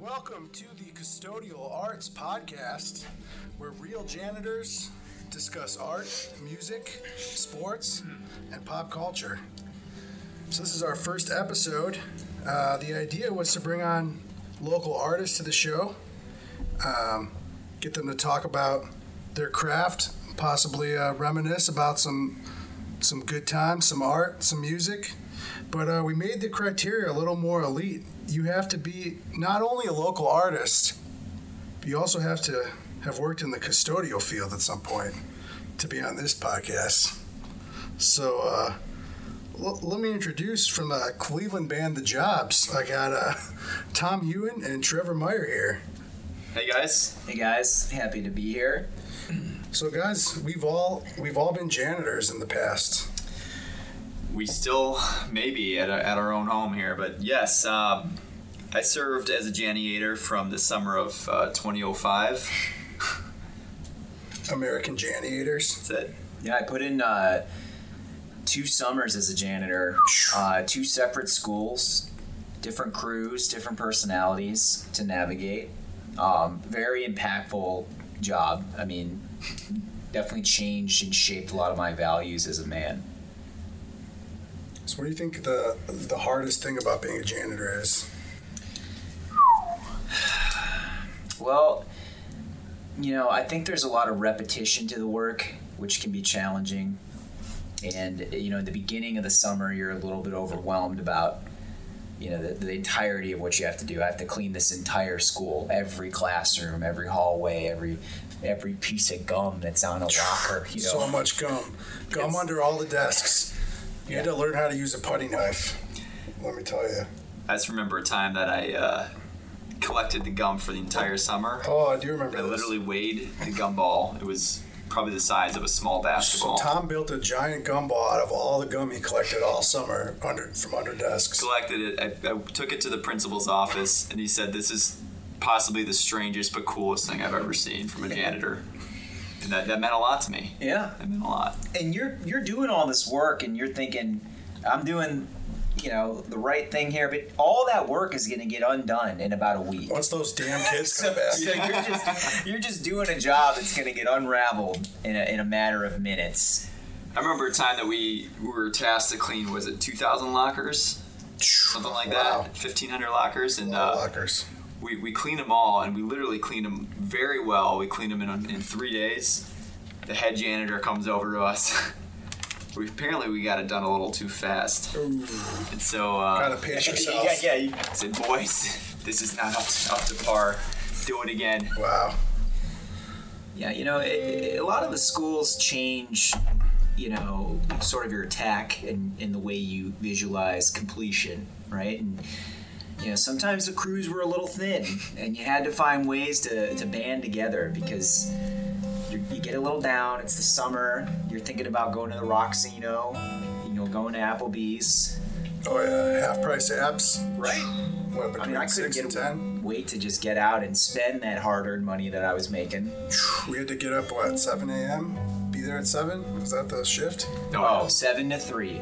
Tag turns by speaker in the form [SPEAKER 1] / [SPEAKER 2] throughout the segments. [SPEAKER 1] welcome to the Custodial Arts Podcast, where real janitors discuss art, music, sports, and pop culture. So, this is our first episode. Uh, the idea was to bring on local artists to the show, um, get them to talk about their craft, possibly uh, reminisce about some some good times, some art, some music. But uh, we made the criteria a little more elite. You have to be not only a local artist, but you also have to have worked in the custodial field at some point to be on this podcast. So uh, l- let me introduce from the Cleveland band The Jobs. I got uh, Tom Ewan and Trevor Meyer here.
[SPEAKER 2] Hey guys.
[SPEAKER 3] Hey guys, happy to be here.
[SPEAKER 1] So guys, we've all we've all been janitors in the past.
[SPEAKER 2] We still may be at our, at our own home here, but yes, um, I served as a janitor from the summer of uh, 2005.
[SPEAKER 1] American Janitors.
[SPEAKER 2] That's it.
[SPEAKER 3] Yeah, I put in uh, two summers as a janitor, uh, two separate schools, different crews, different personalities to navigate. Um, very impactful job. I mean, definitely changed and shaped a lot of my values as a man.
[SPEAKER 1] So, what do you think the the hardest thing about being a janitor is?
[SPEAKER 3] Well, you know, I think there's a lot of repetition to the work, which can be challenging. And you know, in the beginning of the summer, you're a little bit overwhelmed about you know the, the entirety of what you have to do. I have to clean this entire school, every classroom, every hallway, every every piece of gum that's on a locker. You know,
[SPEAKER 1] So much gum, gum
[SPEAKER 3] It's-
[SPEAKER 1] under all the desks. You had
[SPEAKER 3] Yeah.
[SPEAKER 1] to learn how to use a putty knife. Let me tell you.
[SPEAKER 2] I just remember a time that I uh, collected the gum for the entire summer.
[SPEAKER 1] Oh, I do remember.
[SPEAKER 2] I
[SPEAKER 1] this.
[SPEAKER 2] literally weighed the gum ball. It was probably the size of a small
[SPEAKER 1] So
[SPEAKER 2] basketball.
[SPEAKER 1] Tom built a giant gumball out of all the gum he collected all summer under from under desks.
[SPEAKER 2] Collected it. I, I took it to the principal's office, and he said, "This is possibly the strangest but coolest thing I've ever seen from a janitor." And that, that meant a lot to me.
[SPEAKER 3] yeah.
[SPEAKER 2] That meant a lot.
[SPEAKER 3] and you're you're doing all this work and you're thinking i'm doing you know the right thing here but all that work is going to get undone in about a week
[SPEAKER 1] Once those damn kids
[SPEAKER 3] so,
[SPEAKER 1] come back,
[SPEAKER 3] so you're just you're just doing a job that's going to get unraveled in a, in a matter of minutes
[SPEAKER 2] I remember a time that we were tasked to clean was it 2,000 lockers, something like that,
[SPEAKER 1] Wow.
[SPEAKER 2] 1,500 lockers, and
[SPEAKER 1] All
[SPEAKER 2] uh,
[SPEAKER 1] lockers.
[SPEAKER 2] we we cleaned them all, and we literally cleaned them very well. We cleaned them in uh, in three days. The head janitor comes over to us. we apparently we got it done a little too fast,
[SPEAKER 1] Ooh,
[SPEAKER 2] and so uh,
[SPEAKER 1] gotta pace
[SPEAKER 3] yeah
[SPEAKER 1] yourself.
[SPEAKER 3] yeah you-
[SPEAKER 2] I said, "Boys, this is not up to, up to par. Do it again."
[SPEAKER 1] Wow.
[SPEAKER 3] Yeah, you know, it, it- a lot of the schools change, you know, sort of your attack and, and the way you visualize completion, right? And, you know, sometimes the crews were a little thin and you had to find ways to, to band together because you you get a little down. It's the summer. You're thinking about going to the Roxino, you know, going to Applebee's.
[SPEAKER 1] Oh yeah, half price apps.
[SPEAKER 3] Right.
[SPEAKER 1] Went
[SPEAKER 3] I
[SPEAKER 1] between
[SPEAKER 3] mean, I couldn't
[SPEAKER 1] six and
[SPEAKER 3] get
[SPEAKER 1] ten.
[SPEAKER 3] wait to just get out and spend that hard earned money that I was making.
[SPEAKER 1] We had to get up what 7 a.m. Be there at 7. Was that the shift?
[SPEAKER 3] Oh, seven to three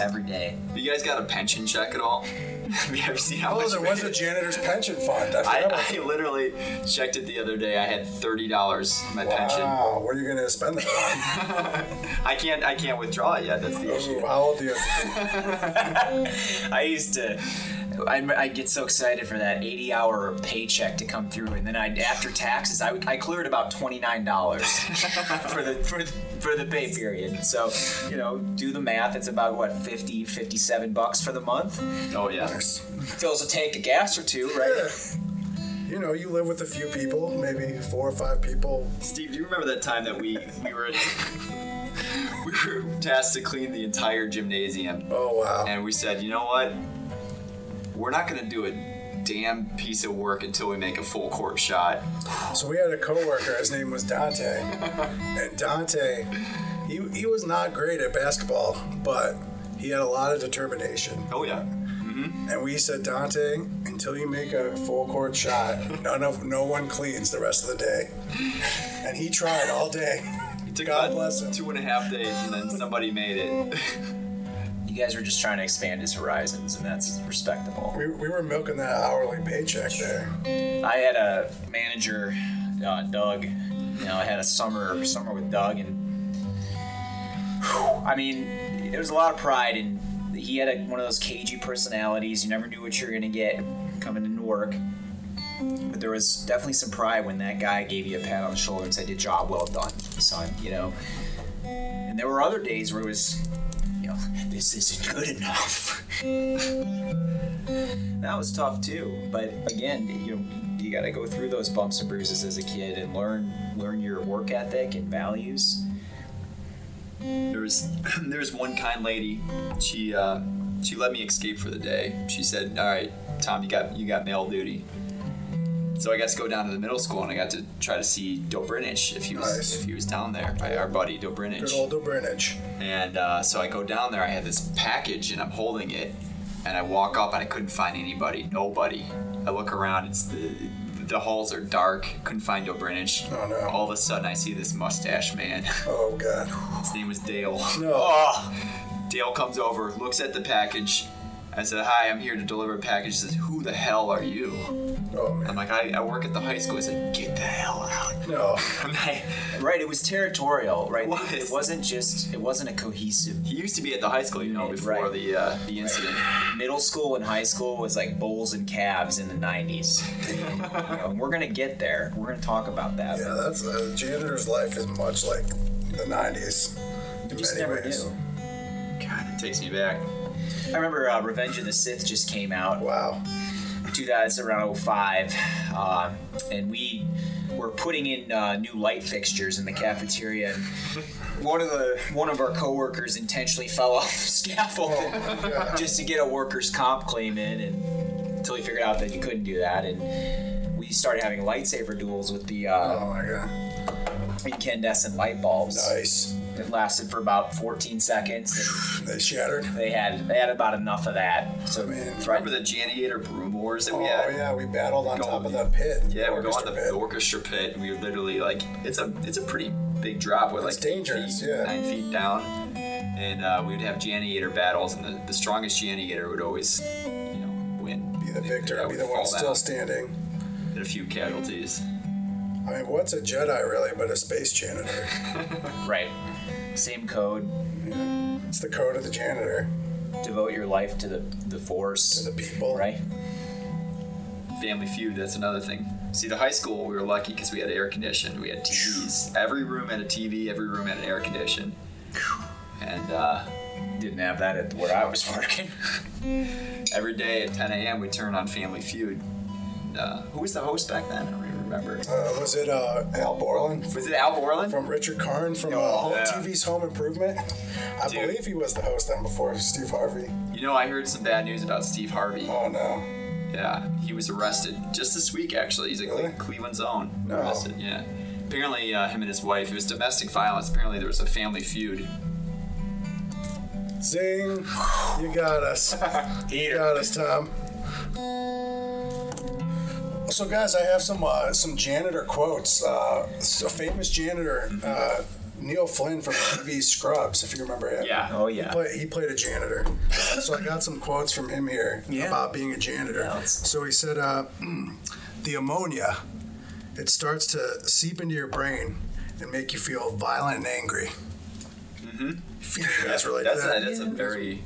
[SPEAKER 3] every day.
[SPEAKER 2] You guys got a pension check at all? Have you ever seen how
[SPEAKER 1] Oh,
[SPEAKER 2] much
[SPEAKER 1] there
[SPEAKER 2] we-
[SPEAKER 1] was a janitor's pension fund. I forgot. about-
[SPEAKER 2] I, I literally checked it the other day. I had thirty dollars in my pension.
[SPEAKER 1] Wow, what are you gonna spend that on?
[SPEAKER 2] I can't. I can't withdraw it yet. That's the issue.
[SPEAKER 1] Ooh, how old do you? have
[SPEAKER 3] I used to. I'd, I'd get so excited for that 80 hour paycheck to come through, and then I'd, after taxes, I, would- I cleared about $29 for, the, for, the, for the pay period. So, you know, do the math. It's about, what, 50, 57 bucks for the month?
[SPEAKER 2] Oh yeah.
[SPEAKER 1] to-
[SPEAKER 3] Fills a tank of gas or two, right?
[SPEAKER 1] You know, you live with a few people, maybe four or five people.
[SPEAKER 2] Steve, do you remember that time that we we were we were tasked to clean the entire gymnasium,
[SPEAKER 1] Oh wow.
[SPEAKER 2] and we said, you know what? We're not gonna do a damn piece of work until we make a full court shot.
[SPEAKER 1] So we had a coworker. His name was Dante, and Dante, he he was not great at basketball, but he had a lot of determination.
[SPEAKER 2] Oh yeah.
[SPEAKER 1] And we said, Dante, until you make a full court shot, none of no one cleans the rest of the day. And he tried all day.
[SPEAKER 2] It took
[SPEAKER 1] God
[SPEAKER 2] about
[SPEAKER 1] bless him.
[SPEAKER 2] two and a half days, and then somebody made it.
[SPEAKER 3] You guys were just trying to expand his horizons, and that's respectable.
[SPEAKER 1] We, we were milking that hourly paycheck there.
[SPEAKER 3] I had a manager, uh, Doug. You know, I had a summer summer with Doug, and whew, I mean, there was a lot of pride in. He had a, one of those cagey personalities. You never knew what you were gonna get coming into work. But there was definitely some pride when that guy gave you a pat on the shoulder and said, "Your job well done, son." You know. And there were other days where it was, you know, this isn't good enough. that was tough too. But again, you know, you got to go through those bumps and bruises as a kid and learn learn your work ethic and values.
[SPEAKER 2] There was there was one kind lady. She uh, she let me escape for the day. She said, "All right, Tom, you got you got male duty." So I got to go down to the middle school and I got to try to see Dobrinich if he was
[SPEAKER 1] Nice.
[SPEAKER 2] if he was down there. I, our buddy
[SPEAKER 1] Good
[SPEAKER 2] Dobrinich.
[SPEAKER 1] old Dobrinich.
[SPEAKER 2] And uh, so I go down there. I had this package and I'm holding it. And I walk up and I couldn't find anybody. Nobody. I look around. It's the the halls are dark. Couldn't find Dobrinich.
[SPEAKER 1] Oh, no.
[SPEAKER 2] All of a sudden, I see this mustache man.
[SPEAKER 1] Oh, God.
[SPEAKER 2] His name was Dale.
[SPEAKER 1] No.
[SPEAKER 2] Oh. Dale comes over, looks at the package. I said, "Hi, I'm here to deliver a package." He says, "Who the hell are you?"
[SPEAKER 1] Oh,
[SPEAKER 2] I'm
[SPEAKER 1] man.
[SPEAKER 2] like, "I, I work at the high school." He's like, "Get the hell out!"
[SPEAKER 1] No.
[SPEAKER 2] And I-
[SPEAKER 3] Right, it was territorial, right?
[SPEAKER 2] It was.
[SPEAKER 3] It wasn't just it wasn't a cohesive
[SPEAKER 2] he used to be at the high school, you know, before
[SPEAKER 3] Right.
[SPEAKER 2] the uh, the incident.
[SPEAKER 3] middle school and high school was like bowls and calves in the 90s. You know, and we're going to get there. We're going to talk about that.
[SPEAKER 1] Yeah, that's a janitor's life is much like the 90s.
[SPEAKER 3] You just never knew.
[SPEAKER 2] God, it takes me back.
[SPEAKER 3] I remember uh, Revenge of the Sith just came out.
[SPEAKER 1] Wow.
[SPEAKER 3] 2000 around 05 uh, and we were putting in uh, new light fixtures in the cafeteria and one of the one of our coworkers intentionally fell off the scaffold just to get a workers comp claim in and until he figured out that you couldn't do that and we started having lightsaber duels with the uh,
[SPEAKER 1] Oh, my God.
[SPEAKER 3] incandescent light bulbs
[SPEAKER 1] Nice.
[SPEAKER 3] it lasted for about 14 seconds
[SPEAKER 1] They shattered.
[SPEAKER 3] and they had they had about enough of that so
[SPEAKER 1] Man.
[SPEAKER 3] threatened-
[SPEAKER 2] Remember the janitor broom wars that
[SPEAKER 1] Oh,
[SPEAKER 2] we had?
[SPEAKER 1] yeah, we battled on
[SPEAKER 2] Go-
[SPEAKER 1] top of the pit.
[SPEAKER 2] Yeah, we're going
[SPEAKER 1] orchestra
[SPEAKER 2] to the orchestra pit, and we were literally like, it's a it's a pretty big drop. We're
[SPEAKER 1] It's
[SPEAKER 2] like eight
[SPEAKER 1] dangerous,
[SPEAKER 2] feet,
[SPEAKER 1] yeah.
[SPEAKER 2] nine feet down, and uh, we would have janitor battles, and the, the strongest janitor would always, you know, win.
[SPEAKER 1] Be the victor,
[SPEAKER 2] Yeah,
[SPEAKER 1] be
[SPEAKER 2] we'd
[SPEAKER 1] the one
[SPEAKER 2] fall
[SPEAKER 1] still
[SPEAKER 2] down.
[SPEAKER 1] standing.
[SPEAKER 2] Had a few casualties.
[SPEAKER 1] I mean, what's a Jedi really but a space janitor?
[SPEAKER 3] right same code
[SPEAKER 1] It's the code of the janitor
[SPEAKER 3] devote your life to the the force
[SPEAKER 1] to the people.
[SPEAKER 3] right
[SPEAKER 2] Family Feud, that's another thing. See, the high school, we were lucky because we had air conditioned. We had TVs. Every room had a TV. Every room had an air condition. And uh,
[SPEAKER 3] didn't have that at where i was working
[SPEAKER 2] every day at 10 a.m. we turn on Family Feud. And, uh, who was the host back then? I don't even remember.
[SPEAKER 1] Uh, was it uh, Al Borland
[SPEAKER 2] Was it Al Borland?
[SPEAKER 1] from Richard Karn from uh,
[SPEAKER 2] Oh,
[SPEAKER 1] Home-
[SPEAKER 2] yeah.
[SPEAKER 1] TV's Home Improvement? I
[SPEAKER 2] Dude.
[SPEAKER 1] believe he was the host then before Steve Harvey.
[SPEAKER 2] You know, I heard some bad news about Steve Harvey.
[SPEAKER 1] Oh no,
[SPEAKER 2] Yeah, he was arrested just this week, actually. He's a Cle-
[SPEAKER 1] Really?
[SPEAKER 2] Cleveland's own.
[SPEAKER 1] No.
[SPEAKER 2] Arrested, yeah. Apparently, uh, him and his wife, it was domestic violence. Apparently, there was a family feud.
[SPEAKER 1] zing! You got us. You got us, Tom. So, guys, I have some uh, some janitor quotes. Uh, a famous janitor, uh, Neil Flynn from TV Scrubs, if you remember him.
[SPEAKER 2] Yeah.
[SPEAKER 3] oh yeah
[SPEAKER 1] Play, he played a janitor. so I got some quotes from him here
[SPEAKER 3] Yeah.
[SPEAKER 1] about being a janitor.
[SPEAKER 3] Yeah, let's-
[SPEAKER 1] so he said, uh, the ammonia, it starts to seep into your brain and make you feel violent and angry. Mm-hmm. You guys relate
[SPEAKER 2] That's,
[SPEAKER 1] to that?
[SPEAKER 2] a, that's a very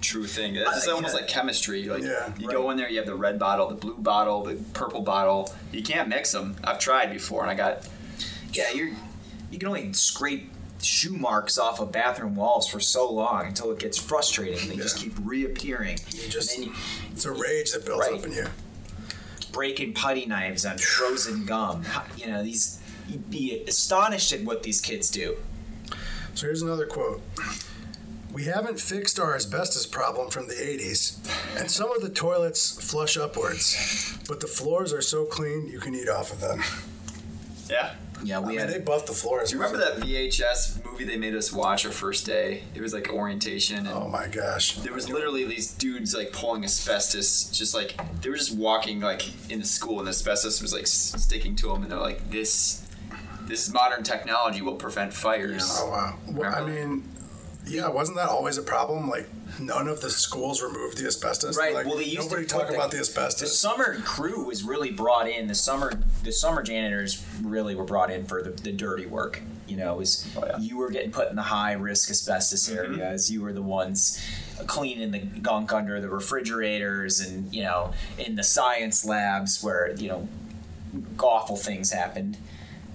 [SPEAKER 2] true thing. That's just almost like chemistry. Like
[SPEAKER 1] Yeah,
[SPEAKER 2] you go in there, you have the red bottle, the blue bottle, the purple bottle. You can't mix them. I've tried before, and I got
[SPEAKER 3] yeah you're you can only scrape shoe marks off of bathroom walls for so long until it gets frustrating and they just
[SPEAKER 1] Yeah.
[SPEAKER 3] keep reappearing
[SPEAKER 1] You just-
[SPEAKER 3] and then
[SPEAKER 1] It's a rage that builds up
[SPEAKER 3] Right.
[SPEAKER 1] in you.
[SPEAKER 3] you breaking putty knives on frozen gum you know these you'd be astonished at what these kids do
[SPEAKER 1] So here's another quote. We haven't fixed our asbestos problem from the 80s, and some of the toilets flush upwards, but the floors are so clean you can eat off of them.
[SPEAKER 2] yeah.
[SPEAKER 3] yeah we
[SPEAKER 1] Yeah,
[SPEAKER 3] had
[SPEAKER 1] they buffed the floors.
[SPEAKER 2] Do you remember that VHS movie they made us watch our first day? It was like orientation. And
[SPEAKER 1] Oh my gosh.
[SPEAKER 2] There was literally these dudes like pulling asbestos, just like they were just walking like in the school, and the asbestos was like s- sticking to them, and they're like, "This, this modern technology will prevent fires."
[SPEAKER 1] Oh wow. Well, I
[SPEAKER 2] Remember?
[SPEAKER 1] mean, yeah, wasn't that always a problem? Like none of the schools removed the asbestos.
[SPEAKER 3] Right.
[SPEAKER 1] Like,
[SPEAKER 3] well, they used
[SPEAKER 1] nobody
[SPEAKER 3] to
[SPEAKER 1] talk
[SPEAKER 3] put
[SPEAKER 1] about the
[SPEAKER 3] The
[SPEAKER 1] asbestos.
[SPEAKER 3] summer crew was really brought in. The summer the summer janitors really were brought in for the, the dirty work. You know, it was
[SPEAKER 2] Oh, yeah. Mm-hmm.
[SPEAKER 3] you were getting put in the high risk asbestos areas. You were the ones cleaning the gunk under the refrigerators, and you know, in the science labs where you know awful things happened.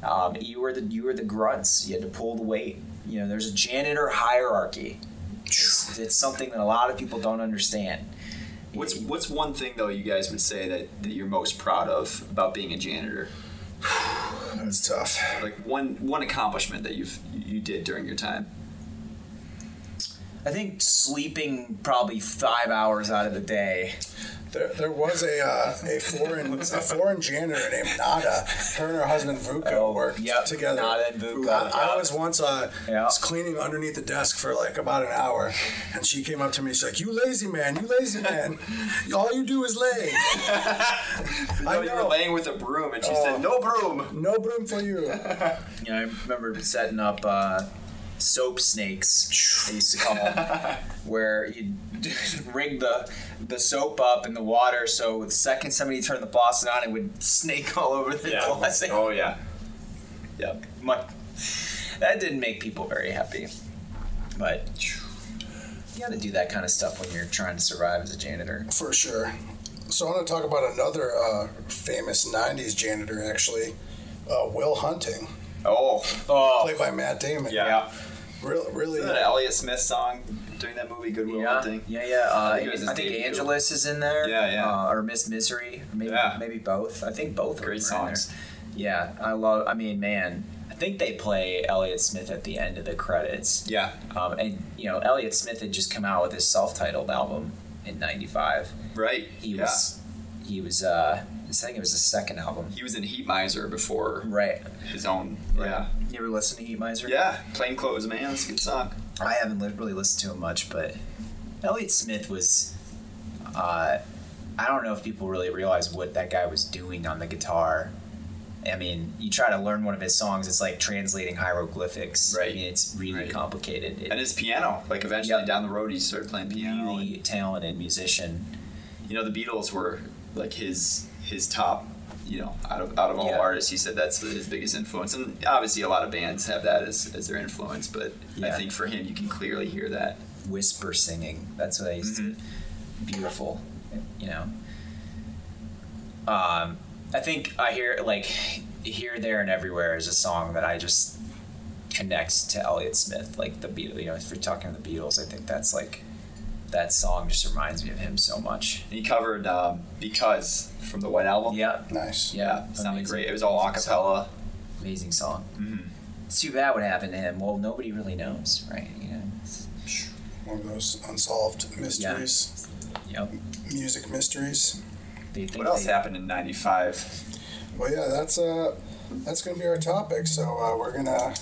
[SPEAKER 3] Um, you were the you were the grunts. You had to pull the weight. You know, there's a janitor hierarchy. It's, it's something that a lot of people don't understand.
[SPEAKER 2] What's what's one thing though you guys would say that, that you're most proud of about being a janitor?
[SPEAKER 1] That's tough.
[SPEAKER 2] Like one one accomplishment that you've you did during your time.
[SPEAKER 3] I think sleeping probably five hours out of the day.
[SPEAKER 1] There, there was a uh, a foreign a foreign janitor named Nada. Her and her husband Vuko
[SPEAKER 3] Oh,
[SPEAKER 1] worked
[SPEAKER 3] yep,
[SPEAKER 1] together.
[SPEAKER 3] Nada and Vuko,
[SPEAKER 1] I, I
[SPEAKER 3] yeah.
[SPEAKER 1] was once uh,
[SPEAKER 3] Yeah.
[SPEAKER 1] was cleaning underneath the desk for like about an hour, and she came up to me. She's like, "You lazy man, you lazy man. All you do is lay. I
[SPEAKER 2] No, Oh, you were
[SPEAKER 1] know.
[SPEAKER 2] laying with a broom, and she said, "No broom."
[SPEAKER 1] No broom for you."
[SPEAKER 3] You know, I remember setting up uh, soap snakes. They used to call them, where you rig the the soap up in the water, so the second somebody turned the faucet on, it would snake all over the closet.
[SPEAKER 2] Oh yeah. Yep.
[SPEAKER 3] My- that didn't make people very happy, but. You gotta do that kind of stuff when you're trying to survive as a janitor.
[SPEAKER 1] For sure. So I want to talk about another uh, famous '90s janitor, actually, uh, Will Hunting,
[SPEAKER 2] Oh
[SPEAKER 3] Oh,
[SPEAKER 1] played by Matt Damon.
[SPEAKER 2] yeah.
[SPEAKER 1] Real, really.
[SPEAKER 2] Isn't that an Elliott Smith song during that movie Good Will
[SPEAKER 3] Yeah,
[SPEAKER 2] Hunting?
[SPEAKER 3] yeah, yeah. Uh,
[SPEAKER 2] I
[SPEAKER 3] I
[SPEAKER 2] think it was
[SPEAKER 3] think,
[SPEAKER 2] his debut.
[SPEAKER 3] Angelus is in there.
[SPEAKER 2] Yeah, yeah.
[SPEAKER 3] Uh, or Miss Misery, maybe
[SPEAKER 2] Yeah.
[SPEAKER 3] maybe both. I think both.
[SPEAKER 2] Great
[SPEAKER 3] are in there.
[SPEAKER 2] songs.
[SPEAKER 3] Yeah, I love. I mean, man, I think they play Elliott Smith at the end of the credits.
[SPEAKER 2] Yeah.
[SPEAKER 3] Um, and you know, Elliott Smith had just come out with his self-titled album in '95.
[SPEAKER 2] Right.
[SPEAKER 3] He
[SPEAKER 2] yeah.
[SPEAKER 3] was, he was. Uh, I think it was his second album.
[SPEAKER 2] He was in Heat Miser before
[SPEAKER 3] Right.
[SPEAKER 2] his own. Yeah.
[SPEAKER 3] You ever listen to Heat Miser?
[SPEAKER 2] Yeah. Plainclothes Man. It's a good song.
[SPEAKER 3] I haven't li- really listened to him much, but Elliott Smith was. Uh, I don't know if people really realize what that guy was doing on the guitar. I mean, you try to learn one of his songs, it's like translating hieroglyphics. I
[SPEAKER 2] Right.
[SPEAKER 3] mean, it's really
[SPEAKER 2] Right.
[SPEAKER 3] complicated. It-
[SPEAKER 2] And his piano. Like eventually
[SPEAKER 3] Yep.
[SPEAKER 2] down the road, he started playing piano. and-
[SPEAKER 3] really talented musician.
[SPEAKER 2] you know the Beatles were like his his top you know out of out of all
[SPEAKER 3] Yeah.
[SPEAKER 2] artists he said that's his biggest influence and obviously a lot of bands have that as, as their influence but I
[SPEAKER 3] Yeah.
[SPEAKER 2] think for him you can clearly hear that
[SPEAKER 3] Whisper singing. That's what I used
[SPEAKER 2] Mm-hmm.
[SPEAKER 3] to. Beautiful, you know. Um, I think I hear like here, there, and everywhere is a song that I just connects to Elliott Smith, like the Beatles. You know, if you're talking to the Beatles, I think that's like that song just reminds me of him so much.
[SPEAKER 2] he covered um, because from the White Album
[SPEAKER 3] Yeah,
[SPEAKER 1] Nice.
[SPEAKER 2] yeah it sounded
[SPEAKER 3] Amazing. Mm-hmm.
[SPEAKER 2] great it was all a cappella
[SPEAKER 3] amazing song.
[SPEAKER 2] Mhm.
[SPEAKER 3] It's too bad what happened to him. Well, nobody really knows, right? You know. it's-
[SPEAKER 1] One of those unsolved mysteries,
[SPEAKER 3] Yep.
[SPEAKER 1] music mysteries.
[SPEAKER 3] They think
[SPEAKER 2] what else
[SPEAKER 3] they-
[SPEAKER 2] happened in 95
[SPEAKER 1] Well, yeah, that's uh, that's gonna be our topic. So uh, we're gonna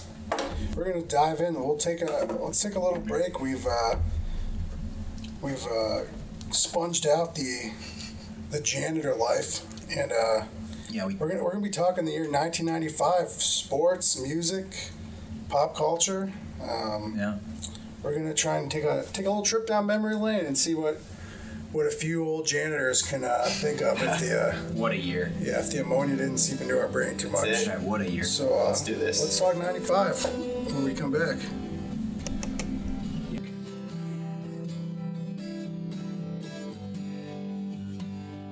[SPEAKER 1] we're gonna dive in. We'll take a let's take a little break. We've uh, we've uh, sponged out the the janitor life, and uh,
[SPEAKER 3] Yeah, we
[SPEAKER 1] we're gonna we're gonna be talking the year 1995, sports, music, pop culture. Um,
[SPEAKER 3] yeah.
[SPEAKER 1] we're gonna try and take a take a little trip down memory lane and see what what a few old janitors can uh, think of if the uh,
[SPEAKER 3] What a year.
[SPEAKER 1] yeah if the ammonia didn't seep into our brain too much.
[SPEAKER 2] it.
[SPEAKER 3] Right, What a year.
[SPEAKER 1] So uh,
[SPEAKER 2] Let's do this.
[SPEAKER 1] Let's talk '95 when we come back.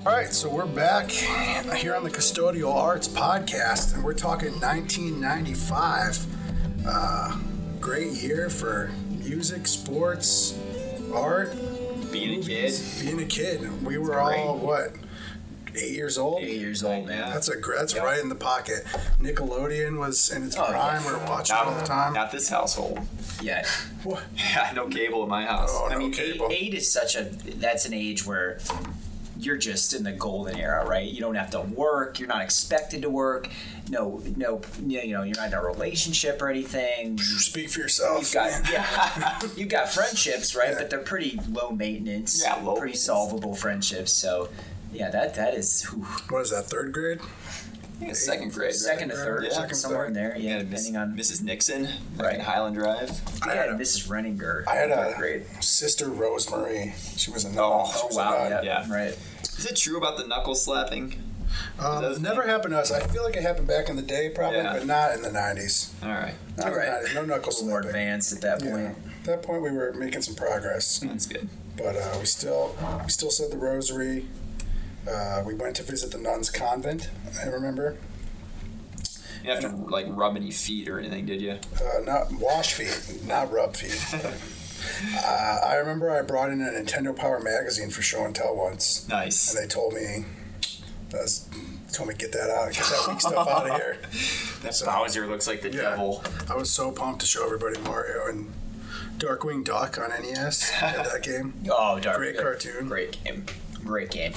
[SPEAKER 1] All right, so we're back here on the Custodial Arts Podcast, and we're talking 1995. Uh, great year for music, sports, art,
[SPEAKER 2] being a kid
[SPEAKER 1] being a kid. We were all what eight years old.
[SPEAKER 3] Eight years old, man.
[SPEAKER 1] That's a gr- that's
[SPEAKER 2] Yeah.
[SPEAKER 1] right in the pocket. Nickelodeon was in its
[SPEAKER 3] Oh, yeah.
[SPEAKER 1] prime. We were watching all the
[SPEAKER 2] not,
[SPEAKER 1] time.
[SPEAKER 2] Um, not this household
[SPEAKER 3] Yeah.
[SPEAKER 1] What?
[SPEAKER 2] no cable in my house
[SPEAKER 1] Oh,
[SPEAKER 3] I
[SPEAKER 1] no
[SPEAKER 3] mean, eight,
[SPEAKER 1] cable.
[SPEAKER 3] eight is such a that's an age where you're just in the golden era, right? You don't have to work. You're not expected to work. No, no, you know, you're not in a relationship or anything.
[SPEAKER 1] Speak for yourself.
[SPEAKER 3] You've got yeah, you've got friendships, right? But they're pretty low maintenance.
[SPEAKER 2] Yeah, low
[SPEAKER 3] pretty
[SPEAKER 2] maintenance.
[SPEAKER 3] solvable friendships. So, yeah, that that is. whew.
[SPEAKER 1] What is that? Third grade?
[SPEAKER 2] think it's second grade.
[SPEAKER 3] Second to third,
[SPEAKER 2] Yeah.
[SPEAKER 1] Second,
[SPEAKER 3] somewhere in there.
[SPEAKER 2] Yeah,
[SPEAKER 3] Yeah,
[SPEAKER 2] Miss,
[SPEAKER 3] depending on.
[SPEAKER 2] Mrs. Nixon, right?
[SPEAKER 3] Right.
[SPEAKER 2] In Highland Drive.
[SPEAKER 1] I
[SPEAKER 3] Yeah,
[SPEAKER 1] had a-
[SPEAKER 3] Mrs. Renninger.
[SPEAKER 1] I had a-
[SPEAKER 3] great.
[SPEAKER 1] Sister Rosemary. She was a
[SPEAKER 2] Oh,
[SPEAKER 1] she
[SPEAKER 3] Oh
[SPEAKER 1] was a
[SPEAKER 3] wow!
[SPEAKER 1] nun.
[SPEAKER 3] Yeah,
[SPEAKER 2] Yeah.
[SPEAKER 3] right.
[SPEAKER 2] Is it true about the knuckle slapping?
[SPEAKER 1] Um,
[SPEAKER 2] Does-
[SPEAKER 1] never happened to us. I feel like it happened back in the day, probably,
[SPEAKER 2] Yeah.
[SPEAKER 1] but not in the nineties.
[SPEAKER 2] All right,
[SPEAKER 1] Not in the
[SPEAKER 3] Alright.
[SPEAKER 1] 90s. No knuckle
[SPEAKER 3] More
[SPEAKER 1] slapping.
[SPEAKER 3] advanced at that
[SPEAKER 1] Yeah.
[SPEAKER 3] point.
[SPEAKER 1] At that point, we were making some progress,
[SPEAKER 2] that's good.
[SPEAKER 1] but uh, we still we still said the rosary. Uh, we went to visit the nuns' convent. I remember.
[SPEAKER 2] You didn't have to like rub any feet or anything, did you?
[SPEAKER 1] Uh, not wash feet, not rub feet. uh, I remember I brought in a Nintendo Power magazine for show and tell once,
[SPEAKER 2] Nice.
[SPEAKER 1] and they told me, that's, told me get that out, get that weak stuff out of here.
[SPEAKER 2] That Bowser looks like the
[SPEAKER 1] Yeah.
[SPEAKER 2] devil.
[SPEAKER 1] I was so pumped to show everybody Mario and Darkwing Duck on NES. had that game,
[SPEAKER 3] Oh, dark.
[SPEAKER 1] great cartoon.
[SPEAKER 3] Great game. Great game.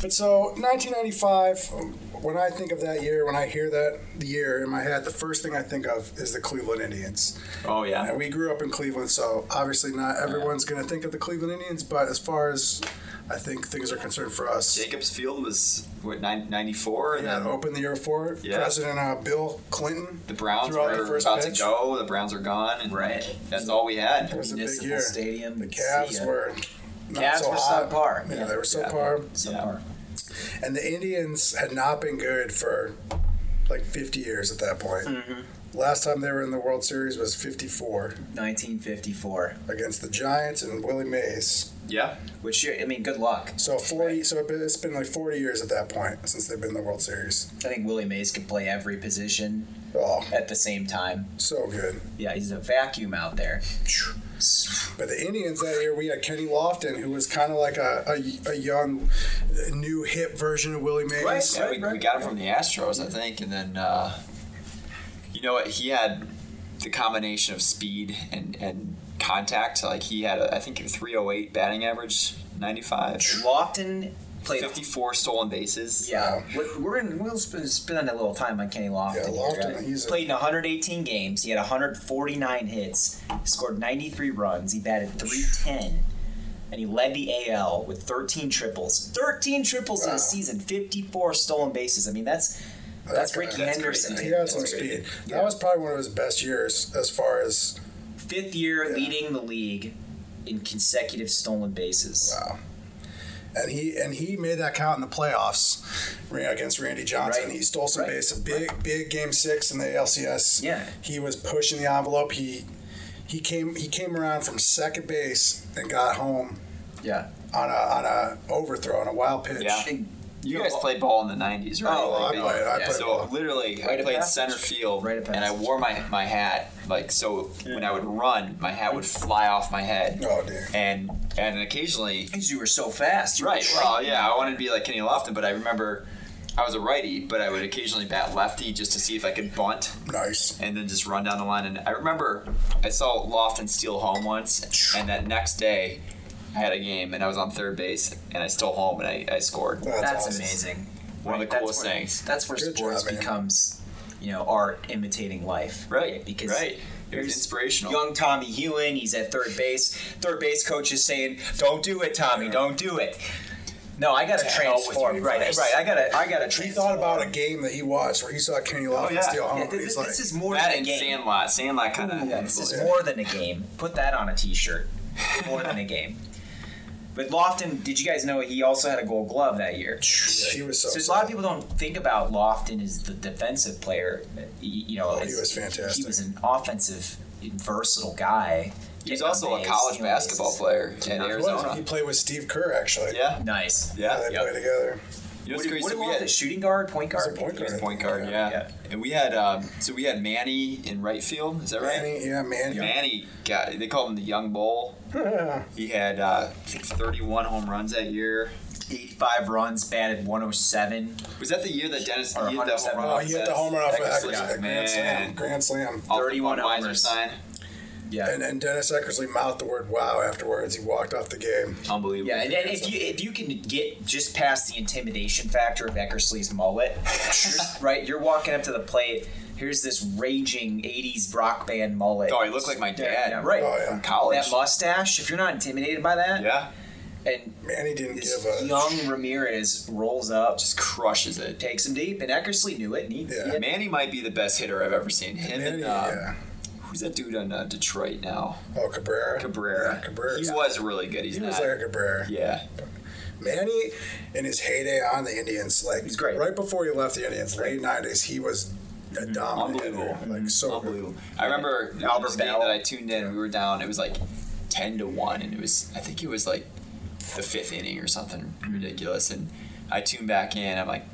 [SPEAKER 1] But so 1995, um, when I think of that year, when I hear that year in my head, the first thing I think of is the Cleveland Indians.
[SPEAKER 2] Oh yeah.
[SPEAKER 1] And we grew up in Cleveland, so obviously not everyone's going to think of the Cleveland Indians. But as far as I think things are concerned for us,
[SPEAKER 2] Jacobs Field was what nine- 94, and
[SPEAKER 1] yeah,
[SPEAKER 2] then
[SPEAKER 1] open the year for
[SPEAKER 2] Yeah.
[SPEAKER 1] President uh, Bill Clinton.
[SPEAKER 2] the Browns
[SPEAKER 1] Throughout
[SPEAKER 2] were
[SPEAKER 1] the first
[SPEAKER 2] about
[SPEAKER 1] pitch.
[SPEAKER 2] to go. The Browns are gone, and
[SPEAKER 3] Right.
[SPEAKER 2] that's all we
[SPEAKER 1] It
[SPEAKER 2] had.
[SPEAKER 1] was a big
[SPEAKER 3] Municipal
[SPEAKER 1] year.
[SPEAKER 3] Stadium.
[SPEAKER 1] The Cavs
[SPEAKER 3] See ya.
[SPEAKER 1] were not
[SPEAKER 3] Cavs
[SPEAKER 1] so
[SPEAKER 3] were
[SPEAKER 1] hot.
[SPEAKER 3] subpar.
[SPEAKER 1] Yeah,
[SPEAKER 3] Yeah.
[SPEAKER 1] they were
[SPEAKER 2] Yeah.
[SPEAKER 1] subpar.
[SPEAKER 3] subpar.
[SPEAKER 1] And the Indians had not been good for like 50 years at that point.
[SPEAKER 3] Mm-hmm.
[SPEAKER 1] Last time they were in the World Series was 54
[SPEAKER 3] 1954.
[SPEAKER 1] against the Giants and Willie Mays.
[SPEAKER 2] Yeah.
[SPEAKER 3] Which I mean, good luck.
[SPEAKER 1] So 40. So it been- it's been like 40 years at that point since they've been in the World Series.
[SPEAKER 3] I think Willie Mays could play every position
[SPEAKER 1] Oh,
[SPEAKER 3] at the same time.
[SPEAKER 1] so good.
[SPEAKER 3] Yeah, he's a vacuum out there.
[SPEAKER 1] But the Indians that year, we had Kenny Lofton, who was kind of like a, a, a young, new hip version of Willie Mays.
[SPEAKER 3] Right.
[SPEAKER 2] Yeah, we, we got him from the Astros, I think, and then uh, you know what? He had the combination of speed and and contact. Like he had, a, I think, a 308 batting average, 95,
[SPEAKER 3] Lofton played.
[SPEAKER 2] 54 stolen bases.
[SPEAKER 3] Yeah, we're, we're in, we'll sp- spend a little time on Kenny Lofton.
[SPEAKER 1] Yeah, Lofton, he's a-
[SPEAKER 3] played in 118 games. He had 149 hits, scored 93 runs. He batted 310, and he led the AL with 13 triples. 13 triples in
[SPEAKER 1] Wow.
[SPEAKER 3] a season, 54 stolen bases. I mean, that's that's
[SPEAKER 1] guy-
[SPEAKER 3] Ricky
[SPEAKER 1] that's
[SPEAKER 3] Henderson.
[SPEAKER 1] He had some
[SPEAKER 3] That's great.
[SPEAKER 1] speed. That was probably one of his best years as far as
[SPEAKER 3] Fifth year
[SPEAKER 1] Yeah.
[SPEAKER 3] leading the league in consecutive stolen bases.
[SPEAKER 1] Wow. And he and he made that count in the playoffs ran against Randy Johnson.
[SPEAKER 3] Right.
[SPEAKER 1] He stole some
[SPEAKER 3] Right.
[SPEAKER 1] bases. Big big game six in the LCS.
[SPEAKER 3] Yeah.
[SPEAKER 1] He was pushing the envelope. He he came he came around from second base and got home
[SPEAKER 3] Yeah.
[SPEAKER 1] on a on a overthrow on a wild pitch.
[SPEAKER 2] Yeah. You guys played ball in the 90s, right?
[SPEAKER 1] Oh, I
[SPEAKER 2] Like,
[SPEAKER 1] played- I
[SPEAKER 2] yeah,
[SPEAKER 1] played
[SPEAKER 2] so
[SPEAKER 1] ball.
[SPEAKER 2] literally,
[SPEAKER 3] Rite
[SPEAKER 2] I
[SPEAKER 3] of
[SPEAKER 2] played
[SPEAKER 3] passage.
[SPEAKER 2] center field,
[SPEAKER 3] Rite of
[SPEAKER 2] and I
[SPEAKER 3] passage.
[SPEAKER 2] wore my, my hat. Like so, when I would run, my hat would fly off my head,
[SPEAKER 1] Oh dear.
[SPEAKER 2] and and occasionally
[SPEAKER 3] Because you were so fast. You were
[SPEAKER 2] Right. Well, yeah, I wanted to be like Kenny Lofton, but I remember I was a righty, but I would occasionally bat lefty just to see if I could bunt
[SPEAKER 1] Nice.
[SPEAKER 2] and then just run down the line. And I remember I saw Lofton steal home once, and that next day I had a game and I was on third base and I stole home and I, I scored.
[SPEAKER 1] That's,
[SPEAKER 3] That's
[SPEAKER 1] awesome.
[SPEAKER 3] amazing.
[SPEAKER 2] One of the
[SPEAKER 3] Right, that's
[SPEAKER 2] coolest
[SPEAKER 3] where-
[SPEAKER 2] things.
[SPEAKER 3] That's where
[SPEAKER 1] Good
[SPEAKER 3] sports
[SPEAKER 1] job, man.
[SPEAKER 3] becomes, you know, art imitating life.
[SPEAKER 2] Right.
[SPEAKER 3] Because
[SPEAKER 2] right. It was
[SPEAKER 3] here's
[SPEAKER 2] inspirational.
[SPEAKER 3] Young Tommy Hewin, he's at third base. Third base coach is saying, "Don't do it, Tommy. Don't do it." No, I gotta
[SPEAKER 1] To hell with
[SPEAKER 3] transform.
[SPEAKER 1] you,
[SPEAKER 3] Right,
[SPEAKER 1] Chris.
[SPEAKER 3] right. I gotta, I gotta
[SPEAKER 1] He thought
[SPEAKER 3] transform.
[SPEAKER 1] about a game that he watched where he saw Kenny Lofton
[SPEAKER 2] yeah.
[SPEAKER 1] steal home.
[SPEAKER 3] Oh, Yeah, thi-
[SPEAKER 1] He's
[SPEAKER 3] this,
[SPEAKER 1] like,
[SPEAKER 3] this is more
[SPEAKER 2] that
[SPEAKER 3] than a
[SPEAKER 2] and
[SPEAKER 3] game.
[SPEAKER 2] Sandlot. Sandlot kind of.
[SPEAKER 3] Yeah, this is more than a game. Put that on a T-shirt. More than a game. But Lofton, did you guys know he also had a Gold Glove that year?
[SPEAKER 1] he was so.
[SPEAKER 3] So a lot of people don't think about Lofton as the defensive player. y- You know,
[SPEAKER 1] Oh, he
[SPEAKER 3] as-
[SPEAKER 1] was fantastic.
[SPEAKER 3] He was an offensive, versatile guy.
[SPEAKER 2] He was also a college basketball player at
[SPEAKER 1] He was. He
[SPEAKER 2] Arizona.
[SPEAKER 1] played with Steve Kerr actually.
[SPEAKER 2] Yeah.
[SPEAKER 3] Nice.
[SPEAKER 1] Yeah,
[SPEAKER 2] Yeah.
[SPEAKER 1] they played together.
[SPEAKER 2] You know what's
[SPEAKER 3] What,
[SPEAKER 2] crazy?
[SPEAKER 3] what
[SPEAKER 2] We
[SPEAKER 3] about
[SPEAKER 2] had-
[SPEAKER 3] the shooting guard, point
[SPEAKER 1] was a
[SPEAKER 3] guard?
[SPEAKER 1] point
[SPEAKER 2] He was
[SPEAKER 1] guard.
[SPEAKER 2] point guard,
[SPEAKER 1] Yeah.
[SPEAKER 2] yeah.
[SPEAKER 3] Yeah.
[SPEAKER 2] And we had um, so we had Manny in right field. Is that right?
[SPEAKER 1] Manny, yeah, man.
[SPEAKER 2] Manny got they called him the young bull. he had uh, I think 31 home runs that year.
[SPEAKER 3] 85 runs, batted 107.
[SPEAKER 2] Was that the year that Dennis
[SPEAKER 3] Or
[SPEAKER 2] he had the home
[SPEAKER 3] 107.
[SPEAKER 2] run?
[SPEAKER 1] Oh, he hit the home run off of Eckersley. Grand slam.
[SPEAKER 2] man.
[SPEAKER 1] Grand slam.
[SPEAKER 2] Off the
[SPEAKER 3] 31
[SPEAKER 2] Budweiser
[SPEAKER 3] homers.
[SPEAKER 2] sign.
[SPEAKER 3] Yeah.
[SPEAKER 1] And, and Dennis Eckersley mouthed the word "wow" afterwards. He walked off the game.
[SPEAKER 2] Unbelievable.
[SPEAKER 3] yeah, and, and if you if you can get just past the intimidation factor of Eckersley's mullet, you're- right? You're walking up to the plate. Here's this raging '80s rock band mullet.
[SPEAKER 2] oh, he looked like my dad.
[SPEAKER 3] Yeah, right.
[SPEAKER 1] Oh, yeah.
[SPEAKER 2] From college.
[SPEAKER 3] That mustache. If you're not intimidated by that,
[SPEAKER 2] yeah.
[SPEAKER 3] And
[SPEAKER 1] Man, he didn't
[SPEAKER 3] this
[SPEAKER 1] give a.
[SPEAKER 3] young Ramirez rolls up,
[SPEAKER 2] Just crushes it.
[SPEAKER 3] takes him deep, and Eckersley knew it. And he,
[SPEAKER 1] Yeah.
[SPEAKER 2] Manny might be the best hitter I've ever seen. Him
[SPEAKER 1] Man,
[SPEAKER 2] and
[SPEAKER 1] he-
[SPEAKER 2] uh,
[SPEAKER 1] yeah.
[SPEAKER 2] who's that dude on uh, Detroit now?
[SPEAKER 1] Oh, Cabrera.
[SPEAKER 2] Cabrera.
[SPEAKER 1] Yeah, Cabrera.
[SPEAKER 2] He was really good. He's
[SPEAKER 1] He
[SPEAKER 2] not.
[SPEAKER 1] was like a Cabrera.
[SPEAKER 2] yeah.
[SPEAKER 1] Manny in his heyday on the Indians, like
[SPEAKER 3] He's great.
[SPEAKER 1] right before he left the Indians, late nineties, he was a dominant
[SPEAKER 2] Mm-hmm. Unbelievable.
[SPEAKER 1] hitter, like so good.
[SPEAKER 2] Unbelievable. I remember Albert game
[SPEAKER 3] Battle.
[SPEAKER 2] that I tuned in. We were down. It was like ten to one, and it was I think it was like the fifth inning or something ridiculous. And I tuned back in. I'm like,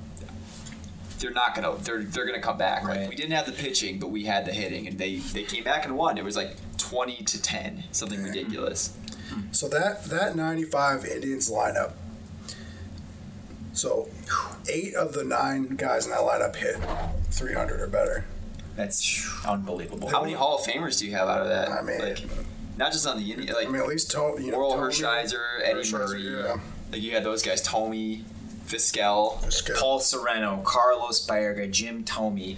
[SPEAKER 2] they're not gonna they're they're gonna come back. Like
[SPEAKER 3] Right.
[SPEAKER 2] we didn't have the pitching, but we had the hitting, and they they came back and won. It was like twenty to ten, something ridiculous.
[SPEAKER 1] Mm-hmm. So that that ninety five Indians lineup. So eight of the nine guys in that lineup hit three hundred or better.
[SPEAKER 3] that's unbelievable.
[SPEAKER 2] How many Hall of Famers do you have out of that?
[SPEAKER 1] I mean-
[SPEAKER 2] like, not just on the Indian, like
[SPEAKER 1] I mean, at least Tony, you know,
[SPEAKER 2] Oral
[SPEAKER 1] Tony-
[SPEAKER 2] Hershiser, Eddie
[SPEAKER 1] Hershiser,
[SPEAKER 2] Murray.
[SPEAKER 1] yeah.
[SPEAKER 2] Like you had those guys, Tommy, Fiscal.
[SPEAKER 1] Vizquel.
[SPEAKER 3] Paul Sereno, Carlos Baerga, Jim Tomey,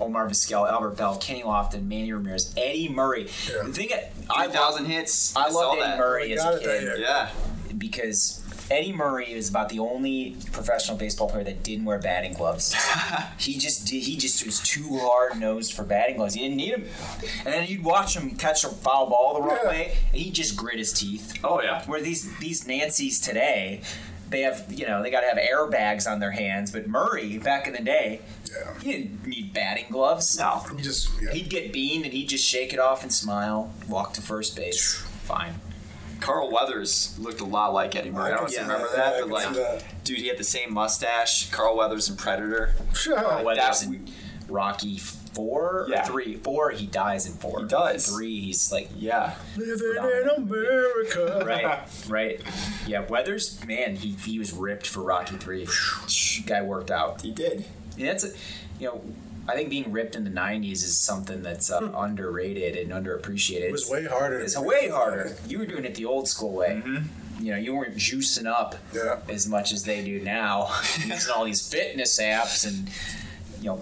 [SPEAKER 3] Omar Vizquel, Albert Bell, Kenny Lofton, Manny Ramirez, Eddie Murray.
[SPEAKER 1] Yeah.
[SPEAKER 3] The thing I- I
[SPEAKER 2] Five
[SPEAKER 3] love,
[SPEAKER 2] thousand hits.
[SPEAKER 3] I
[SPEAKER 2] saw
[SPEAKER 3] loved Eddie
[SPEAKER 2] that.
[SPEAKER 1] Oh
[SPEAKER 3] Murray
[SPEAKER 1] my
[SPEAKER 3] as
[SPEAKER 1] God,
[SPEAKER 3] a
[SPEAKER 1] I tell
[SPEAKER 3] kid.
[SPEAKER 1] you.
[SPEAKER 2] Yeah,
[SPEAKER 3] because Eddie Murray is about the only professional baseball player that didn't wear batting gloves. he just did, he just was too hard nosed for batting gloves. He didn't need them. And then you'd watch him catch a foul ball the wrong
[SPEAKER 1] Yeah.
[SPEAKER 3] way, and he just grit his teeth.
[SPEAKER 2] Oh, yeah.
[SPEAKER 3] Where these these Nancys today, they have you know they got to have airbags on their hands. But Murray back in the day,
[SPEAKER 1] Yeah.
[SPEAKER 3] he didn't need batting gloves. No.
[SPEAKER 1] He just yeah.
[SPEAKER 3] He'd get beaned and he'd just shake it off and smile, walk to first base. Fine.
[SPEAKER 2] Carl Weathers looked a lot like Eddie Murray. I don't know if you
[SPEAKER 1] Yeah,
[SPEAKER 2] remember
[SPEAKER 1] yeah, I
[SPEAKER 2] that, but
[SPEAKER 1] can
[SPEAKER 2] like,
[SPEAKER 1] see that.
[SPEAKER 2] dude, he had the same mustache. Carl Weathers and Predator.
[SPEAKER 3] Carl Weathers
[SPEAKER 2] that-
[SPEAKER 3] in Rocky four, or
[SPEAKER 2] Yeah.
[SPEAKER 3] three, four. He dies in four.
[SPEAKER 2] He does.
[SPEAKER 3] three. He's like
[SPEAKER 2] Yeah,
[SPEAKER 1] Living in America.
[SPEAKER 3] right, right. Yeah, Weathers, man, he he was ripped for Rocky three. Guy worked out.
[SPEAKER 2] he did.
[SPEAKER 3] And that's, a, you know, I think being ripped in the '90s is something that's uh,
[SPEAKER 2] Hmm.
[SPEAKER 3] underrated and underappreciated.
[SPEAKER 1] It was way harder.
[SPEAKER 3] It's way harder. You were doing it the old school way.
[SPEAKER 2] Mm-hmm.
[SPEAKER 3] You know, you weren't juicing up
[SPEAKER 1] Yeah.
[SPEAKER 3] as much as they do now, using all these fitness apps and you know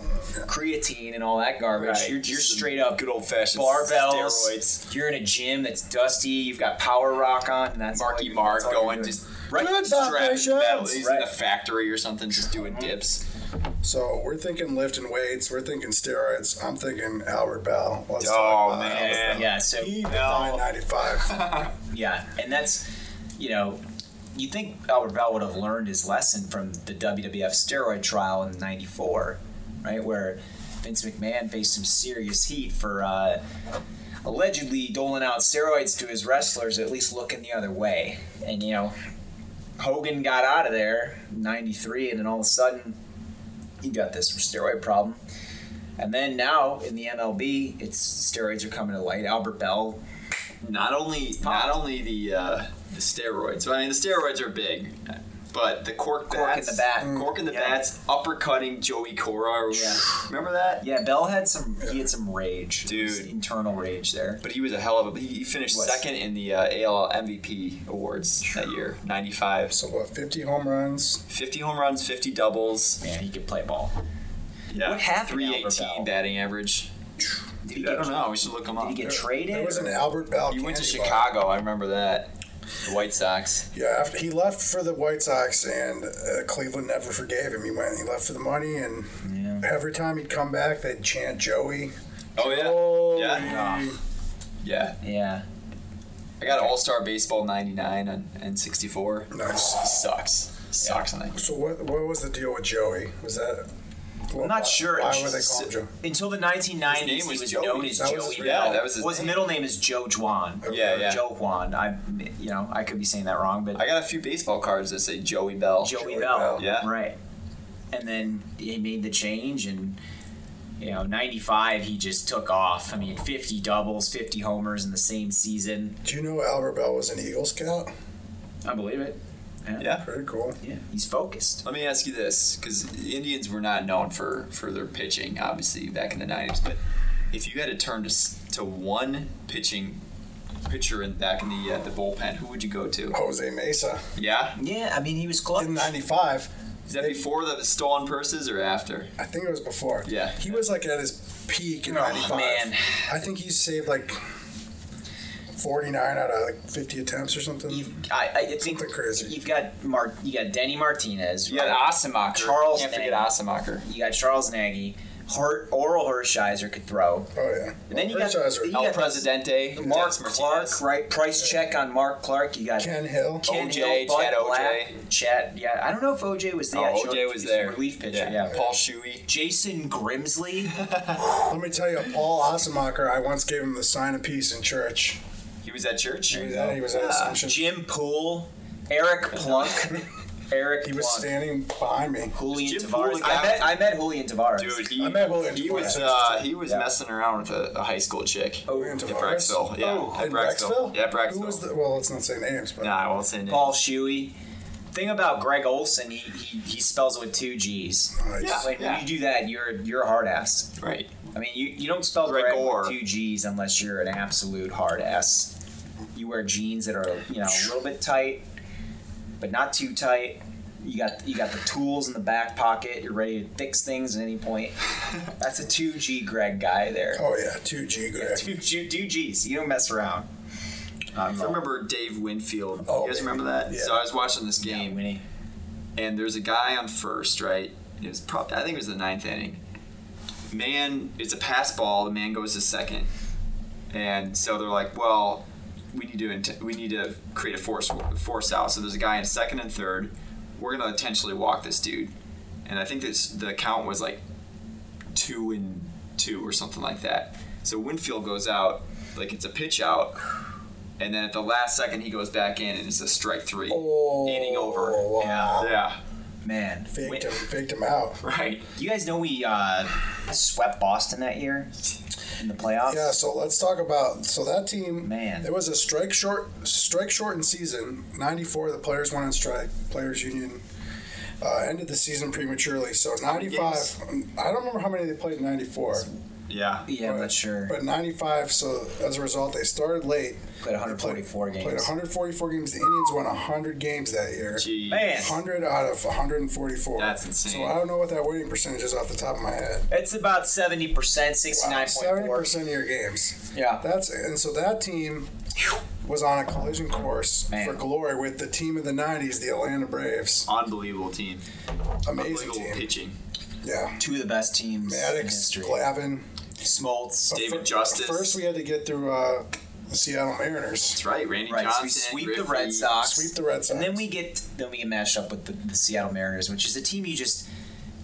[SPEAKER 3] creatine and all that garbage.
[SPEAKER 2] Right.
[SPEAKER 3] You're, you're
[SPEAKER 2] Just some
[SPEAKER 3] straight up
[SPEAKER 2] good old-fashioned
[SPEAKER 3] barbells.
[SPEAKER 2] steroids.
[SPEAKER 3] You're in a gym that's dusty. You've got Power Rock on, and that's all
[SPEAKER 2] Marky
[SPEAKER 3] you-
[SPEAKER 2] Mark
[SPEAKER 3] that's all you're
[SPEAKER 2] going
[SPEAKER 3] doing.
[SPEAKER 2] just
[SPEAKER 3] right.
[SPEAKER 1] Good
[SPEAKER 2] strapping
[SPEAKER 1] vibrations.
[SPEAKER 2] metal. He's in
[SPEAKER 3] Right.
[SPEAKER 2] a factory or something, just doing dips.
[SPEAKER 1] So we're thinking lifting weights. We're thinking steroids. I'm thinking Albert Bell. Let's
[SPEAKER 2] Oh,
[SPEAKER 1] talk about
[SPEAKER 2] man.
[SPEAKER 1] Albert Bell.
[SPEAKER 3] Yeah. So
[SPEAKER 1] He defined 95.
[SPEAKER 3] Yeah, and that's, you know, you think Albert Bell would have learned his lesson from the WWF steroid trial in '94, right, where Vince McMahon faced some serious heat for uh, allegedly doling out steroids to his wrestlers, at least looking the other way, and you know, Hogan got out of there in '93, and then all of a sudden, he got this steroid problem. And then now in the MLB, it's steroids are coming to light. Albert Bell
[SPEAKER 2] Not only, not only the uh, the steroids. I mean, the steroids are big, but the cork,
[SPEAKER 3] Cork in
[SPEAKER 2] bats,
[SPEAKER 3] the bat. Mm,
[SPEAKER 2] cork in the
[SPEAKER 3] Yeah.
[SPEAKER 2] bats, uppercutting Joey Cora.
[SPEAKER 3] Yeah.
[SPEAKER 2] Remember that?
[SPEAKER 3] Yeah, Bell had some. He had some rage,
[SPEAKER 2] Dude.
[SPEAKER 3] Some internal rage there.
[SPEAKER 2] But he was a hell of a. He, he finished
[SPEAKER 3] Was.
[SPEAKER 2] second in the uh, AL MVP awards that year, 95.
[SPEAKER 1] So what? 50 home runs.
[SPEAKER 2] 50 home runs, 50 doubles.
[SPEAKER 3] Man, he could play ball.
[SPEAKER 2] Yeah.
[SPEAKER 3] What happened to Albert
[SPEAKER 2] 318
[SPEAKER 3] Bell?
[SPEAKER 2] batting average.
[SPEAKER 3] Did
[SPEAKER 2] Dude, I don't know. We should look him
[SPEAKER 3] Did
[SPEAKER 2] up.
[SPEAKER 3] he get
[SPEAKER 1] There
[SPEAKER 3] traded?
[SPEAKER 1] was an
[SPEAKER 3] or-
[SPEAKER 1] Albert Bell.
[SPEAKER 2] He went to
[SPEAKER 1] candy bar.
[SPEAKER 2] Chicago. I remember that. The White Sox.
[SPEAKER 1] Yeah, after he left for the White Sox, and uh, Cleveland never forgave him. He went. He left for the money, and
[SPEAKER 3] Yeah.
[SPEAKER 1] every time he'd come back, they'd chant Joey.
[SPEAKER 2] Oh, yeah.
[SPEAKER 1] Joey.
[SPEAKER 2] Yeah. Yeah.
[SPEAKER 3] Yeah.
[SPEAKER 2] I got All Star Baseball 99 on N64.
[SPEAKER 1] Nice.
[SPEAKER 2] Sucks. Sucks on that.
[SPEAKER 1] So what? What was the deal with Joey? Was that?
[SPEAKER 3] I'm not sure.
[SPEAKER 1] Why
[SPEAKER 3] It's
[SPEAKER 1] were they
[SPEAKER 3] just-
[SPEAKER 1] calling Joey?
[SPEAKER 3] Until the 1990s,
[SPEAKER 2] His name was
[SPEAKER 3] he was
[SPEAKER 2] Joey.
[SPEAKER 3] known as
[SPEAKER 1] That was
[SPEAKER 3] Joey
[SPEAKER 1] his-
[SPEAKER 2] Yeah,
[SPEAKER 3] Bell.
[SPEAKER 2] that was his
[SPEAKER 3] Well, his
[SPEAKER 2] name.
[SPEAKER 3] middle name is Joe Juan.
[SPEAKER 2] Yeah, yeah.
[SPEAKER 3] Joe Juan. I, you know, I could be saying that wrong, but
[SPEAKER 2] I got a few baseball cards that say Joey Bell.
[SPEAKER 1] Joey
[SPEAKER 3] Joey, Bell.
[SPEAKER 1] Bell.
[SPEAKER 2] Yeah.
[SPEAKER 3] Right. And then he made the change and you know, 95 he just took off. I mean, 50 doubles, 50 homers in the same season.
[SPEAKER 1] Do you know Albert Bell was an Eagle Scout?
[SPEAKER 3] I believe it.
[SPEAKER 2] Yeah.
[SPEAKER 1] Pretty cool.
[SPEAKER 3] Yeah, he's focused.
[SPEAKER 2] Let me ask you this, because Indians were not known for, for their pitching, obviously back in the '90s. But if you had to turn to s- to one pitching pitcher in back in the uh, the bullpen, who would you go to?
[SPEAKER 1] Jose Mesa
[SPEAKER 2] Yeah,
[SPEAKER 3] Yeah, I mean, he was clutch.
[SPEAKER 1] in '95.
[SPEAKER 2] is that before the stolen purses or after?
[SPEAKER 1] I think it was before.
[SPEAKER 2] Yeah.
[SPEAKER 1] He was like at his peak in
[SPEAKER 3] Oh,
[SPEAKER 1] '95.
[SPEAKER 3] man.
[SPEAKER 1] I think he saved like 49 out of like 50 attempts or something.
[SPEAKER 3] You've, I, I think
[SPEAKER 1] Something crazy.
[SPEAKER 3] You've got Mar- you got Denny Martinez. uh,
[SPEAKER 2] You got Asemacher.
[SPEAKER 3] Charles
[SPEAKER 2] Can't forget
[SPEAKER 3] Nagy.
[SPEAKER 2] Asemacher.
[SPEAKER 3] You got Charles Nagy. Hart, Oral Hershiser could throw.
[SPEAKER 1] oh, yeah.
[SPEAKER 3] And then you got-
[SPEAKER 1] Hershiser,
[SPEAKER 3] you
[SPEAKER 2] El
[SPEAKER 3] got
[SPEAKER 2] Presidente.
[SPEAKER 3] Mark
[SPEAKER 2] Dennis
[SPEAKER 3] Clark,
[SPEAKER 2] Martinez.
[SPEAKER 3] right? Price check on Mark Clark. You got
[SPEAKER 1] Ken Hill.
[SPEAKER 3] Ken
[SPEAKER 2] OJ,
[SPEAKER 3] Hill, Bud
[SPEAKER 2] Chad OJ.
[SPEAKER 3] Black, Chad. Yeah, I don't know if OJ was there.
[SPEAKER 2] Oh,
[SPEAKER 3] Sure,
[SPEAKER 2] OJ
[SPEAKER 3] he's
[SPEAKER 2] was
[SPEAKER 3] a
[SPEAKER 2] there.
[SPEAKER 3] Relief pitcher. Yeah.
[SPEAKER 2] Paul Shuey.
[SPEAKER 3] Jason Grimsley.
[SPEAKER 1] Let me tell you, Paul Ossemacher, I once gave him the sign of peace in church.
[SPEAKER 2] He was at church.
[SPEAKER 1] He was at, he was at
[SPEAKER 2] Ah.
[SPEAKER 1] Assumption.
[SPEAKER 3] Jim Poole, Eric Plunk, Eric
[SPEAKER 1] He was
[SPEAKER 3] Plunk,
[SPEAKER 1] standing behind me.
[SPEAKER 3] Julian
[SPEAKER 2] Jim
[SPEAKER 3] Tavares.
[SPEAKER 2] Poole
[SPEAKER 3] I
[SPEAKER 2] got-
[SPEAKER 3] met I met Julian Tavares.
[SPEAKER 2] Dude, he,
[SPEAKER 1] I met William
[SPEAKER 2] he
[SPEAKER 1] Tavares.
[SPEAKER 2] was uh, he was
[SPEAKER 3] Yeah.
[SPEAKER 2] messing around with a, a high school chick.
[SPEAKER 3] Oh,
[SPEAKER 1] William
[SPEAKER 2] at
[SPEAKER 1] Tavares?
[SPEAKER 2] Braxville, yeah,
[SPEAKER 1] Oh,
[SPEAKER 2] at
[SPEAKER 1] in
[SPEAKER 2] Braxville.
[SPEAKER 1] Braxville?
[SPEAKER 2] Yeah, Braxville.
[SPEAKER 1] Who was the, well, let's not say names, but
[SPEAKER 2] Nah, I won't say names.
[SPEAKER 3] Paul Shuey. Thing about Greg Olson, he, he, he spells it with two G's.
[SPEAKER 1] Nice.
[SPEAKER 2] Yeah.
[SPEAKER 3] Like, When you do that, you're you're a hard ass.
[SPEAKER 2] Right.
[SPEAKER 3] I mean, you, you don't spell Greg,
[SPEAKER 2] Greg Orr.
[SPEAKER 3] with two G's unless you're an absolute hard ass. You wear jeans that are you know a little bit tight, but not too tight. You got you got the tools in the back pocket. You're ready to fix things at any point. That's a two G Greg guy there.
[SPEAKER 1] oh yeah, two G Greg.
[SPEAKER 3] Two, two, two G's. You don't mess around. Um,
[SPEAKER 2] I remember Dave Winfield.
[SPEAKER 1] Oh,
[SPEAKER 2] you guys remember that?
[SPEAKER 1] yeah.
[SPEAKER 2] So I was watching this
[SPEAKER 3] yeah,
[SPEAKER 2] game,
[SPEAKER 3] Winnie.
[SPEAKER 2] and there's a guy on first, right? It was probably I think it was the ninth inning. Man, it's a pass ball. The man goes to second, and so they're like, "Well, we need to int- we need to create a force force out." So there's a guy in second and third. We're gonna intentionally walk this dude, and I think this the count was like two and two or something like that. So Winfield goes out, like it's a pitch out, and then at the last second he goes back in and it's a strike three,
[SPEAKER 1] Oh,
[SPEAKER 2] inning over.
[SPEAKER 1] wow.
[SPEAKER 2] Yeah,
[SPEAKER 3] Man, Win-
[SPEAKER 1] Faked him, faked him out.
[SPEAKER 2] right.
[SPEAKER 3] You guys know we uh, swept Boston that year in the playoffs.
[SPEAKER 1] Yeah, so let's talk about so that team.
[SPEAKER 3] Man.
[SPEAKER 1] there was a strike short, strike shortened season. '94, the players went on strike. Players union uh, ended the season prematurely. So
[SPEAKER 2] many
[SPEAKER 1] '95, I don't remember how many they played in '94,
[SPEAKER 2] Yeah.
[SPEAKER 3] Yeah, I'm not sure.
[SPEAKER 1] but '95. So as a result, they started late.
[SPEAKER 3] Played
[SPEAKER 1] They played-
[SPEAKER 3] 144
[SPEAKER 1] Played
[SPEAKER 3] games.
[SPEAKER 1] 144 games. The Indians won 100 games that year.
[SPEAKER 2] Gee.
[SPEAKER 3] Man,
[SPEAKER 1] 100 out of 144.
[SPEAKER 2] That's insane.
[SPEAKER 1] So I don't know what that winning percentage is off the top of my head.
[SPEAKER 3] it's about 70%,
[SPEAKER 1] Wow,
[SPEAKER 3] 69.4.
[SPEAKER 1] 70% of your games.
[SPEAKER 3] Yeah.
[SPEAKER 1] That's and so that team was on a collision course
[SPEAKER 3] Man.
[SPEAKER 1] for glory with the team of the '90s, the Atlanta Braves.
[SPEAKER 2] Unbelievable team.
[SPEAKER 1] Amazing
[SPEAKER 2] Unbelievable
[SPEAKER 1] team.
[SPEAKER 2] pitching.
[SPEAKER 1] Yeah,
[SPEAKER 3] Two of the best teams in
[SPEAKER 1] Maddox,
[SPEAKER 3] history.
[SPEAKER 1] Glavin.
[SPEAKER 3] Smoltz.
[SPEAKER 1] But
[SPEAKER 2] David
[SPEAKER 1] fir-
[SPEAKER 2] Justice.
[SPEAKER 1] First, we had to get through uh, the Seattle Mariners,
[SPEAKER 2] That's right. Randy
[SPEAKER 3] Right, so we
[SPEAKER 2] Johnson.
[SPEAKER 3] sweep the
[SPEAKER 2] Griffey.
[SPEAKER 3] Red Sox.
[SPEAKER 1] sweep the Red Sox.
[SPEAKER 3] And then we get then we get matched up with the, the Seattle Mariners, which is a team you just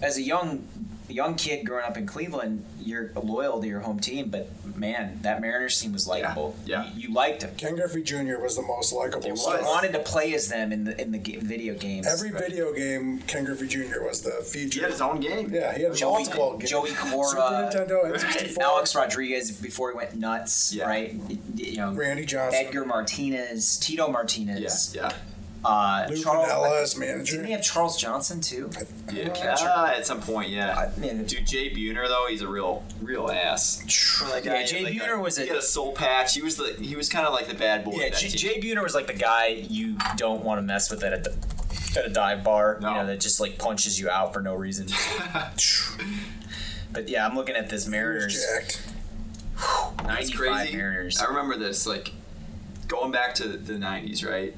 [SPEAKER 3] as a young young kid growing up in Cleveland, you're loyal to your home team, but man, that Mariners team was likable.
[SPEAKER 2] yeah.
[SPEAKER 3] You, you liked them.
[SPEAKER 1] Ken Griffey Jr. was the most likable.
[SPEAKER 3] You
[SPEAKER 1] star.
[SPEAKER 3] wanted to play as them in the in the ga- video games.
[SPEAKER 1] Every video game, Ken Griffey Jr. was the
[SPEAKER 2] He
[SPEAKER 1] feature.
[SPEAKER 2] had his own game.
[SPEAKER 1] yeah, he had
[SPEAKER 3] Joey,
[SPEAKER 1] multiple games.
[SPEAKER 3] Joey
[SPEAKER 1] Super
[SPEAKER 2] uh,
[SPEAKER 3] Cora,
[SPEAKER 1] Nintendo, N64,
[SPEAKER 3] Alex Rodriguez before he went nuts,
[SPEAKER 2] Yeah.
[SPEAKER 3] right? You know,
[SPEAKER 1] Randy Johnson,
[SPEAKER 3] Edgar Martinez, Tito
[SPEAKER 2] Yeah.
[SPEAKER 3] Martinez,
[SPEAKER 2] Yeah.
[SPEAKER 3] uh,
[SPEAKER 1] Lou
[SPEAKER 3] Charles.
[SPEAKER 1] Pinella as
[SPEAKER 3] Didn't
[SPEAKER 1] manager.
[SPEAKER 3] they have Charles Johnson too?
[SPEAKER 2] Yeah.
[SPEAKER 3] catcher.
[SPEAKER 2] Ah, at some point, yeah.
[SPEAKER 3] I- man,
[SPEAKER 2] Dude, Jay Buhner though, he's a real, real ass. That guy
[SPEAKER 3] yeah,
[SPEAKER 2] had,
[SPEAKER 3] Jay
[SPEAKER 2] like,
[SPEAKER 3] Buhner was
[SPEAKER 2] He had
[SPEAKER 3] a
[SPEAKER 2] a soul patch. He was the. He was kind of like the bad boy.
[SPEAKER 3] yeah.
[SPEAKER 2] of that
[SPEAKER 3] J-
[SPEAKER 2] team.
[SPEAKER 3] Jay Buhner was like the guy you don't want to mess with at a di- at a dive bar.
[SPEAKER 2] No.
[SPEAKER 3] You know that just like punches you out for no reason. but yeah, I'm looking at this Mariners.
[SPEAKER 1] Jacked.
[SPEAKER 2] That's
[SPEAKER 3] 95
[SPEAKER 2] crazy.
[SPEAKER 3] Mariners.
[SPEAKER 2] I remember this, like going back to the '90s, right?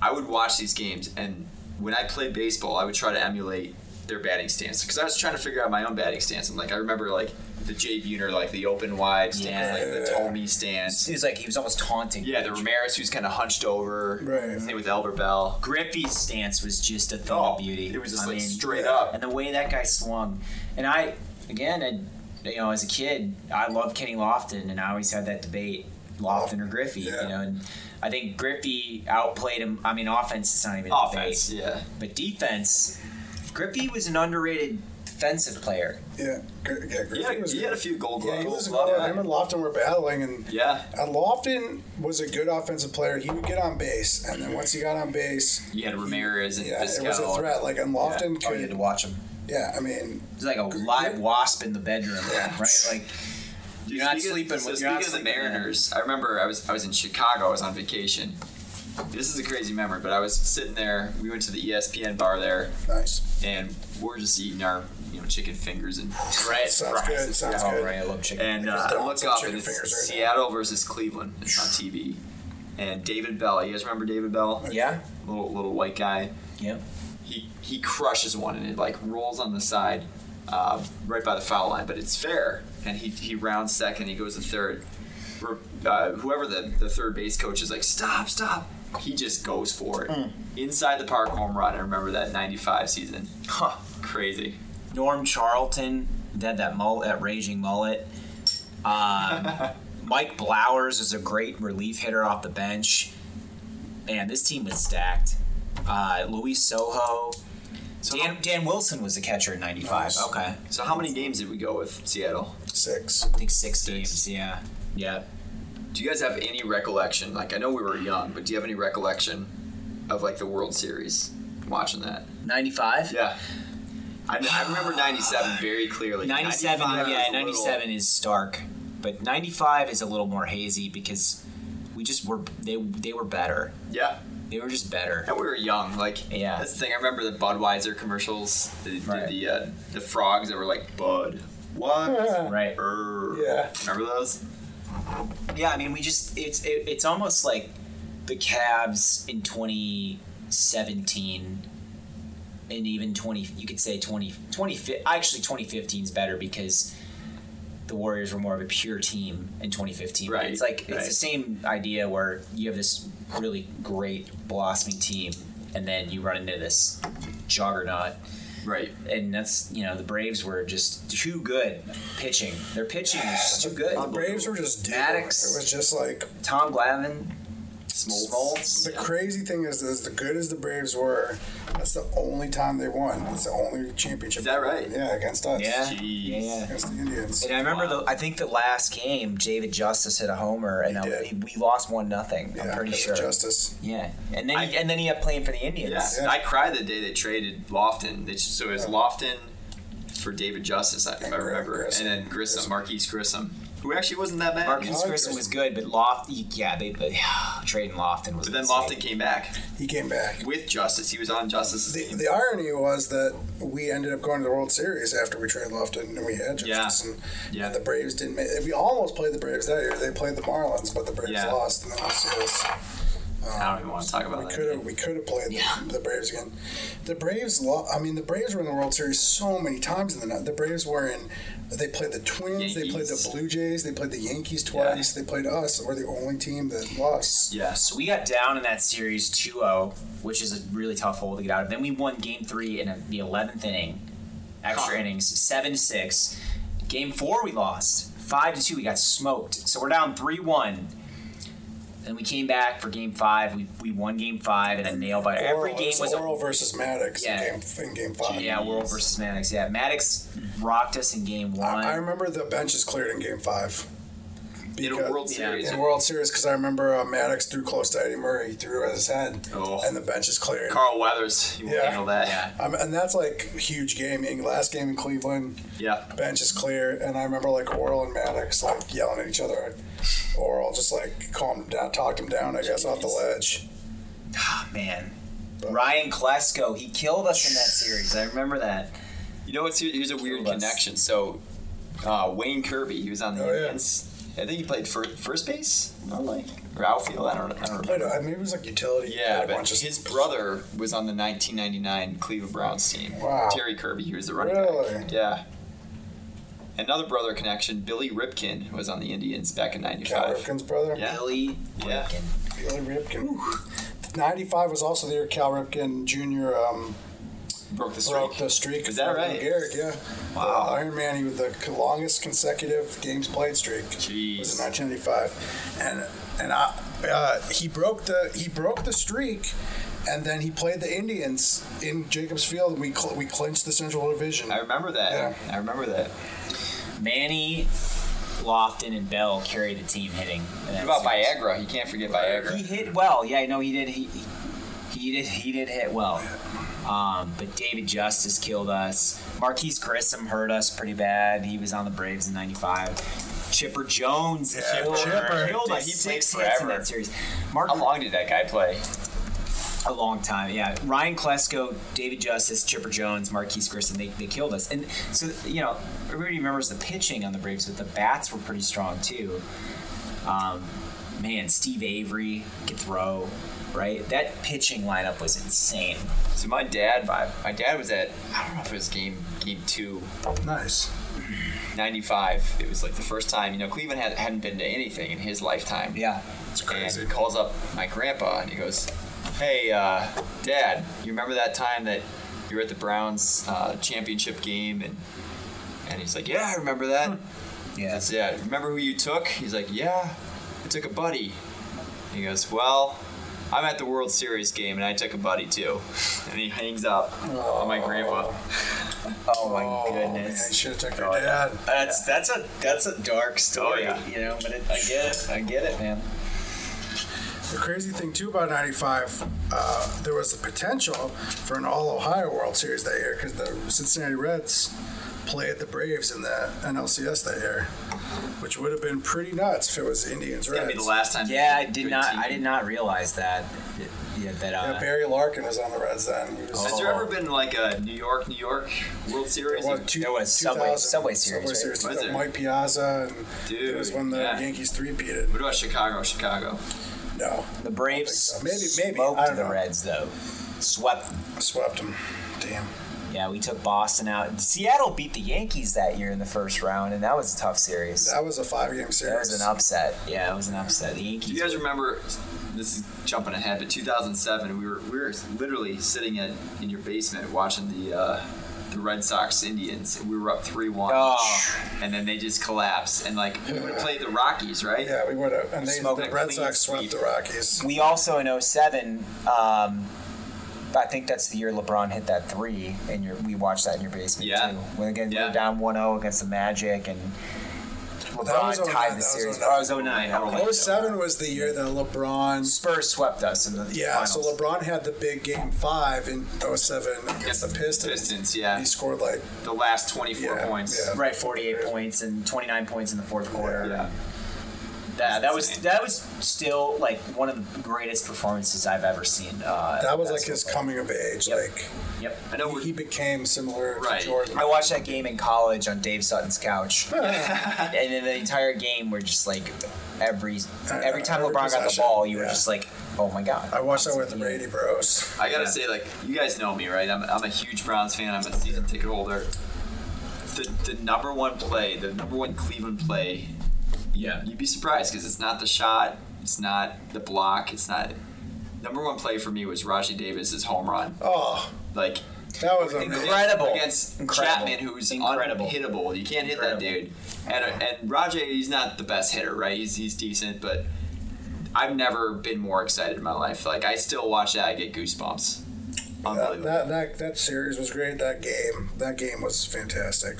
[SPEAKER 2] I would watch these games, and when I played baseball, I would try to emulate their batting stance because I was trying to figure out my own batting stance. And like, I remember like the Jay Buhner, like the open wide stance,
[SPEAKER 1] Yeah.
[SPEAKER 2] like the Tommy stance.
[SPEAKER 3] He was like he was almost taunting.
[SPEAKER 2] Yeah, the Ramirez who's kind of hunched over.
[SPEAKER 1] Right.
[SPEAKER 2] Same with Albert Bell.
[SPEAKER 3] Griffey's stance was just a thing
[SPEAKER 2] Oh,
[SPEAKER 3] of beauty.
[SPEAKER 2] it was just
[SPEAKER 3] I
[SPEAKER 2] like
[SPEAKER 3] mean,
[SPEAKER 2] straight up.
[SPEAKER 3] and the way that guy swung, and I again, I, you know, as a kid, I loved Kenny Lofton, and I always had that debate, Lofton or Griffey.
[SPEAKER 1] Yeah.
[SPEAKER 3] You know, and I think Griffey outplayed him. I mean, offense is not even a
[SPEAKER 2] Offense,
[SPEAKER 3] debate,
[SPEAKER 2] yeah.
[SPEAKER 3] but defense, Griffey was an underrated defensive player.
[SPEAKER 1] Yeah, Gr- yeah, Griffey
[SPEAKER 2] He had,
[SPEAKER 1] was
[SPEAKER 2] he
[SPEAKER 1] good.
[SPEAKER 2] had a few Gold Gloves.
[SPEAKER 1] Yeah, he was a
[SPEAKER 2] Gold
[SPEAKER 1] good.
[SPEAKER 2] Glove
[SPEAKER 1] Him
[SPEAKER 2] guy.
[SPEAKER 1] and Lofton were battling, and
[SPEAKER 2] Yeah,
[SPEAKER 1] and Lofton was a good offensive player. He would get on base, and then once he got on base,
[SPEAKER 2] you had Ramirez and
[SPEAKER 1] yeah,
[SPEAKER 2] Vizquel.
[SPEAKER 1] it was a threat. Like and Lofton
[SPEAKER 3] Oh, you had
[SPEAKER 1] could,
[SPEAKER 3] to watch him.
[SPEAKER 1] yeah. I mean,
[SPEAKER 3] He's like a live wasp in the bedroom,
[SPEAKER 1] Yeah.
[SPEAKER 3] right? Like you're not
[SPEAKER 2] Speaking of-
[SPEAKER 3] sleeping
[SPEAKER 2] so
[SPEAKER 3] with.
[SPEAKER 2] speaking
[SPEAKER 3] you're not
[SPEAKER 2] of the
[SPEAKER 3] sleeping with him.
[SPEAKER 2] Mariners, I remember I was I was in Chicago. I was on vacation. This is a crazy memory, E but I was sitting there. We went to the ESPN bar there,
[SPEAKER 1] nice.
[SPEAKER 2] and we're just eating our you know some chicken fingers and
[SPEAKER 4] Right.
[SPEAKER 1] Sounds good, sounds
[SPEAKER 4] oh,
[SPEAKER 1] good.
[SPEAKER 4] right. I love chicken.
[SPEAKER 2] and
[SPEAKER 1] I
[SPEAKER 2] uh,
[SPEAKER 1] can
[SPEAKER 2] I
[SPEAKER 1] draw
[SPEAKER 2] look
[SPEAKER 1] some
[SPEAKER 2] up
[SPEAKER 1] chicken
[SPEAKER 2] and
[SPEAKER 1] fingers
[SPEAKER 2] it's
[SPEAKER 1] right now.
[SPEAKER 2] Seattle versus Cleveland. It's on TV. And David Bell, you guys remember David Bell?
[SPEAKER 4] yeah.
[SPEAKER 2] Little little white guy.
[SPEAKER 4] Yeah.
[SPEAKER 2] He he crushes one and it like rolls on the side, uh, right by the foul line, but it's fair. And he he rounds second. He goes to third. Re- Uh, whoever the, the third base coach is like, stop, stop. He just goes for it. Inside the park home run. I remember that 95 season.
[SPEAKER 3] Huh.
[SPEAKER 2] Crazy.
[SPEAKER 3] Norm Charlton that that mullet, that raging mullet. Um, Mike Blowers is a great relief hitter off the bench. Man, this team was stacked. Uh, Luis Soho.
[SPEAKER 2] So
[SPEAKER 3] Dan,
[SPEAKER 2] how-
[SPEAKER 3] Dan Wilson was the catcher in '95.
[SPEAKER 1] Nice.
[SPEAKER 3] Okay,
[SPEAKER 2] So how many games did we go with Seattle?
[SPEAKER 1] Six.
[SPEAKER 3] I think six teams. Yeah, yeah.
[SPEAKER 2] Do you guys have any recollection? Like, I know we were young, but do you have any recollection of like the World Series watching that?
[SPEAKER 3] '95.
[SPEAKER 2] Yeah. I, I remember 97 very clearly.
[SPEAKER 3] 97
[SPEAKER 2] 95 was
[SPEAKER 3] yeah
[SPEAKER 2] a
[SPEAKER 3] 97 is stark but 95 is a little more hazy because we just were they they were better
[SPEAKER 2] Little, yeah.
[SPEAKER 3] they were just better
[SPEAKER 2] And we were young. Like,
[SPEAKER 3] Yeah.
[SPEAKER 2] That's the thing. I remember the Budweiser commercials, the, the-
[SPEAKER 3] Right.
[SPEAKER 2] the, uh, the frogs that were like, Bud. What?
[SPEAKER 3] right
[SPEAKER 1] Yeah.
[SPEAKER 2] Remember those?
[SPEAKER 3] yeah i mean we just it's it, it's almost like the Cavs in 2017 and even 20 you could say 20 20 actually 2015 is better because the Warriors were more of a pure team in 2015.
[SPEAKER 2] Right,
[SPEAKER 3] It's like
[SPEAKER 2] right.
[SPEAKER 3] it's the same idea where you have this really great blossoming team, and then you run into this juggernaut,
[SPEAKER 2] Right.
[SPEAKER 3] and that's you know the Braves were just too good pitching. Their pitching was just too good.
[SPEAKER 1] The Braves were just due.
[SPEAKER 3] Maddox.
[SPEAKER 1] It was just like
[SPEAKER 3] Tom Glavine,
[SPEAKER 2] Smoltz.
[SPEAKER 3] Smoltz.
[SPEAKER 1] the crazy thing is, is the good as the Braves were, that's the only time they won. That's the only championship.
[SPEAKER 2] Is that
[SPEAKER 1] they won.
[SPEAKER 2] right?
[SPEAKER 1] Yeah, against us.
[SPEAKER 3] Yeah.
[SPEAKER 2] Jeez.
[SPEAKER 3] Yeah.
[SPEAKER 1] Against the Indians.
[SPEAKER 3] And I remember the I think the last game David Justice hit a homer and
[SPEAKER 1] He
[SPEAKER 3] I,
[SPEAKER 1] did.
[SPEAKER 3] we lost one nothing.
[SPEAKER 1] yeah,
[SPEAKER 3] I'm pretty
[SPEAKER 1] because
[SPEAKER 3] sure.
[SPEAKER 1] of Justice.
[SPEAKER 3] yeah. And then he,
[SPEAKER 2] I-
[SPEAKER 3] and then he had playing for the Indians.
[SPEAKER 2] Yeah.
[SPEAKER 1] Yeah.
[SPEAKER 2] I cried the day they traded Lofton. They just, so it was Lofton for David Justice, if
[SPEAKER 1] And
[SPEAKER 2] I remember,
[SPEAKER 1] Grissom.
[SPEAKER 2] and then Grissom,
[SPEAKER 1] Grissom.
[SPEAKER 2] Marquise Grissom, who actually wasn't that bad.
[SPEAKER 3] Marcus
[SPEAKER 1] like
[SPEAKER 3] Grissom
[SPEAKER 1] Grissom.
[SPEAKER 3] was good, but Loft, yeah, they, they trading Lofton was.
[SPEAKER 2] But then
[SPEAKER 3] insane.
[SPEAKER 2] Lofton came back
[SPEAKER 1] He came back.
[SPEAKER 2] with Justice. He was on Justice's
[SPEAKER 1] The,
[SPEAKER 2] team.
[SPEAKER 1] the irony was that we ended up going to the World Series after we traded Lofton and we had Justice.
[SPEAKER 2] Yeah.
[SPEAKER 1] And,
[SPEAKER 2] Yeah.
[SPEAKER 1] and the Braves didn't make We almost played the Braves that year. They played the Marlins, but the Braves
[SPEAKER 2] Yeah.
[SPEAKER 1] lost in the World Series. Um,
[SPEAKER 2] I don't even want to talk about
[SPEAKER 1] We
[SPEAKER 2] that.
[SPEAKER 1] could have we could have played
[SPEAKER 3] Yeah.
[SPEAKER 1] the, the Braves again. The Braves, lo- I mean, the Braves were in the World Series so many times in the night. The Braves were in. They played the Twins. They played
[SPEAKER 2] Yankees.
[SPEAKER 1] the Blue Jays. They played the Yankees twice. They played us. We're the only team that lost.
[SPEAKER 2] Yes.
[SPEAKER 3] So we got down in that series 2-0, which is a really tough hole to get out of. Then we won Game Three in a, the eleventh inning, extra
[SPEAKER 2] Huh.
[SPEAKER 3] innings, seven to six. Game Four we lost five to two. We got smoked. So we're down three one. And we came back for Game Five. We, we won Game Five and a nail biter. Every
[SPEAKER 1] Oral-
[SPEAKER 3] game
[SPEAKER 1] it
[SPEAKER 3] was a
[SPEAKER 1] Oral versus Maddox
[SPEAKER 3] Yeah.
[SPEAKER 1] in, game, in game five.
[SPEAKER 3] yeah. World versus Maddox. Yeah, Maddox rocked us in Game One.
[SPEAKER 1] I, I remember the bench is cleared in game five.
[SPEAKER 2] In a World
[SPEAKER 1] Because-
[SPEAKER 2] Series.
[SPEAKER 1] in the World Series, because I remember uh, Maddox threw close to Eddie Murray. He threw it at his head,
[SPEAKER 2] Oh.
[SPEAKER 1] and the bench is cleared.
[SPEAKER 2] Carl Weathers. You yeah.
[SPEAKER 1] Yeah.
[SPEAKER 2] handle that.
[SPEAKER 3] Yeah.
[SPEAKER 1] Um, and that's like a huge game. In- Last game in Cleveland,
[SPEAKER 2] Yeah.
[SPEAKER 1] bench is clear, and I remember like Oral and Maddox like yelling at each other. Oral just like calmed him down, talked him down, I guess, off the ledge.
[SPEAKER 3] Ah, man. Ryan Klesko, he killed us in that series. I remember that.
[SPEAKER 2] You know what's here- here's a weird
[SPEAKER 3] Kill us.
[SPEAKER 2] connection. So uh, Wayne Kirby, he was on the
[SPEAKER 1] Oh, yeah.
[SPEAKER 2] Indians. I think he played fir- first base, not like or outfield. I don't. I don't
[SPEAKER 1] I
[SPEAKER 2] remember.
[SPEAKER 1] know, uh, I mean, it was like utility.
[SPEAKER 2] Yeah,
[SPEAKER 1] like,
[SPEAKER 2] but
[SPEAKER 1] bunch of-
[SPEAKER 2] his brother was on the 1999 Cleveland Browns team.
[SPEAKER 1] Wow.
[SPEAKER 2] Terry Kirby, he was the running
[SPEAKER 1] Really?
[SPEAKER 2] back. Yeah. Another brother connection, Billy Ripken, was on the Indians back in
[SPEAKER 1] Cal
[SPEAKER 2] '95.
[SPEAKER 1] Ripken's brother.
[SPEAKER 2] Yeah.
[SPEAKER 3] Billy
[SPEAKER 2] Yeah.
[SPEAKER 3] Ripken.
[SPEAKER 1] Billy Ripken. 95 was also the year Cal Ripken Jr. Um,
[SPEAKER 2] Broke the streak.
[SPEAKER 1] broke the streak.
[SPEAKER 2] Is that
[SPEAKER 1] for
[SPEAKER 2] right?
[SPEAKER 1] Garrick, yeah.
[SPEAKER 2] Wow.
[SPEAKER 1] The Iron Man, he was the longest consecutive games played streak.
[SPEAKER 2] Jeez.
[SPEAKER 1] was in 1985, and and I, uh, he broke the he broke the streak, and then he played the Indians in Jacobs Field. And we cl- we clinched the Central Division.
[SPEAKER 2] I remember that.
[SPEAKER 1] Yeah.
[SPEAKER 2] I remember that.
[SPEAKER 3] Manny, Lofton, and Bell carried the team hitting. in that
[SPEAKER 2] What about
[SPEAKER 3] series.
[SPEAKER 2] Viagra? You can't forget Viagra.
[SPEAKER 3] He hit well. Yeah, I know he did. He, he he did. He did hit well. Um, but David Justice killed us. Marquise Grissom hurt us pretty bad. He was on the Braves in '95. Chipper Jones
[SPEAKER 1] Yeah,
[SPEAKER 3] killed,
[SPEAKER 1] Chipper.
[SPEAKER 3] killed
[SPEAKER 2] Dude,
[SPEAKER 3] us.
[SPEAKER 2] he played
[SPEAKER 3] Six hits in
[SPEAKER 2] forever.
[SPEAKER 3] that series. Mark
[SPEAKER 2] How long did that guy play?
[SPEAKER 3] A long time, yeah. Ryan Klesko, David Justice, Chipper Jones, Marquise Grissom, they, they killed us. And so, you know, everybody remembers the pitching on the Braves, but the bats were pretty strong too. Um, man, Steve Avery could throw, right? That pitching lineup was insane.
[SPEAKER 2] So my dad, my, my dad was at I don't know if it was game game two,
[SPEAKER 1] Nice.
[SPEAKER 2] 95. It was like the first time you know Cleveland had, hadn't been to anything in his lifetime.
[SPEAKER 3] Yeah.
[SPEAKER 1] It's
[SPEAKER 2] And
[SPEAKER 1] crazy.
[SPEAKER 2] he calls up my grandpa and he goes, Hey, uh, Dad, you remember that time that you were at the Browns uh, championship game? And, and he's like, Yeah, I remember that.
[SPEAKER 3] Yeah.
[SPEAKER 2] That's yeah. Remember who you took? He's like, Yeah, I took a buddy. He goes, Well, I'm at the World Series game and I took a buddy too. And he hangs up on my grandpa.
[SPEAKER 3] Oh my
[SPEAKER 1] Oh, man, you
[SPEAKER 3] goodness.
[SPEAKER 1] should have took your dad.
[SPEAKER 3] That's that's a that's a dark story,
[SPEAKER 2] yeah.
[SPEAKER 3] you know. But it, I get it. I get it, man.
[SPEAKER 1] The crazy thing too about '95, uh, there was the potential for an All Ohio World Series that year because the Cincinnati Reds played the Braves in the NLCS that year, which would have been pretty nuts if it was Indians
[SPEAKER 2] It's gonna be
[SPEAKER 1] Reds.
[SPEAKER 2] the last time.
[SPEAKER 3] Yeah, I did
[SPEAKER 2] good
[SPEAKER 3] not.
[SPEAKER 2] team.
[SPEAKER 3] I did not realize that. Yeah, that. Uh,
[SPEAKER 1] Yeah, Barry Larkin was on the Reds then. He was-
[SPEAKER 2] Has there ever been like a New York, New York World Series?
[SPEAKER 1] Well, two-
[SPEAKER 3] There was Subway-
[SPEAKER 1] 2000
[SPEAKER 3] Subway Series,
[SPEAKER 1] Subway
[SPEAKER 3] right?
[SPEAKER 1] Series.
[SPEAKER 2] Was there?
[SPEAKER 1] Mike Piazza. And
[SPEAKER 2] Dude,
[SPEAKER 1] it was when the
[SPEAKER 2] yeah.
[SPEAKER 1] Yankees three-peated.
[SPEAKER 2] What about Chicago? Chicago.
[SPEAKER 1] No,
[SPEAKER 3] The Braves
[SPEAKER 1] I think so. Maybe- maybe.
[SPEAKER 3] smoked
[SPEAKER 1] I don't
[SPEAKER 3] the
[SPEAKER 1] know.
[SPEAKER 3] Reds though. Swept.
[SPEAKER 1] swept them. Damn.
[SPEAKER 3] Yeah, we took Boston out. Seattle beat the Yankees that year in the first round, and that was a tough series.
[SPEAKER 1] That was a five-game
[SPEAKER 3] That
[SPEAKER 1] series.
[SPEAKER 3] was an upset. Yeah, it was an upset. The Yankees.
[SPEAKER 2] Do you guys remember? This is jumping ahead, but 2007, we were we were literally sitting at in your basement watching the uh, the Red Sox Indians. And we were up three one,
[SPEAKER 3] Oh.
[SPEAKER 2] and then they just collapsed. And like we would have played the Rockies, right?
[SPEAKER 1] Yeah, we would have. And they,
[SPEAKER 3] Smoked
[SPEAKER 1] the
[SPEAKER 2] a
[SPEAKER 1] Red
[SPEAKER 2] clean
[SPEAKER 1] Sox swept
[SPEAKER 2] sweep.
[SPEAKER 1] the Rockies.
[SPEAKER 3] We also in 07, um, I think that's the year LeBron hit that three, and your, we watched that in your basement
[SPEAKER 2] Yeah.
[SPEAKER 3] too. When again we
[SPEAKER 2] Yeah.
[SPEAKER 3] were down 1-0 against the Magic, and
[SPEAKER 1] that
[SPEAKER 3] LeBron
[SPEAKER 1] was 09,
[SPEAKER 3] tied
[SPEAKER 1] that
[SPEAKER 3] the
[SPEAKER 1] was
[SPEAKER 3] series.
[SPEAKER 1] 09.
[SPEAKER 3] Oh, it was 09. okay.
[SPEAKER 1] 07 was the year that LeBron.
[SPEAKER 3] Spurs swept us in the
[SPEAKER 1] Yeah,
[SPEAKER 3] finals.
[SPEAKER 1] so LeBron had the big game five in 07 against the Pistons.
[SPEAKER 2] Pistons, yeah.
[SPEAKER 1] He scored like
[SPEAKER 2] The last 24
[SPEAKER 1] Yeah,
[SPEAKER 2] points.
[SPEAKER 1] yeah.
[SPEAKER 3] Right, 48 points and 29 points in the fourth quarter.
[SPEAKER 2] Yeah.
[SPEAKER 3] That, that was
[SPEAKER 2] Insane.
[SPEAKER 3] that was still like one of the greatest performances I've ever seen. Uh,
[SPEAKER 1] that was
[SPEAKER 3] that's
[SPEAKER 1] like his
[SPEAKER 3] what-
[SPEAKER 1] coming of age.
[SPEAKER 3] Yep.
[SPEAKER 1] Like
[SPEAKER 3] Yep.
[SPEAKER 2] I know
[SPEAKER 1] he-
[SPEAKER 2] we're,
[SPEAKER 1] he became similar
[SPEAKER 2] Right.
[SPEAKER 1] to Jordan.
[SPEAKER 3] I watched that game in college on Dave Sutton's couch, and in the entire game, we're just like every every time
[SPEAKER 1] Every
[SPEAKER 3] LeBron got the
[SPEAKER 1] possession,
[SPEAKER 3] ball, you were
[SPEAKER 1] yeah.
[SPEAKER 3] just like, oh my god.
[SPEAKER 1] I watched that with the Brady Bros.
[SPEAKER 2] I gotta
[SPEAKER 3] Yeah.
[SPEAKER 2] say, like, you guys know me, right? I'm, I'm a huge Browns fan. I'm a season ticket holder. The, the number one play, the number one Cleveland play,
[SPEAKER 3] Yeah.
[SPEAKER 2] you'd be surprised because it's not the shot, it's not the block, it's not. Number one play for me was Raji Davis's home run.
[SPEAKER 1] Oh,
[SPEAKER 2] Like
[SPEAKER 1] that was
[SPEAKER 2] against-
[SPEAKER 1] amazing.
[SPEAKER 3] Incredible.
[SPEAKER 2] against
[SPEAKER 3] Incredible.
[SPEAKER 2] Chapman, who's
[SPEAKER 3] Incredible.
[SPEAKER 2] unhittable. You can't hit that
[SPEAKER 3] Incredible.
[SPEAKER 2] dude. And and Rajay, he's not the best hitter, right? He's he's decent, but I've never been more excited in my life. Like I still watch that, I get goosebumps.
[SPEAKER 1] That,
[SPEAKER 2] Unbelievable.
[SPEAKER 1] that, that, that series was great. That game, that game was fantastic.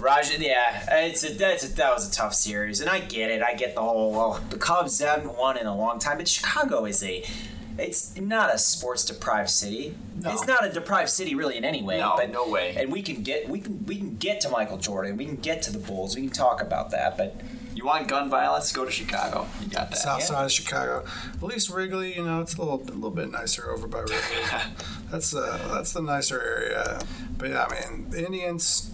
[SPEAKER 3] Raj, yeah, it's a, that's a, that was a tough series, and I get it. I get the whole well, the Cubs haven't won in a long time, but Chicago is a, it's not a sports deprived city.
[SPEAKER 2] No.
[SPEAKER 3] It's not a deprived city really in any way.
[SPEAKER 2] No,
[SPEAKER 3] but,
[SPEAKER 2] no way.
[SPEAKER 3] And we can get we can we can get to Michael Jordan. We can get to the Bulls. We can talk about that. But
[SPEAKER 2] You want gun violence? Go to Chicago. You got that.
[SPEAKER 1] South side of Chicago. At least Wrigley, you know, it's a little, a little bit nicer over by Wrigley. that's the that's the nicer area. But yeah, I mean, the Indians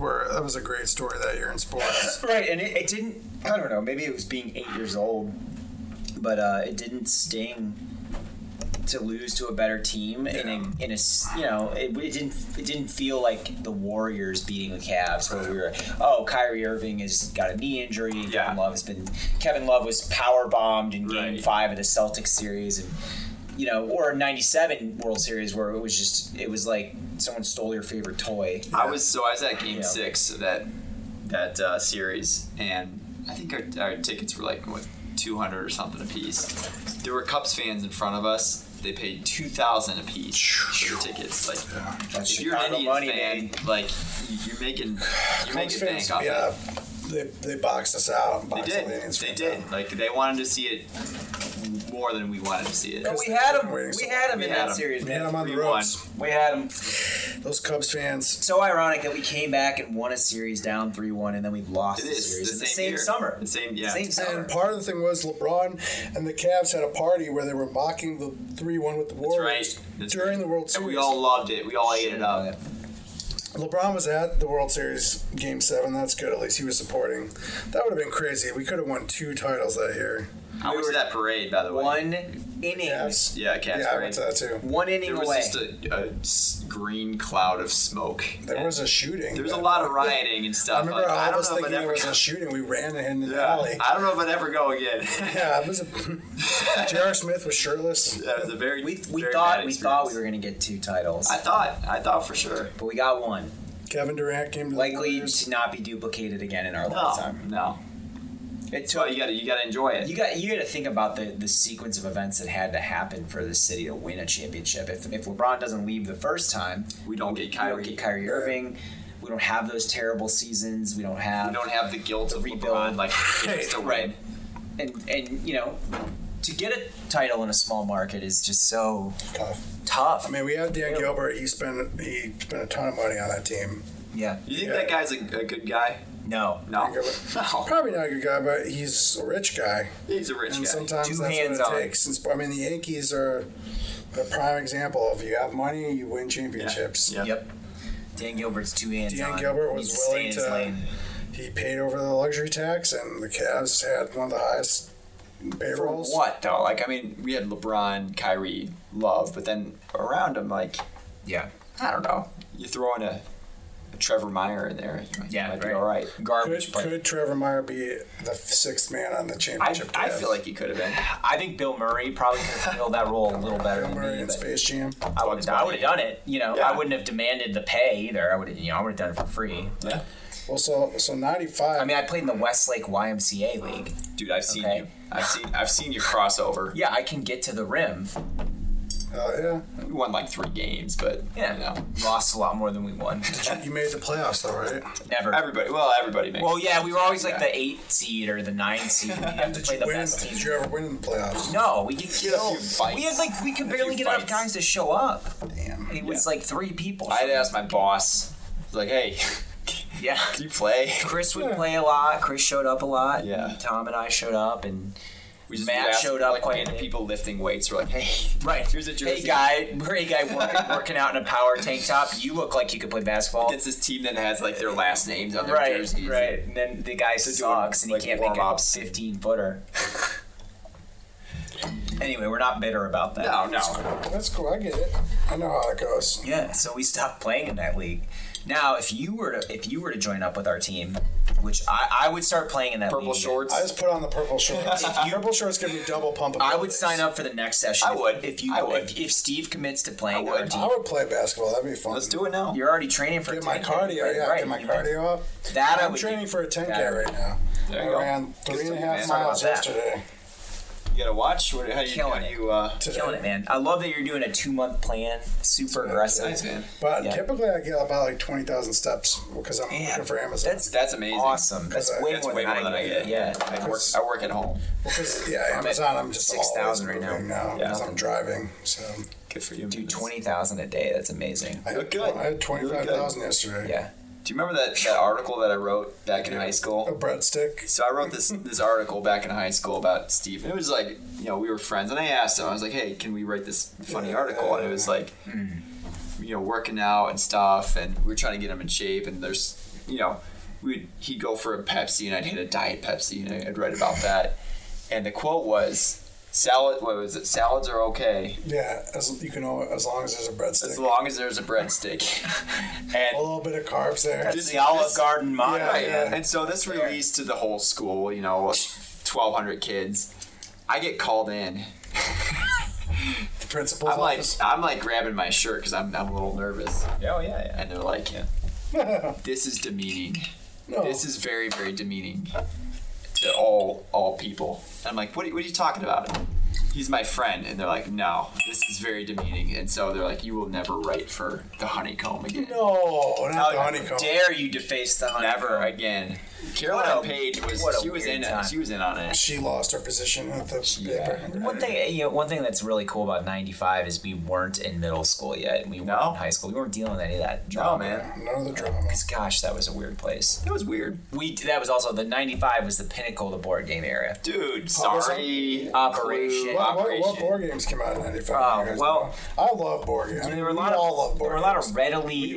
[SPEAKER 1] were that was a great story that year in sports.
[SPEAKER 3] right, and it, it didn't. I don't know. Maybe it was being eight years old, but uh, it didn't sting to lose to a better team in a in a s- you know it, it didn't it didn't feel like the Warriors beating the Cavs where we were oh Kyrie Irving has got a knee injury and
[SPEAKER 2] Yeah.
[SPEAKER 3] Kevin Love has been Kevin Love was power bombed in Game
[SPEAKER 2] Right.
[SPEAKER 3] Five of the Celtics series and you know or '97 World Series where it was just it was like someone stole your favorite toy
[SPEAKER 2] I was so I was at game
[SPEAKER 3] Yeah.
[SPEAKER 2] six of that that uh, series, and I think our, our tickets were like what two hundred or something a piece. There were Cubs fans in front of us. They paid two thousand a piece for the tickets. Like
[SPEAKER 3] that's
[SPEAKER 2] if you're an
[SPEAKER 3] Chicago
[SPEAKER 2] Indians
[SPEAKER 3] money
[SPEAKER 2] fan,
[SPEAKER 3] man
[SPEAKER 2] like you- you're making you're
[SPEAKER 1] Cubs
[SPEAKER 2] making bank
[SPEAKER 1] fans,
[SPEAKER 2] off it.
[SPEAKER 1] yeah, they, they boxed us out. and
[SPEAKER 2] They
[SPEAKER 1] boxed all the
[SPEAKER 2] did.
[SPEAKER 1] Indians
[SPEAKER 2] They
[SPEAKER 1] fans
[SPEAKER 2] did.
[SPEAKER 1] out.
[SPEAKER 2] Like they wanted to see it more than we wanted to see it.
[SPEAKER 3] But we had him.
[SPEAKER 1] Wings.
[SPEAKER 3] We had him
[SPEAKER 2] We
[SPEAKER 3] in
[SPEAKER 2] had
[SPEAKER 3] that
[SPEAKER 2] him.
[SPEAKER 3] series,
[SPEAKER 1] We had
[SPEAKER 3] man.
[SPEAKER 1] him on the
[SPEAKER 2] Three, one.
[SPEAKER 1] ropes.
[SPEAKER 3] We had him.
[SPEAKER 1] Those Cubs fans.
[SPEAKER 3] So ironic that we came back and won a series down three one, and then we lost
[SPEAKER 2] It
[SPEAKER 3] the
[SPEAKER 2] is,
[SPEAKER 3] series
[SPEAKER 2] the
[SPEAKER 3] in the
[SPEAKER 2] same
[SPEAKER 3] same
[SPEAKER 2] year.
[SPEAKER 3] summer.
[SPEAKER 2] The same- yeah.
[SPEAKER 3] Same summer.
[SPEAKER 1] And part of the thing was LeBron and the Cavs had a party where they were mocking the 3 1 with the Warriors
[SPEAKER 2] right. That's
[SPEAKER 1] during
[SPEAKER 2] right.
[SPEAKER 1] the World Series.
[SPEAKER 2] And we all loved it. We all ate it up.
[SPEAKER 1] LeBron was at the World Series Game 7. That's good. At least he was supporting. That would have been crazy. We could have won two titles that year.
[SPEAKER 2] How was that parade, by the way?
[SPEAKER 3] One inning.
[SPEAKER 1] Cavs.
[SPEAKER 2] Yeah, Cavs
[SPEAKER 1] Yeah, I
[SPEAKER 2] parade.
[SPEAKER 1] went to that too.
[SPEAKER 3] One inning
[SPEAKER 2] There was
[SPEAKER 3] away.
[SPEAKER 2] just a, a s- green cloud of smoke.
[SPEAKER 1] There was a shooting.
[SPEAKER 2] There was a lot of rioting and stuff.
[SPEAKER 1] I remember
[SPEAKER 2] Like,
[SPEAKER 1] all
[SPEAKER 2] I
[SPEAKER 1] of
[SPEAKER 2] don't
[SPEAKER 1] us
[SPEAKER 2] know if I'd
[SPEAKER 1] thinking there
[SPEAKER 2] ever
[SPEAKER 1] was
[SPEAKER 2] go-
[SPEAKER 1] a shooting. We ran in the
[SPEAKER 2] Yeah,
[SPEAKER 1] alley.
[SPEAKER 2] I don't know if I'd ever go again.
[SPEAKER 1] Yeah, it was a. J.R. Smith was shirtless.
[SPEAKER 2] that was a very.
[SPEAKER 3] we we
[SPEAKER 2] very
[SPEAKER 3] thought
[SPEAKER 2] bad
[SPEAKER 3] we thought we
[SPEAKER 2] experience.
[SPEAKER 3] were going to get two titles,
[SPEAKER 2] I thought. I thought for sure.
[SPEAKER 3] but we got one.
[SPEAKER 1] Kevin Durant came to the
[SPEAKER 3] Likely
[SPEAKER 1] Warriors.
[SPEAKER 3] to not be duplicated again in our
[SPEAKER 2] No,
[SPEAKER 3] lifetime.
[SPEAKER 2] no.
[SPEAKER 3] It
[SPEAKER 2] So
[SPEAKER 3] took
[SPEAKER 2] you gotta you gotta enjoy it.
[SPEAKER 3] You got you got to think about the, the sequence of events that had to happen for this city to win a championship. If, if LeBron doesn't leave the first time,
[SPEAKER 2] we don't get
[SPEAKER 3] we
[SPEAKER 2] Kyrie.
[SPEAKER 3] don't get Kyrie Irving. We don't have those terrible seasons. We don't have
[SPEAKER 2] We don't have the guilt of
[SPEAKER 3] rebuild.
[SPEAKER 2] LeBron. Like it's the
[SPEAKER 3] right. And and you know, to get a title in a small market is just so
[SPEAKER 1] Tough.
[SPEAKER 3] tough.
[SPEAKER 1] I mean, we have Dan
[SPEAKER 3] Yeah.
[SPEAKER 1] Gilbert. He spent he spent a ton of money on that team.
[SPEAKER 3] yeah,
[SPEAKER 2] You think
[SPEAKER 1] Yeah.
[SPEAKER 2] that guy's a, a good guy?
[SPEAKER 3] no,
[SPEAKER 2] No.
[SPEAKER 1] Gilbert.
[SPEAKER 2] No.
[SPEAKER 1] Probably not a good guy, but he's a rich guy,
[SPEAKER 2] He's a rich
[SPEAKER 1] and
[SPEAKER 2] guy.
[SPEAKER 1] sometimes
[SPEAKER 3] Two
[SPEAKER 1] that's
[SPEAKER 3] hands
[SPEAKER 1] what
[SPEAKER 3] on.
[SPEAKER 1] it takes. It's- I mean, the Yankees are the prime example of you have money, you win championships.
[SPEAKER 2] Yeah.
[SPEAKER 3] yep. Dan Gilbert's two hands.
[SPEAKER 1] Dan
[SPEAKER 3] on.
[SPEAKER 1] Gilbert
[SPEAKER 3] Needs
[SPEAKER 1] was
[SPEAKER 3] stay
[SPEAKER 1] willing
[SPEAKER 3] in his
[SPEAKER 1] to-
[SPEAKER 3] lane.
[SPEAKER 1] He paid over the luxury tax, and the Cavs had one of the highest
[SPEAKER 2] For
[SPEAKER 1] payrolls.
[SPEAKER 2] what though? Like I mean, we had LeBron, Kyrie, Love, but then around him, like
[SPEAKER 3] Yeah,
[SPEAKER 2] I don't know. You throw in a, a Trevor Meyer in there, it might-
[SPEAKER 3] Yeah,
[SPEAKER 2] might be
[SPEAKER 3] right.
[SPEAKER 2] all right.
[SPEAKER 3] garbage.
[SPEAKER 1] Could,
[SPEAKER 3] but
[SPEAKER 1] could Trevor Meyer be the sixth man on the
[SPEAKER 2] I,
[SPEAKER 1] championship?
[SPEAKER 2] I
[SPEAKER 1] Cavs?
[SPEAKER 2] feel like he could have been.
[SPEAKER 3] I think Bill Murray probably could have filled that role a little better
[SPEAKER 1] Bill
[SPEAKER 3] than
[SPEAKER 1] Murray
[SPEAKER 3] me,
[SPEAKER 1] in
[SPEAKER 3] but-
[SPEAKER 1] Space Jam.
[SPEAKER 3] I would have I would have done it. You know,
[SPEAKER 2] Yeah.
[SPEAKER 3] I wouldn't have demanded the pay either. I would have you know I would have done it for free.
[SPEAKER 2] Yeah.
[SPEAKER 1] Well, so so ninety five.
[SPEAKER 3] I mean, I played in the Westlake YMCA league.
[SPEAKER 2] Dude, I've seen
[SPEAKER 3] Okay.
[SPEAKER 2] you. I've seen I've seen your crossover.
[SPEAKER 3] Yeah, I can get to the rim.
[SPEAKER 1] uh, yeah,
[SPEAKER 2] We won like three games, but
[SPEAKER 3] Yeah,
[SPEAKER 2] you know.
[SPEAKER 3] lost a lot more than we won.
[SPEAKER 1] you made the playoffs though, right?
[SPEAKER 3] Never.
[SPEAKER 2] Everybody well, everybody makes
[SPEAKER 3] well, yeah, we were always like
[SPEAKER 2] Yeah.
[SPEAKER 3] the eight seed or the nine seed. We had to play the
[SPEAKER 1] When
[SPEAKER 3] best
[SPEAKER 1] did
[SPEAKER 3] team.
[SPEAKER 1] you ever win in the playoffs?
[SPEAKER 3] No, we get
[SPEAKER 2] had a few
[SPEAKER 3] killed.
[SPEAKER 2] fights.
[SPEAKER 3] We had like we could
[SPEAKER 2] Had a
[SPEAKER 3] barely
[SPEAKER 2] few
[SPEAKER 3] get enough
[SPEAKER 2] fights.
[SPEAKER 3] guys to show up.
[SPEAKER 1] Damn.
[SPEAKER 3] It was like three people.
[SPEAKER 2] I had asked my boss, like, hey,
[SPEAKER 3] yeah.
[SPEAKER 2] can you play?
[SPEAKER 3] Chris would
[SPEAKER 1] Yeah.
[SPEAKER 3] play a lot. Chris showed up a lot.
[SPEAKER 2] Yeah.
[SPEAKER 3] and Tom and I showed up, and
[SPEAKER 2] We
[SPEAKER 3] Matt
[SPEAKER 2] asked,
[SPEAKER 3] showed up
[SPEAKER 2] like,
[SPEAKER 3] quite a
[SPEAKER 2] random
[SPEAKER 3] bit.
[SPEAKER 2] people lifting weights. We're like, hey,
[SPEAKER 3] Right.
[SPEAKER 2] Here's a jersey.
[SPEAKER 3] Hey guy, hey guy working, working out in a power tank top. You look like you could play basketball.
[SPEAKER 2] It's this team that has like their last names on their
[SPEAKER 3] right,
[SPEAKER 2] jerseys.
[SPEAKER 3] right. And then the guy sucks and
[SPEAKER 2] like,
[SPEAKER 3] he can't make a
[SPEAKER 2] warm-ups.
[SPEAKER 3] 15 footer. anyway, we're not bitter about that.
[SPEAKER 2] No, no.
[SPEAKER 1] That's cool. I get it. I know how it goes.
[SPEAKER 3] Yeah, so we stopped playing in that league. Now, if you were to if you were to join up with our team, which I, I would start playing in that
[SPEAKER 2] Purple
[SPEAKER 3] league.
[SPEAKER 2] shorts.
[SPEAKER 1] I just put on the purple shorts.
[SPEAKER 3] If you-
[SPEAKER 1] purple shorts give me double pump.
[SPEAKER 3] I would sign up for the next session.
[SPEAKER 2] I
[SPEAKER 3] if-
[SPEAKER 2] would.
[SPEAKER 3] if you
[SPEAKER 2] I would.
[SPEAKER 3] If, if Steve commits to playing
[SPEAKER 2] I would.
[SPEAKER 3] our team.
[SPEAKER 1] I would play basketball. That'd be fun.
[SPEAKER 2] Let's do it now.
[SPEAKER 3] You're already training for
[SPEAKER 1] Get my
[SPEAKER 3] 10K,
[SPEAKER 1] cardio. Yeah,
[SPEAKER 3] right?
[SPEAKER 1] get my
[SPEAKER 3] You-
[SPEAKER 1] cardio up.
[SPEAKER 3] That I
[SPEAKER 1] I'm
[SPEAKER 3] would
[SPEAKER 1] training
[SPEAKER 3] do.
[SPEAKER 1] for a 10k
[SPEAKER 3] That I would
[SPEAKER 1] right now.
[SPEAKER 2] There
[SPEAKER 1] I
[SPEAKER 2] you go.
[SPEAKER 1] ran
[SPEAKER 2] Good
[SPEAKER 1] three and a
[SPEAKER 2] stuff,
[SPEAKER 1] half miles
[SPEAKER 2] man.
[SPEAKER 3] Talk about that.
[SPEAKER 1] yesterday.
[SPEAKER 2] You gotta watch. What, how you?
[SPEAKER 3] Killing
[SPEAKER 2] how
[SPEAKER 3] it.
[SPEAKER 2] you uh,
[SPEAKER 1] Today.
[SPEAKER 3] Killing it, man. I love that you're doing a two month plan. Super aggressive.
[SPEAKER 2] nice man.
[SPEAKER 1] But
[SPEAKER 3] Yeah.
[SPEAKER 1] typically I get about like 20,000 steps because I'm
[SPEAKER 3] Man,
[SPEAKER 1] looking for Amazon.
[SPEAKER 3] That's
[SPEAKER 2] That's amazing.
[SPEAKER 3] awesome. That's
[SPEAKER 1] That's
[SPEAKER 3] way
[SPEAKER 2] That's
[SPEAKER 3] more,
[SPEAKER 2] way
[SPEAKER 3] than,
[SPEAKER 2] more than I get.
[SPEAKER 3] Yeah.
[SPEAKER 2] I work. I work at home.
[SPEAKER 1] Because yeah,
[SPEAKER 3] at
[SPEAKER 1] Amazon. I'm just 6,000
[SPEAKER 3] 6,000 right now.
[SPEAKER 1] now
[SPEAKER 2] Yeah.
[SPEAKER 1] because I'm driving. So
[SPEAKER 2] Good for you.
[SPEAKER 3] Dude,
[SPEAKER 2] man.
[SPEAKER 3] twenty thousand a day. That's amazing.
[SPEAKER 1] I
[SPEAKER 2] Look
[SPEAKER 1] had,
[SPEAKER 2] good.
[SPEAKER 1] I had
[SPEAKER 2] You look good.
[SPEAKER 1] 25,000 yesterday.
[SPEAKER 3] Yeah.
[SPEAKER 2] Do you remember that, that article that I wrote back in high
[SPEAKER 1] A
[SPEAKER 2] school?
[SPEAKER 1] breadstick.
[SPEAKER 2] So I wrote this this article back in high school about Steve. And it was like, you know, we were friends, and I asked him. I was like, hey, can we write this funny article? And it was like, you know, working out and stuff, and we were trying to get him in shape. And there's, you know, we'd he'd go for a Pepsi, and I'd hit a diet Pepsi, and I'd write about that. And the quote was. Salad, what was it? Salads are okay
[SPEAKER 1] Yeah, as you can al- as long as there's a breadstick.
[SPEAKER 2] as long as there's a breadstick. and
[SPEAKER 1] a little bit of carbs there.
[SPEAKER 3] That's the Olive Garden motto.
[SPEAKER 2] Right.
[SPEAKER 1] Yeah.
[SPEAKER 2] And so this release to the whole school, you know, 1,200 kids. I get called in.
[SPEAKER 1] the principal's
[SPEAKER 2] I'm like,
[SPEAKER 1] office.
[SPEAKER 2] I'm like grabbing my shirt because I'm, I'm a little nervous.
[SPEAKER 3] Oh yeah, yeah.
[SPEAKER 2] And they're like, this is demeaning.
[SPEAKER 1] No.
[SPEAKER 2] This is very, very demeaning to all all people. And I'm like, what are, what are you talking about? He's my friend. And they're like, no, this is very demeaning. And so they're like, you will never write for the honeycomb again.
[SPEAKER 1] no, not the honeycomb.
[SPEAKER 3] Dare you deface the honeycomb?
[SPEAKER 2] Never again. Caroline
[SPEAKER 3] What a-
[SPEAKER 2] Page was
[SPEAKER 3] what a
[SPEAKER 2] she was
[SPEAKER 3] weird
[SPEAKER 2] in it.
[SPEAKER 3] time.
[SPEAKER 2] She was in on it.
[SPEAKER 1] She lost her position at the paper.
[SPEAKER 3] One thing, you know, one thing that's really cool about '95 is we weren't in middle school yet, and we weren't
[SPEAKER 2] No.
[SPEAKER 3] in high school. We weren't dealing with any of that
[SPEAKER 2] Oh
[SPEAKER 3] drama.
[SPEAKER 2] man,
[SPEAKER 1] None of the drama.
[SPEAKER 3] Because gosh, that was a weird place.
[SPEAKER 2] that was weird,
[SPEAKER 3] We that was also the '95 was the pinnacle of the board game era.
[SPEAKER 2] dude. Sorry,
[SPEAKER 3] Operation.
[SPEAKER 2] Clue,
[SPEAKER 1] What, what, what
[SPEAKER 2] Operation.
[SPEAKER 1] board games came out in '95?
[SPEAKER 3] Oh,
[SPEAKER 1] You guys
[SPEAKER 3] well,
[SPEAKER 1] know? I love board games. I mean,
[SPEAKER 3] There were a
[SPEAKER 1] we
[SPEAKER 3] lot of
[SPEAKER 1] all love
[SPEAKER 3] there
[SPEAKER 1] board
[SPEAKER 3] were a lot
[SPEAKER 1] games.
[SPEAKER 3] of readily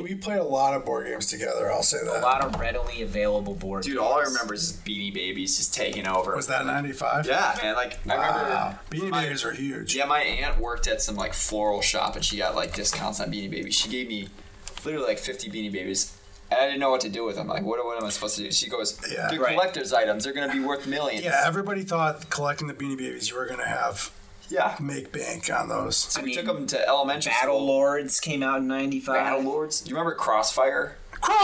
[SPEAKER 1] We, we played a lot of board games together. I'll say that.
[SPEAKER 3] a lot of readily available board
[SPEAKER 2] Dude,
[SPEAKER 3] games.
[SPEAKER 2] all I remember is Beanie Babies just taking over.
[SPEAKER 1] Was that '95?
[SPEAKER 2] Yeah, man. Like I
[SPEAKER 1] Wow.
[SPEAKER 2] remember.
[SPEAKER 1] Beanie
[SPEAKER 2] my-
[SPEAKER 1] Babies are huge.
[SPEAKER 2] Yeah, my aunt worked at some like floral shop and she got like discounts on Beanie Babies. She gave me literally like 50 Beanie Babies. And I didn't know what to do with them. Like, what, what am I supposed to do? She goes,
[SPEAKER 1] Yeah.
[SPEAKER 2] they're
[SPEAKER 3] Right.
[SPEAKER 2] collector's items. They're going to be worth millions.
[SPEAKER 1] Yeah, everybody thought collecting the Beanie Babies you were gonna have
[SPEAKER 2] Yeah.
[SPEAKER 1] make bank on those.
[SPEAKER 2] So we
[SPEAKER 3] mean,
[SPEAKER 2] took them to elementary
[SPEAKER 3] Battle
[SPEAKER 2] school.
[SPEAKER 3] Lords came out in '95.
[SPEAKER 2] Battle Lords. You remember Crossfire?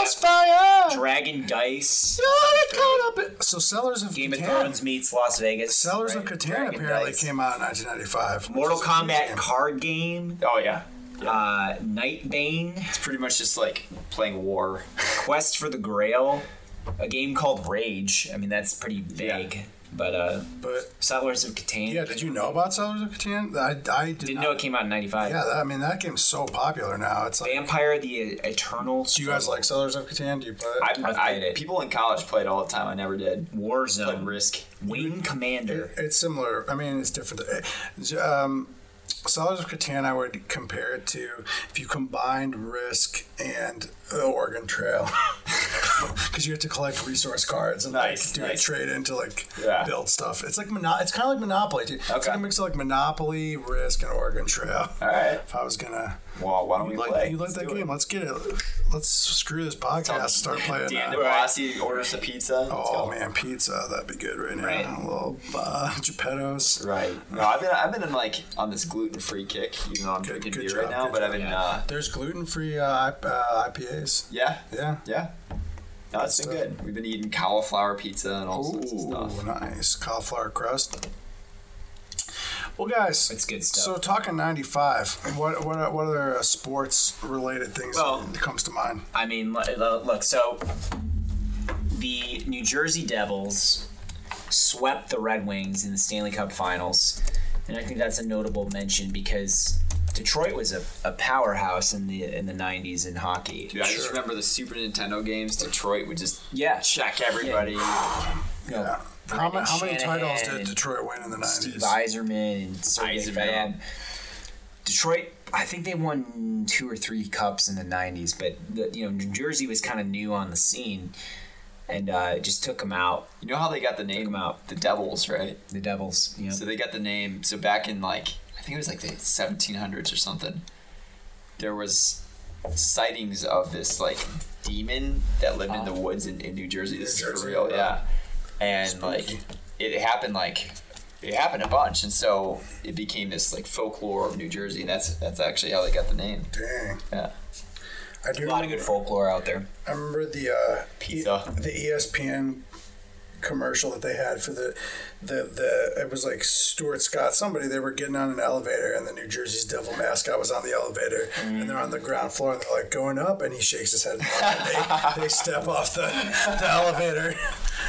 [SPEAKER 1] Crossfire.
[SPEAKER 3] Dragon Dice.
[SPEAKER 1] So Sellers of
[SPEAKER 3] Game of
[SPEAKER 1] Catan.
[SPEAKER 3] Thrones meets Las Vegas.
[SPEAKER 1] Sellers
[SPEAKER 3] Right.
[SPEAKER 1] of Catan
[SPEAKER 3] Dragon
[SPEAKER 1] apparently
[SPEAKER 3] Dice.
[SPEAKER 1] came out in 1995. which
[SPEAKER 3] Mortal
[SPEAKER 1] is a huge
[SPEAKER 3] Kombat
[SPEAKER 1] game.
[SPEAKER 3] card game.
[SPEAKER 2] Oh, yeah.
[SPEAKER 3] Uh, Nightbane.
[SPEAKER 2] It's pretty much just like playing war.
[SPEAKER 3] Quest for the Grail. A game called Rage. I mean, that's pretty vague. But uh,
[SPEAKER 1] But
[SPEAKER 3] Settlers of Catan.
[SPEAKER 1] yeah, did you know about Sellers of Catan? I, I did
[SPEAKER 3] Didn't
[SPEAKER 1] not.
[SPEAKER 3] know it came out in '95.
[SPEAKER 1] yeah, that, I mean that game's so popular now. It's like,
[SPEAKER 3] Vampire the Eternal.
[SPEAKER 1] do you guys like Sellers of Catan? Do you play it?
[SPEAKER 2] I,
[SPEAKER 3] I've
[SPEAKER 2] I,
[SPEAKER 3] played it.
[SPEAKER 2] People in college played all the time. I never did. Played
[SPEAKER 3] Warzone?
[SPEAKER 2] Risk.
[SPEAKER 3] Wing Commander.
[SPEAKER 1] It's similar. I mean, it's different. Uh, Um, Sellers of Catan, I would compare it to if you combined Risk and the Oregon Trail, because you have to collect resource cards and
[SPEAKER 2] Nice,
[SPEAKER 1] like do
[SPEAKER 2] nice.
[SPEAKER 1] a trade in to like
[SPEAKER 2] Yeah.
[SPEAKER 1] build stuff. It's like mono- It's kind of like Monopoly. Dude. It's
[SPEAKER 2] Okay.
[SPEAKER 1] like a mix of like Monopoly, Risk, and Oregon Trail.
[SPEAKER 2] All right.
[SPEAKER 1] If I was gonna,
[SPEAKER 2] Well, why don't we
[SPEAKER 1] you like,
[SPEAKER 2] play?
[SPEAKER 1] you like
[SPEAKER 2] Let's
[SPEAKER 1] that
[SPEAKER 2] do it.
[SPEAKER 1] game? Let's get it. Let's screw this podcast. Start playing.
[SPEAKER 2] Dan
[SPEAKER 1] that.
[SPEAKER 2] DeBlassi orders a pizza. Let's
[SPEAKER 1] Oh
[SPEAKER 2] go.
[SPEAKER 1] man, pizza that'd be good right now.
[SPEAKER 3] Right.
[SPEAKER 1] A little uh, Geppetto's.
[SPEAKER 2] Right. No, I've been I've been in, like on this gluten free kick, even though I'm
[SPEAKER 1] Good-
[SPEAKER 2] drinking
[SPEAKER 1] good
[SPEAKER 2] beer
[SPEAKER 1] job,
[SPEAKER 2] right now.
[SPEAKER 1] good
[SPEAKER 2] But I've
[SPEAKER 1] job.
[SPEAKER 2] been uh,
[SPEAKER 1] There's gluten free uh, I- uh, IPAs.
[SPEAKER 2] yeah,
[SPEAKER 1] Yeah.
[SPEAKER 2] yeah. No, it's been
[SPEAKER 1] stuff.
[SPEAKER 2] good. We've been eating cauliflower pizza and all sorts of
[SPEAKER 1] Ooh,
[SPEAKER 2] stuff.
[SPEAKER 1] nice. Cauliflower crust. Well, guys,
[SPEAKER 3] It's good stuff.
[SPEAKER 1] So, talking 95, what what, what other uh, sports related things
[SPEAKER 3] Well-
[SPEAKER 1] comes to mind?
[SPEAKER 3] I mean, l- l- look. So the New Jersey Devils swept the Red Wings in the Stanley Cup Finals, and I think that's a notable mention because Detroit was a, a powerhouse in the in the '90s in hockey.
[SPEAKER 2] Dude, I just remember the Super Nintendo games. Detroit would just
[SPEAKER 3] Yeah,
[SPEAKER 2] check everybody.
[SPEAKER 1] Yeah. How, ma- how many
[SPEAKER 3] Shanahan
[SPEAKER 1] titles did
[SPEAKER 3] and
[SPEAKER 1] Detroit win in the 90s?
[SPEAKER 3] Steve Eiserman and Sergei
[SPEAKER 2] Yzerman.
[SPEAKER 3] Fedorov. Detroit, I think they won two or three cups in the '90s, but the, you know New Jersey was kind of new on the scene, and uh, it just took them out.
[SPEAKER 2] You know how they got the name out? The Devils, right?
[SPEAKER 3] The Devils, you know,
[SPEAKER 2] So they got the name. So back in like I think it was like the 1700s or something. There was sightings of this like demon that lived in the woods in, in New Jersey. This
[SPEAKER 1] New
[SPEAKER 2] is
[SPEAKER 1] Jersey,
[SPEAKER 2] for real,
[SPEAKER 1] yeah.
[SPEAKER 2] yeah. And like it happened like it happened a bunch, and so it became this like folklore of New Jersey. And that's that's actually how they got the name.
[SPEAKER 1] Dang.
[SPEAKER 2] Yeah.
[SPEAKER 1] I do
[SPEAKER 3] a lot of good folklore out there.
[SPEAKER 1] I remember the uh,
[SPEAKER 2] Pizza.
[SPEAKER 1] the ESPN commercial that they had for the the the it was like Stuart Scott somebody they were getting on an elevator and the New Jersey's Devil mascot was on the elevator and they're on the ground floor and they're like going up and he shakes his head and they, they step off the, the elevator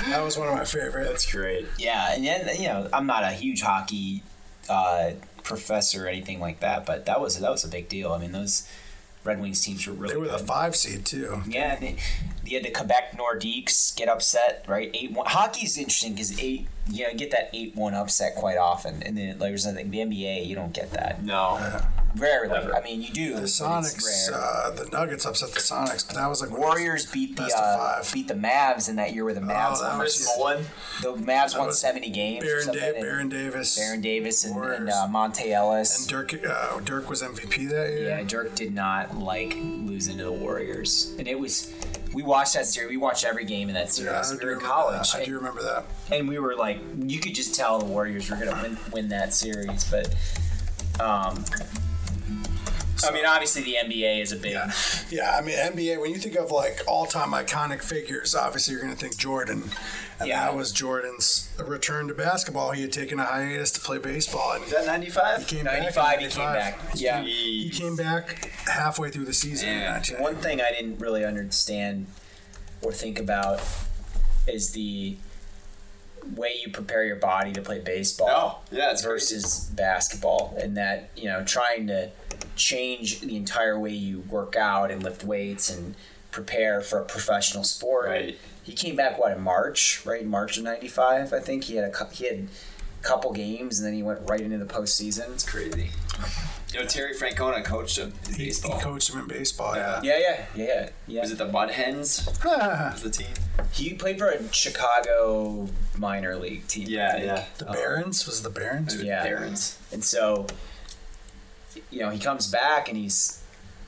[SPEAKER 1] that was one of my favorites
[SPEAKER 2] great.
[SPEAKER 3] Yeah, and then, you know, I'm not a huge hockey uh, professor or anything like that, but that was that was a big deal. I mean, those Red Wings teams were really
[SPEAKER 1] they were the
[SPEAKER 3] good.
[SPEAKER 1] five seed too
[SPEAKER 3] Yeah, they, they had the Quebec Nordiques get upset, right? Eight one. Hockey's interesting because eight, you know, you get that eight one upset quite often, and then like there's nothing. The NBA, you don't get that
[SPEAKER 2] No.
[SPEAKER 3] rarely. I mean, you do.
[SPEAKER 1] the
[SPEAKER 3] but it's
[SPEAKER 1] Sonics
[SPEAKER 3] rare.
[SPEAKER 1] uh, the Nuggets upset the Sonics but that was like when it was-
[SPEAKER 3] Warriors beat the
[SPEAKER 1] Best of
[SPEAKER 3] uh,
[SPEAKER 1] five. Oh,
[SPEAKER 3] beat the Mavs in that year where the Mavs
[SPEAKER 1] that
[SPEAKER 3] won.
[SPEAKER 1] was-
[SPEAKER 2] Chris Mullen.
[SPEAKER 3] the Mavs won
[SPEAKER 1] was
[SPEAKER 3] seventy games. or
[SPEAKER 1] Baron,
[SPEAKER 3] something,
[SPEAKER 1] da-
[SPEAKER 3] and
[SPEAKER 1] Baron Davis
[SPEAKER 3] Baron Davis and, and
[SPEAKER 1] Warriors.
[SPEAKER 3] uh, Monte Ellis.
[SPEAKER 1] and Dirk uh, Dirk was MVP that year
[SPEAKER 3] Yeah, Dirk did not like losing to the Warriors, and it was. We watched that series. We watched every game in that
[SPEAKER 1] Yeah,
[SPEAKER 3] series.
[SPEAKER 1] I
[SPEAKER 3] we
[SPEAKER 1] do
[SPEAKER 3] were in
[SPEAKER 1] remember
[SPEAKER 3] college,
[SPEAKER 1] that. I
[SPEAKER 3] and,
[SPEAKER 1] do remember that.
[SPEAKER 3] and we were like, you could just tell the Warriors were gonna win, win that series. But, um, I mean, obviously the NBA is a big.
[SPEAKER 1] Yeah. Yeah, I mean NBA. When you think of like all-time iconic figures, obviously you're going to think Jordan, and
[SPEAKER 3] Yeah.
[SPEAKER 1] that was Jordan's return to basketball. He had taken a hiatus to play baseball, and
[SPEAKER 2] Is that 95?
[SPEAKER 1] came back in
[SPEAKER 3] Ninety-five, he came back. Yeah.
[SPEAKER 1] He came back halfway through the season.
[SPEAKER 2] Yeah.
[SPEAKER 1] actually.
[SPEAKER 3] One thing I didn't really understand or think about
[SPEAKER 4] is the way you prepare your body to play
[SPEAKER 2] Oh,
[SPEAKER 4] baseball
[SPEAKER 2] yeah, it's crazy.
[SPEAKER 4] versus basketball and that you know trying to change the entire way you work out and lift weights and prepare for a professional sport
[SPEAKER 2] Right.
[SPEAKER 4] he came back what in march right march of 95 i think he had a cou- he had a couple games and then he went right into the postseason
[SPEAKER 2] It's crazy. You know, Terry Francona coached him in
[SPEAKER 1] He, he
[SPEAKER 2] baseball.
[SPEAKER 1] coached him in baseball. Yeah.
[SPEAKER 4] yeah yeah yeah yeah
[SPEAKER 2] Was it the Mud Hens?
[SPEAKER 3] Uh-huh.
[SPEAKER 2] Was the team?
[SPEAKER 4] He played for a Chicago minor league team. I think.
[SPEAKER 1] the Barons was it the Barons.
[SPEAKER 4] Yeah.
[SPEAKER 2] Barons.
[SPEAKER 4] And so, you know, he comes back and he's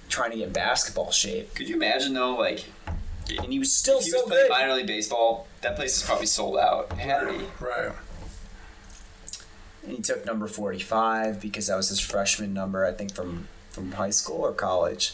[SPEAKER 4] trying to get in basketball shape,
[SPEAKER 2] Could you imagine though, like
[SPEAKER 4] and he was still
[SPEAKER 2] if he
[SPEAKER 4] so
[SPEAKER 2] was playing
[SPEAKER 4] good.
[SPEAKER 2] minor league baseball, that place is probably sold out. It had to be.
[SPEAKER 1] Right.
[SPEAKER 4] And he took number forty-five because that was his freshman number, I think, from from high school or college.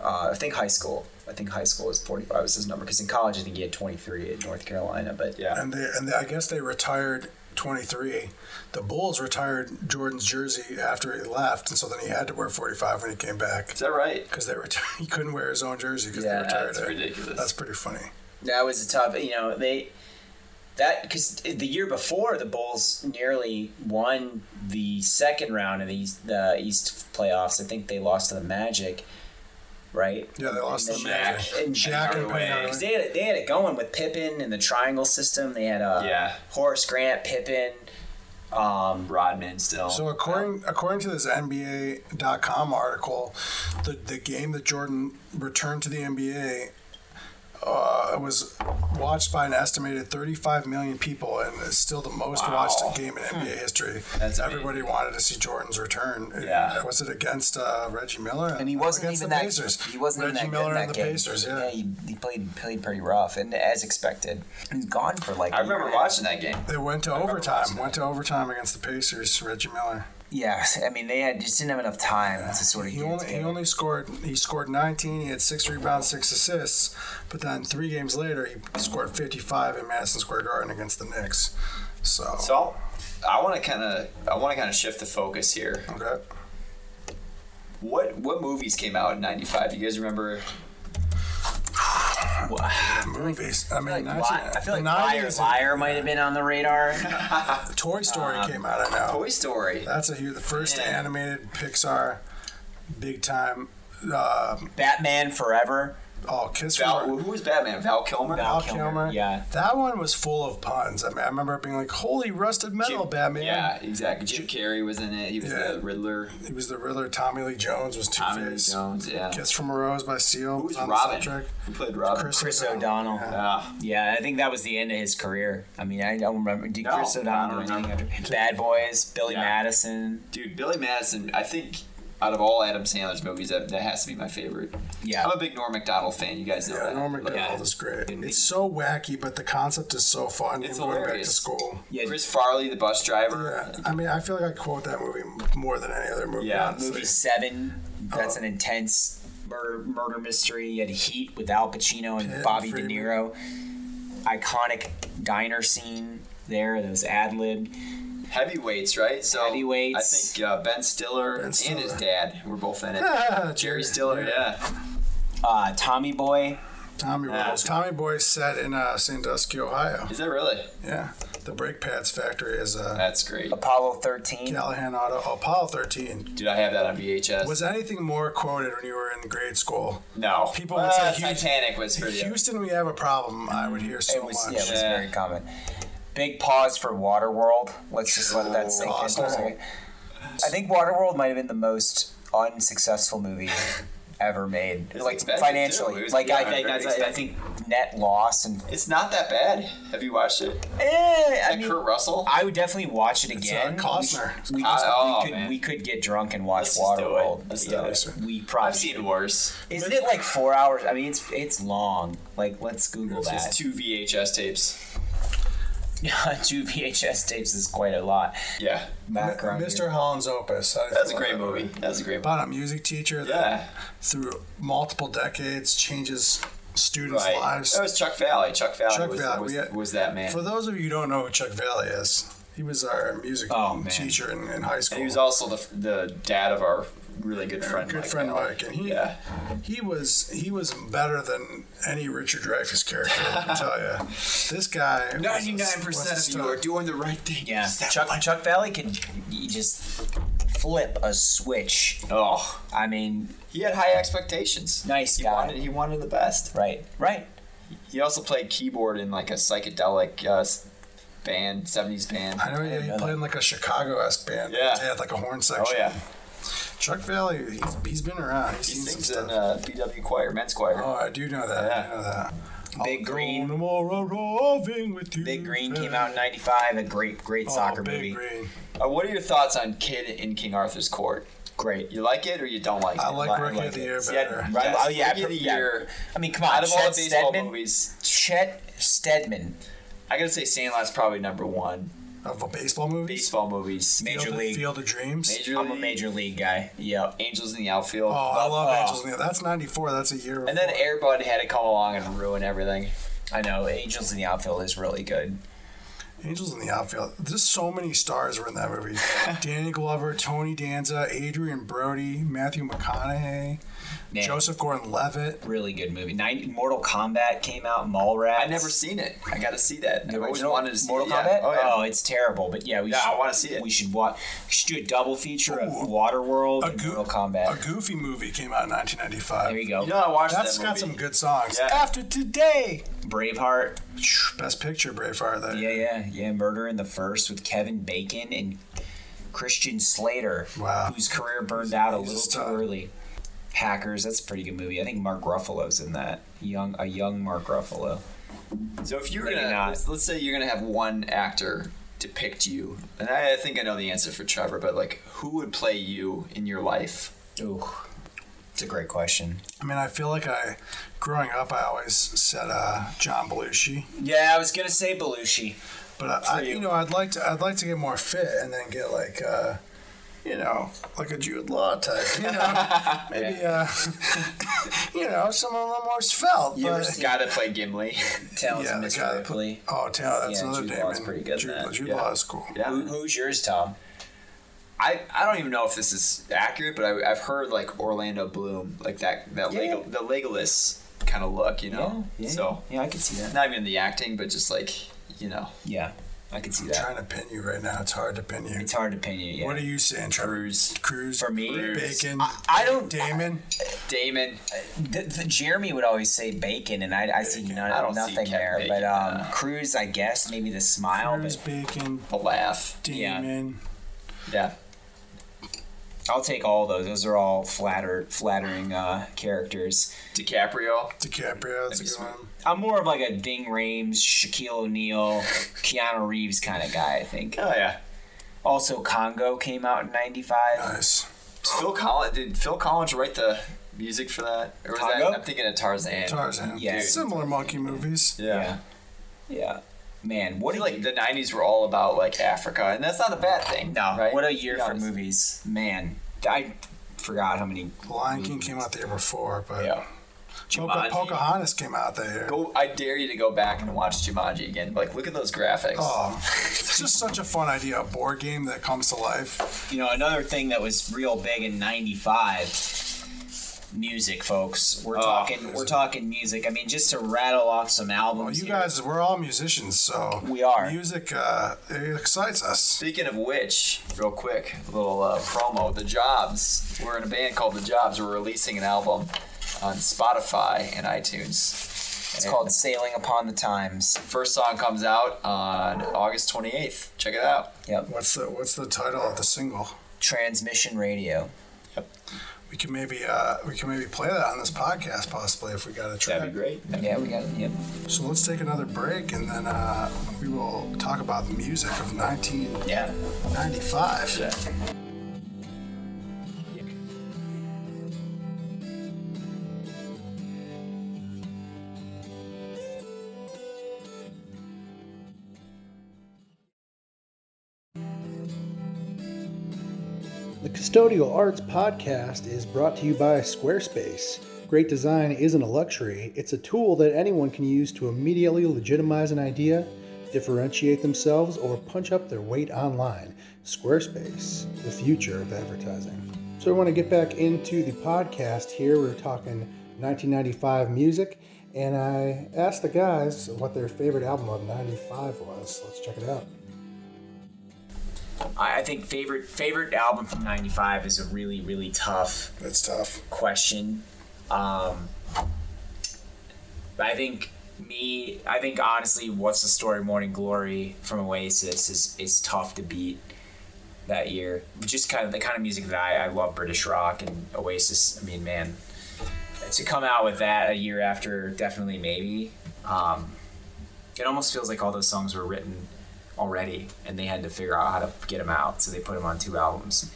[SPEAKER 4] Uh, I think high school. I think high school was forty-five was his number because in college I think he had twenty-three at North Carolina. But
[SPEAKER 2] Yeah.
[SPEAKER 1] And they and they, I guess they retired 23. The Bulls retired Jordan's jersey after he left, and so then he had to wear 45 when he came back
[SPEAKER 2] Is that right?
[SPEAKER 1] because they retired. He couldn't wear his own jersey because
[SPEAKER 4] Yeah,
[SPEAKER 1] they retired
[SPEAKER 2] that's
[SPEAKER 1] it.
[SPEAKER 2] ridiculous.
[SPEAKER 1] That's pretty funny.
[SPEAKER 4] that was a tough. You know they that because the year before the Bulls nearly won the second round of the East, the East playoffs. I think they lost to the Magic, right?
[SPEAKER 1] Yeah, they lost to the
[SPEAKER 4] Shaq.
[SPEAKER 1] Magic.
[SPEAKER 4] And
[SPEAKER 1] Shaq and
[SPEAKER 2] Hardaway.
[SPEAKER 1] Penn
[SPEAKER 4] Because
[SPEAKER 1] Hardaway.
[SPEAKER 4] they had, they had it going with Pippen and the triangle system. They had uh,
[SPEAKER 2] Yeah.
[SPEAKER 4] Horace Grant, Pippen. Um,
[SPEAKER 2] Rodman still.
[SPEAKER 1] So according according to this NBA.com article, the the game that Jordan returned to the NBA uh, was watched by an estimated 35 million people, and is still the most
[SPEAKER 2] Wow.
[SPEAKER 1] watched
[SPEAKER 3] Hmm.
[SPEAKER 1] game in NBA history.
[SPEAKER 2] That's
[SPEAKER 1] Everybody wanted to see Jordan's return.
[SPEAKER 2] Yeah.
[SPEAKER 1] was it against uh, Reggie Miller?
[SPEAKER 3] And he wasn't
[SPEAKER 1] against
[SPEAKER 3] even
[SPEAKER 1] the
[SPEAKER 3] that.
[SPEAKER 1] Pacers.
[SPEAKER 3] He wasn't
[SPEAKER 1] Reggie
[SPEAKER 3] even that
[SPEAKER 1] Miller
[SPEAKER 3] good in
[SPEAKER 1] and
[SPEAKER 3] that
[SPEAKER 1] the
[SPEAKER 3] game.
[SPEAKER 1] Pacers. Yeah.
[SPEAKER 3] he, he played played pretty rough, and as expected, he's gone for like.
[SPEAKER 2] I remember watching that game.
[SPEAKER 1] They went to
[SPEAKER 2] remember
[SPEAKER 1] overtime.
[SPEAKER 2] watching
[SPEAKER 1] Went to overtime against the Pacers. Reggie Miller.
[SPEAKER 3] Yeah, I mean they had just didn't have enough time to sort of.
[SPEAKER 1] He
[SPEAKER 3] get it
[SPEAKER 1] only he
[SPEAKER 3] together.
[SPEAKER 1] only scored he scored 19. He had six rebounds, six assists. But then three games later, he scored 55 in Madison Square Garden against the Knicks. So,
[SPEAKER 2] So I'll, I want to kind of I want to kind of shift the focus here.
[SPEAKER 1] okay.
[SPEAKER 2] What what movies came out in '95? You guys remember?
[SPEAKER 1] movies. I mean,
[SPEAKER 3] like
[SPEAKER 1] that's
[SPEAKER 3] Li- I feel
[SPEAKER 1] the
[SPEAKER 3] like Liar,
[SPEAKER 1] 90s,
[SPEAKER 3] Liar might have been on the radar.
[SPEAKER 1] Toy Story came out. I know
[SPEAKER 2] Toy Story.
[SPEAKER 1] that's a huge the first
[SPEAKER 2] Yeah.
[SPEAKER 1] animated Pixar big time. Uh,
[SPEAKER 3] Batman Forever.
[SPEAKER 1] oh, Kiss from
[SPEAKER 2] Val, who was Batman? Val Kilmer.
[SPEAKER 1] Val Kilmer.
[SPEAKER 3] yeah.
[SPEAKER 1] That one was full of puns. I mean, I remember it being like, "Holy rusted metal, Batman!"
[SPEAKER 2] Yeah, exactly. Jim Carrey was in it. He was
[SPEAKER 1] Yeah.
[SPEAKER 2] the Riddler.
[SPEAKER 1] He was the Riddler. Tommy Lee Jones was Two
[SPEAKER 2] Tommy Lee
[SPEAKER 1] Face.
[SPEAKER 2] Jones. Yeah.
[SPEAKER 1] Kiss from a Rose by Seal.
[SPEAKER 2] Who was
[SPEAKER 1] on the
[SPEAKER 2] Robin?
[SPEAKER 1] soundtrack.
[SPEAKER 2] Who played Robin?
[SPEAKER 3] Chris O'Donnell.
[SPEAKER 2] Ah,
[SPEAKER 3] Yeah, I think that was the end of his career. I mean, I don't remember. Did
[SPEAKER 2] No,
[SPEAKER 3] Chris
[SPEAKER 2] I don't
[SPEAKER 3] O'Donnell do
[SPEAKER 2] remember.
[SPEAKER 3] anything after- Bad Boys, Billy
[SPEAKER 2] Yeah.
[SPEAKER 3] Madison.
[SPEAKER 2] dude, Billy Madison. I think out of all Adam Sandler's movies, that, that has to be my favorite.
[SPEAKER 3] Yeah.
[SPEAKER 2] I'm a big Norm Macdonald fan. You guys know
[SPEAKER 1] Yeah,
[SPEAKER 2] that.
[SPEAKER 1] Norm
[SPEAKER 2] Like,
[SPEAKER 1] Macdonald is great. It's so wacky, but the concept is so fun.
[SPEAKER 2] It's
[SPEAKER 1] Even going back to
[SPEAKER 2] hilarious.
[SPEAKER 1] school.
[SPEAKER 3] Yeah,
[SPEAKER 2] Chris Farley, the bus driver.
[SPEAKER 1] Yeah, I mean, I feel like I quote that movie more than any other movie. Oh.
[SPEAKER 2] Yeah,
[SPEAKER 1] honestly.
[SPEAKER 3] movie seven. That's an intense murder murder mystery. You had Heat with Al Pacino and
[SPEAKER 1] Pitt,
[SPEAKER 3] Bobby
[SPEAKER 1] Freeman.
[SPEAKER 3] De Niro. Iconic diner scene there that was ad libbed.
[SPEAKER 2] Heavyweights, right? So
[SPEAKER 3] Heavyweights.
[SPEAKER 2] I think uh, Ben, Stiller
[SPEAKER 1] Ben Stiller.
[SPEAKER 2] and his dad were both in it.
[SPEAKER 1] Ah,
[SPEAKER 2] Jerry Stiller, yeah.
[SPEAKER 3] Uh, Tommy Boy.
[SPEAKER 1] Tommy
[SPEAKER 2] Yeah.
[SPEAKER 1] Boy. Tommy Boy set in uh, Sandusky, Ohio.
[SPEAKER 2] Is that really?
[SPEAKER 1] Yeah, the brake pads factory is uh,
[SPEAKER 2] That's great.
[SPEAKER 3] Apollo 13.
[SPEAKER 1] Callahan Auto Apollo 13.
[SPEAKER 2] Did I have that on VHS?
[SPEAKER 1] Was anything more quoted when you were in grade school?
[SPEAKER 2] no.
[SPEAKER 1] people
[SPEAKER 2] Uh,
[SPEAKER 1] would say Houston-
[SPEAKER 2] Titanic was for you.
[SPEAKER 1] Houston, we have a problem. I would hear so
[SPEAKER 3] It was,
[SPEAKER 1] much.
[SPEAKER 3] yeah, it was
[SPEAKER 2] Yeah.
[SPEAKER 3] very common. Big pause for Waterworld. Let's just let that sink in for a second. I think Waterworld might have been the most unsuccessful movie ever made,
[SPEAKER 2] was
[SPEAKER 3] like
[SPEAKER 2] expensive, too. It
[SPEAKER 3] financially.
[SPEAKER 2] was-
[SPEAKER 3] Like
[SPEAKER 2] yeah,
[SPEAKER 3] I,
[SPEAKER 2] very
[SPEAKER 3] think I, I
[SPEAKER 2] expensive.
[SPEAKER 3] think net loss and
[SPEAKER 2] It's not that bad. Have you watched it?
[SPEAKER 3] eh, I
[SPEAKER 2] That
[SPEAKER 3] mean,
[SPEAKER 2] Kurt Russell?
[SPEAKER 3] I would definitely watch it
[SPEAKER 1] It's, uh,
[SPEAKER 3] again.
[SPEAKER 1] Costner.
[SPEAKER 3] We,
[SPEAKER 2] Uh,
[SPEAKER 3] could,
[SPEAKER 2] oh,
[SPEAKER 3] we, could,
[SPEAKER 2] man.
[SPEAKER 3] we could get drunk and watch
[SPEAKER 2] Let's just do it.
[SPEAKER 3] Waterworld.
[SPEAKER 2] Let's
[SPEAKER 3] together.
[SPEAKER 1] do it.
[SPEAKER 3] We
[SPEAKER 2] I've
[SPEAKER 3] probably
[SPEAKER 2] seen worse.
[SPEAKER 3] Isn't it like four hours? I mean, it's it's long. Like let's Google
[SPEAKER 2] It's
[SPEAKER 3] that.
[SPEAKER 2] just two VHS tapes.
[SPEAKER 3] two VHS tapes is quite a lot.
[SPEAKER 2] Yeah.
[SPEAKER 3] Background. here.
[SPEAKER 1] Mr. Holland's Opus. How do you
[SPEAKER 2] That's a
[SPEAKER 1] feel
[SPEAKER 2] great
[SPEAKER 1] about
[SPEAKER 2] movie. That's a great movie.
[SPEAKER 1] About a music teacher that
[SPEAKER 2] Yeah.
[SPEAKER 1] through multiple decades changes students'
[SPEAKER 2] Right.
[SPEAKER 1] lives.
[SPEAKER 2] That was Chuck Valley. Chuck Valley,
[SPEAKER 1] Chuck
[SPEAKER 2] was,
[SPEAKER 1] Valley,
[SPEAKER 2] was,
[SPEAKER 1] yeah.
[SPEAKER 2] was that man.
[SPEAKER 1] For those of you who don't know who Chuck Valley is, He was our music
[SPEAKER 3] Oh, man.
[SPEAKER 1] teacher in, in high school.
[SPEAKER 2] And he was also the, the dad of our really good friend.
[SPEAKER 1] good
[SPEAKER 2] Mike
[SPEAKER 1] friend
[SPEAKER 2] Miller.
[SPEAKER 1] Mike, and he
[SPEAKER 2] Yeah.
[SPEAKER 1] he was he was better than any Richard Dreyfuss character. I can tell you, this guy. was a-
[SPEAKER 2] Ninety-nine
[SPEAKER 1] was
[SPEAKER 2] percent
[SPEAKER 1] a
[SPEAKER 2] of you
[SPEAKER 1] stud.
[SPEAKER 2] are doing the right thing.
[SPEAKER 3] Yeah,
[SPEAKER 2] Is that
[SPEAKER 3] Chuck,
[SPEAKER 2] one-
[SPEAKER 3] Chuck Valley can you just flip a switch.
[SPEAKER 2] Oh,
[SPEAKER 3] I mean,
[SPEAKER 2] he had high expectations.
[SPEAKER 3] Nice
[SPEAKER 2] he
[SPEAKER 3] guy.
[SPEAKER 2] Wanted, he wanted the best.
[SPEAKER 3] right, right.
[SPEAKER 2] He also played keyboard in like a psychedelic uh, s- band, seventies band.
[SPEAKER 1] I know yeah, he
[SPEAKER 3] know
[SPEAKER 1] played in like a Chicago-esque band.
[SPEAKER 2] Yeah.
[SPEAKER 1] they had like a horn section.
[SPEAKER 2] Oh yeah,
[SPEAKER 1] Chuck Valley. He's, he's been around. He's
[SPEAKER 2] he
[SPEAKER 1] seen some
[SPEAKER 2] sings
[SPEAKER 1] stuff.
[SPEAKER 2] in uh, BW choir, men's choir.
[SPEAKER 1] oh, I do know that. I
[SPEAKER 2] Yeah.
[SPEAKER 1] do know that.
[SPEAKER 3] Big
[SPEAKER 1] I'll go
[SPEAKER 3] Green.
[SPEAKER 1] tomorrow roving with you.
[SPEAKER 3] Big Green came out in '95, a great, great
[SPEAKER 1] Oh,
[SPEAKER 3] soccer
[SPEAKER 1] Big
[SPEAKER 3] movie.
[SPEAKER 1] Green.
[SPEAKER 2] Uh, what are your thoughts on Kid in King Arthur's Court?
[SPEAKER 3] Great.
[SPEAKER 2] You like it or you don't like
[SPEAKER 1] I
[SPEAKER 2] it?
[SPEAKER 1] like
[SPEAKER 2] Like-
[SPEAKER 1] Rookie
[SPEAKER 2] like
[SPEAKER 1] of the
[SPEAKER 2] it.
[SPEAKER 1] Year
[SPEAKER 2] See, I-
[SPEAKER 1] better.
[SPEAKER 3] Right?
[SPEAKER 2] Yes,
[SPEAKER 3] Oh yeah,
[SPEAKER 2] Rookie of the
[SPEAKER 3] yeah.
[SPEAKER 2] Year.
[SPEAKER 3] I mean, come on.
[SPEAKER 2] Out of all
[SPEAKER 3] Chet
[SPEAKER 2] the baseball
[SPEAKER 3] Stedman,
[SPEAKER 2] movies,
[SPEAKER 3] Chet Stedman,
[SPEAKER 2] I gotta say Sandlot's probably number one.
[SPEAKER 1] Of a baseball movie.
[SPEAKER 2] Baseball movies.
[SPEAKER 3] Major
[SPEAKER 1] Field, of-
[SPEAKER 3] League.
[SPEAKER 1] Field of Dreams.
[SPEAKER 2] Major
[SPEAKER 3] I'm a
[SPEAKER 2] League,
[SPEAKER 3] major league guy. Yep.
[SPEAKER 2] Angels in the outfield.
[SPEAKER 1] Oh, I love
[SPEAKER 3] oh.
[SPEAKER 1] Angels. in the- That's '94. That's a year.
[SPEAKER 2] And then
[SPEAKER 1] before.
[SPEAKER 2] Airbud had to come along and ruin everything.
[SPEAKER 3] I know. Angels in the Outfield is really good.
[SPEAKER 1] Angels in the Outfield. There's so many stars were in that movie. Danny Glover, Tony Danza, Adrian Brody, Matthew McConaughey,
[SPEAKER 3] Man,
[SPEAKER 1] Joseph Gordon-Levitt.
[SPEAKER 3] really good movie. Nine, Mortal Kombat came out. Mallrats.
[SPEAKER 2] I never seen it. I gotta see that.
[SPEAKER 3] The
[SPEAKER 2] I've always
[SPEAKER 3] original
[SPEAKER 2] wanted to see
[SPEAKER 3] Mortal
[SPEAKER 2] it. Yeah.
[SPEAKER 3] Kombat.
[SPEAKER 2] Oh yeah.
[SPEAKER 3] it's terrible. But yeah, we
[SPEAKER 2] Yeah,
[SPEAKER 3] should,
[SPEAKER 2] I wanna see it.
[SPEAKER 3] We should watch. We should do a double feature of
[SPEAKER 1] Ooh.
[SPEAKER 3] Waterworld
[SPEAKER 1] A
[SPEAKER 3] and
[SPEAKER 1] goo-
[SPEAKER 3] Mortal
[SPEAKER 1] A
[SPEAKER 3] Kombat.
[SPEAKER 1] Goofy movie came out in
[SPEAKER 3] there
[SPEAKER 1] 1995.
[SPEAKER 3] you go.
[SPEAKER 2] You know, I watched
[SPEAKER 1] That's
[SPEAKER 2] that
[SPEAKER 1] got
[SPEAKER 2] movie.
[SPEAKER 1] some good songs.
[SPEAKER 2] Yeah.
[SPEAKER 1] After today,
[SPEAKER 3] Braveheart.
[SPEAKER 1] best picture Braveheart. That
[SPEAKER 3] Yeah, yeah, yeah. Murder in the First with Kevin Bacon and Christian Slater,
[SPEAKER 1] Wow.
[SPEAKER 3] whose career burned out a
[SPEAKER 1] he's a
[SPEAKER 3] little too
[SPEAKER 1] stud.
[SPEAKER 3] early. Hackers. That's a pretty good movie. I think Mark Ruffalo's in that. Young, a young Mark Ruffalo.
[SPEAKER 2] So if you're
[SPEAKER 3] Maybe
[SPEAKER 2] gonna,
[SPEAKER 3] not.
[SPEAKER 2] let's, let's say you're gonna have one actor depict you, and I, I think I know the answer for Trevor, but like, who would play you in your life?
[SPEAKER 3] Ooh, it's a great question.
[SPEAKER 1] I mean, I feel like I, growing up, I always said uh, John Belushi,
[SPEAKER 3] Yeah, I was gonna say Belushi.
[SPEAKER 1] but I, I,
[SPEAKER 3] you.
[SPEAKER 1] you know, I'd like to, I'd like to get more fit and then get like, uh, you know, like a Jude Law type, you know, maybe, uh, you know, someone a little more svelte.
[SPEAKER 2] You ever
[SPEAKER 1] but-
[SPEAKER 2] seen- gotta play Gimli?
[SPEAKER 3] Talents
[SPEAKER 1] yeah,
[SPEAKER 3] yeah,
[SPEAKER 1] the
[SPEAKER 3] Mr.
[SPEAKER 1] guy that put-
[SPEAKER 3] Ripley.
[SPEAKER 1] Oh, Taylor, that's
[SPEAKER 3] Yeah,
[SPEAKER 1] another
[SPEAKER 3] Jude
[SPEAKER 1] day.
[SPEAKER 3] Law's
[SPEAKER 1] man.
[SPEAKER 3] pretty good in
[SPEAKER 1] Jude,
[SPEAKER 3] that.
[SPEAKER 1] Jude
[SPEAKER 2] Yeah.
[SPEAKER 1] Law is cool.
[SPEAKER 3] Who,
[SPEAKER 2] yeah.
[SPEAKER 3] who's yours, Tom?
[SPEAKER 2] I, I don't even know if this is accurate, but I, I've heard like Orlando Bloom, like that that
[SPEAKER 3] Yeah.
[SPEAKER 2] Lego, the Legolas kind of look, you know. So
[SPEAKER 3] yeah, I could see that.
[SPEAKER 2] not even the acting, but just like you know,
[SPEAKER 3] Yeah, I could see
[SPEAKER 1] I'm
[SPEAKER 3] that.
[SPEAKER 1] trying to pin you right now. It's hard to pin you.
[SPEAKER 3] It's hard to pin you. Yeah.
[SPEAKER 1] What are you saying, Trevor?
[SPEAKER 2] Cruz,
[SPEAKER 1] Cruz
[SPEAKER 3] For me?
[SPEAKER 1] Bacon.
[SPEAKER 3] I, I don't.
[SPEAKER 1] Damon.
[SPEAKER 2] Damon.
[SPEAKER 3] The, the Jeremy would always say bacon, and I, I see none,
[SPEAKER 2] I don't see
[SPEAKER 3] nothing
[SPEAKER 2] Kevin
[SPEAKER 3] there.
[SPEAKER 2] Bacon,
[SPEAKER 3] but um,
[SPEAKER 2] no.
[SPEAKER 3] Cruz, I guess maybe the smile.
[SPEAKER 1] Cruz,
[SPEAKER 3] but
[SPEAKER 1] Bacon,
[SPEAKER 2] A laugh.
[SPEAKER 3] Yeah.
[SPEAKER 1] Damon.
[SPEAKER 2] Yeah.
[SPEAKER 3] I'll take all those. Those are all flatter, flattering uh, characters.
[SPEAKER 2] DiCaprio.
[SPEAKER 1] DiCaprio. That's a good
[SPEAKER 2] That'd be
[SPEAKER 1] one.
[SPEAKER 3] I'm more of like a Ding Rames, Shaquille O'Neal, Keanu Reeves kind of guy. I think.
[SPEAKER 2] Oh yeah.
[SPEAKER 3] Also, Congo came out in '95.
[SPEAKER 1] Nice.
[SPEAKER 2] Phil Collins did Phil Collins write the music for that? Or was
[SPEAKER 3] Congo?
[SPEAKER 2] that I'm thinking of Tarzan.
[SPEAKER 1] Tarzan.
[SPEAKER 3] Yeah.
[SPEAKER 1] Similar monkey movies.
[SPEAKER 2] Yeah.
[SPEAKER 3] yeah. Man,
[SPEAKER 2] What
[SPEAKER 3] what
[SPEAKER 2] do
[SPEAKER 3] a
[SPEAKER 2] you like the nineties were all about like Africa and that's not a bad thing.
[SPEAKER 3] No,
[SPEAKER 2] right?
[SPEAKER 3] what a year
[SPEAKER 2] Be
[SPEAKER 3] for
[SPEAKER 2] honest.
[SPEAKER 3] movies. Man, I forgot how many.
[SPEAKER 1] The Lion King came out the year before, but
[SPEAKER 2] Yeah.
[SPEAKER 1] Poca-
[SPEAKER 2] Jumanji.
[SPEAKER 1] Pocahontas came out that year.
[SPEAKER 2] Go I dare you to go back and watch Jumanji again. Like look at those graphics.
[SPEAKER 1] Oh, it's just such a fun idea. A board game that comes to life.
[SPEAKER 3] You know, another thing that was real big in '95. Music, folks. We're
[SPEAKER 2] Oh,
[SPEAKER 3] talking. We're talking music. I mean, just to rattle off some albums.
[SPEAKER 1] Well, you
[SPEAKER 3] here.
[SPEAKER 1] guys, we're all musicians, so
[SPEAKER 3] We are.
[SPEAKER 1] Music uh, it excites us.
[SPEAKER 2] Speaking of which, real quick, a little uh, promo. The Jobs. We're in a band called The Jobs. We're releasing an album on Spotify and iTunes.
[SPEAKER 3] It's called "Sailing Upon the Times."
[SPEAKER 2] First song comes out on August 28th. Check it out.
[SPEAKER 3] Yep.
[SPEAKER 1] What's the What's the title of the single?
[SPEAKER 3] Transmission Radio.
[SPEAKER 1] We can maybe uh, we can maybe play that on this podcast, possibly if we got a track.
[SPEAKER 2] great.
[SPEAKER 3] Yeah, we got. Yep.
[SPEAKER 1] So let's take another break, and then uh, we will talk about the music of 1995.
[SPEAKER 3] Yeah.
[SPEAKER 5] The Custodial Arts Podcast is brought to you by Squarespace. Great design isn't a luxury, it's a tool that anyone can use to immediately legitimize an idea, differentiate themselves, or punch up their weight online. Squarespace, the future of advertising. So I want to get back into the podcast here. We were talking 1995 music, and I asked the guys what their favorite album of 95 was. Let's check it out.
[SPEAKER 3] I I think favorite favorite album from '95 is a really really tough
[SPEAKER 1] That's tough.
[SPEAKER 3] question. Um, I think me. I think honestly, "What's the Story?" "Morning Glory" from Oasis is is tough to beat that year. Just kind of the kind of music that I, I love, British rock and Oasis. I mean, man, to come out with that a year after, definitely maybe. Um, it almost feels like all those songs were written already, and they had to figure out how to get them out, so they put them on two albums.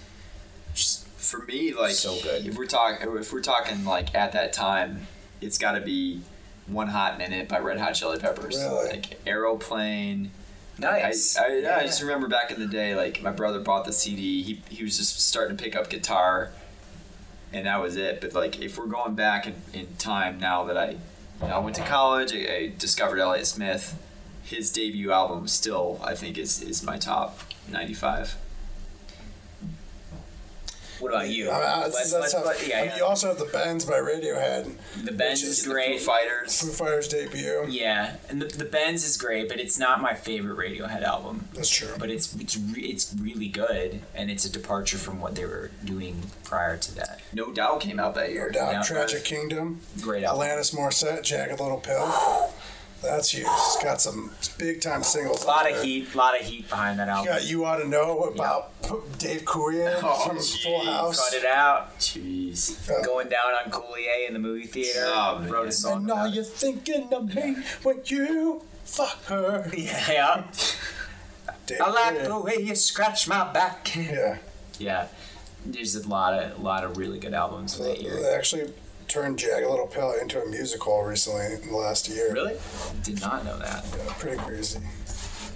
[SPEAKER 3] Just
[SPEAKER 2] for me, like
[SPEAKER 3] So good.
[SPEAKER 2] if we're talking if we're talking like at that time, it's got to be One Hot Minute by Red Hot Chili Peppers,
[SPEAKER 1] Really?
[SPEAKER 2] like Aeroplane.
[SPEAKER 3] nice.
[SPEAKER 2] I, I, yeah. I just remember back in the day, like my brother bought the CD. He he was just starting to pick up guitar, and that was it. But like if we're going back in, in time now that I, you know, I went to college, I, I discovered Elliott Smith. His debut album still, I think, is is my top ninety five.
[SPEAKER 3] What about you?
[SPEAKER 1] I mean, I- Ah, this-
[SPEAKER 3] Let's-
[SPEAKER 1] that's
[SPEAKER 3] let's-
[SPEAKER 1] tough.
[SPEAKER 3] let- yeah,
[SPEAKER 1] I mean,
[SPEAKER 3] yeah.
[SPEAKER 1] You also have the Bends by Radiohead,
[SPEAKER 3] The Benz
[SPEAKER 2] Just
[SPEAKER 3] is
[SPEAKER 2] the Foo
[SPEAKER 3] great.
[SPEAKER 2] Fighters.
[SPEAKER 1] Foo Fighters debut.
[SPEAKER 3] Yeah, and the, the Benz is great, but it's not my favorite Radiohead album.
[SPEAKER 1] That's true.
[SPEAKER 3] But it's it's re- it's really good, and it's a departure from what they were doing prior to that.
[SPEAKER 2] No Doubt came out that
[SPEAKER 1] No
[SPEAKER 2] year.
[SPEAKER 1] doubt,
[SPEAKER 3] Yeah.
[SPEAKER 1] Tragic Kingdom.
[SPEAKER 3] Great album.
[SPEAKER 1] Alanis Morissette, Jagged Little Pill. That's huge. It's got some big time singles.
[SPEAKER 3] A lot of heat, a lot of heat behind that
[SPEAKER 1] You
[SPEAKER 3] album.
[SPEAKER 1] got You Ought to Know about P- Dave Coulier
[SPEAKER 2] Oh,
[SPEAKER 1] from
[SPEAKER 2] geez.
[SPEAKER 1] Full House.
[SPEAKER 3] Cut it out.
[SPEAKER 2] Jeez.
[SPEAKER 3] Going down on Coulier in the movie theater.
[SPEAKER 2] Oh, man.
[SPEAKER 3] wrote a song.
[SPEAKER 1] And now
[SPEAKER 3] About it.
[SPEAKER 1] you're thinking of me when you fuck her.
[SPEAKER 3] Yeah.
[SPEAKER 1] Dave
[SPEAKER 3] I like
[SPEAKER 1] Coulier.
[SPEAKER 3] the way you scratch my back.
[SPEAKER 1] Yeah.
[SPEAKER 3] Yeah. There's a lot of a lot of really good albums in that year.
[SPEAKER 1] They actually turned Jagged Little Pill into a musical recently in the last year.
[SPEAKER 3] Really? Did not know that.
[SPEAKER 1] Yeah, pretty crazy.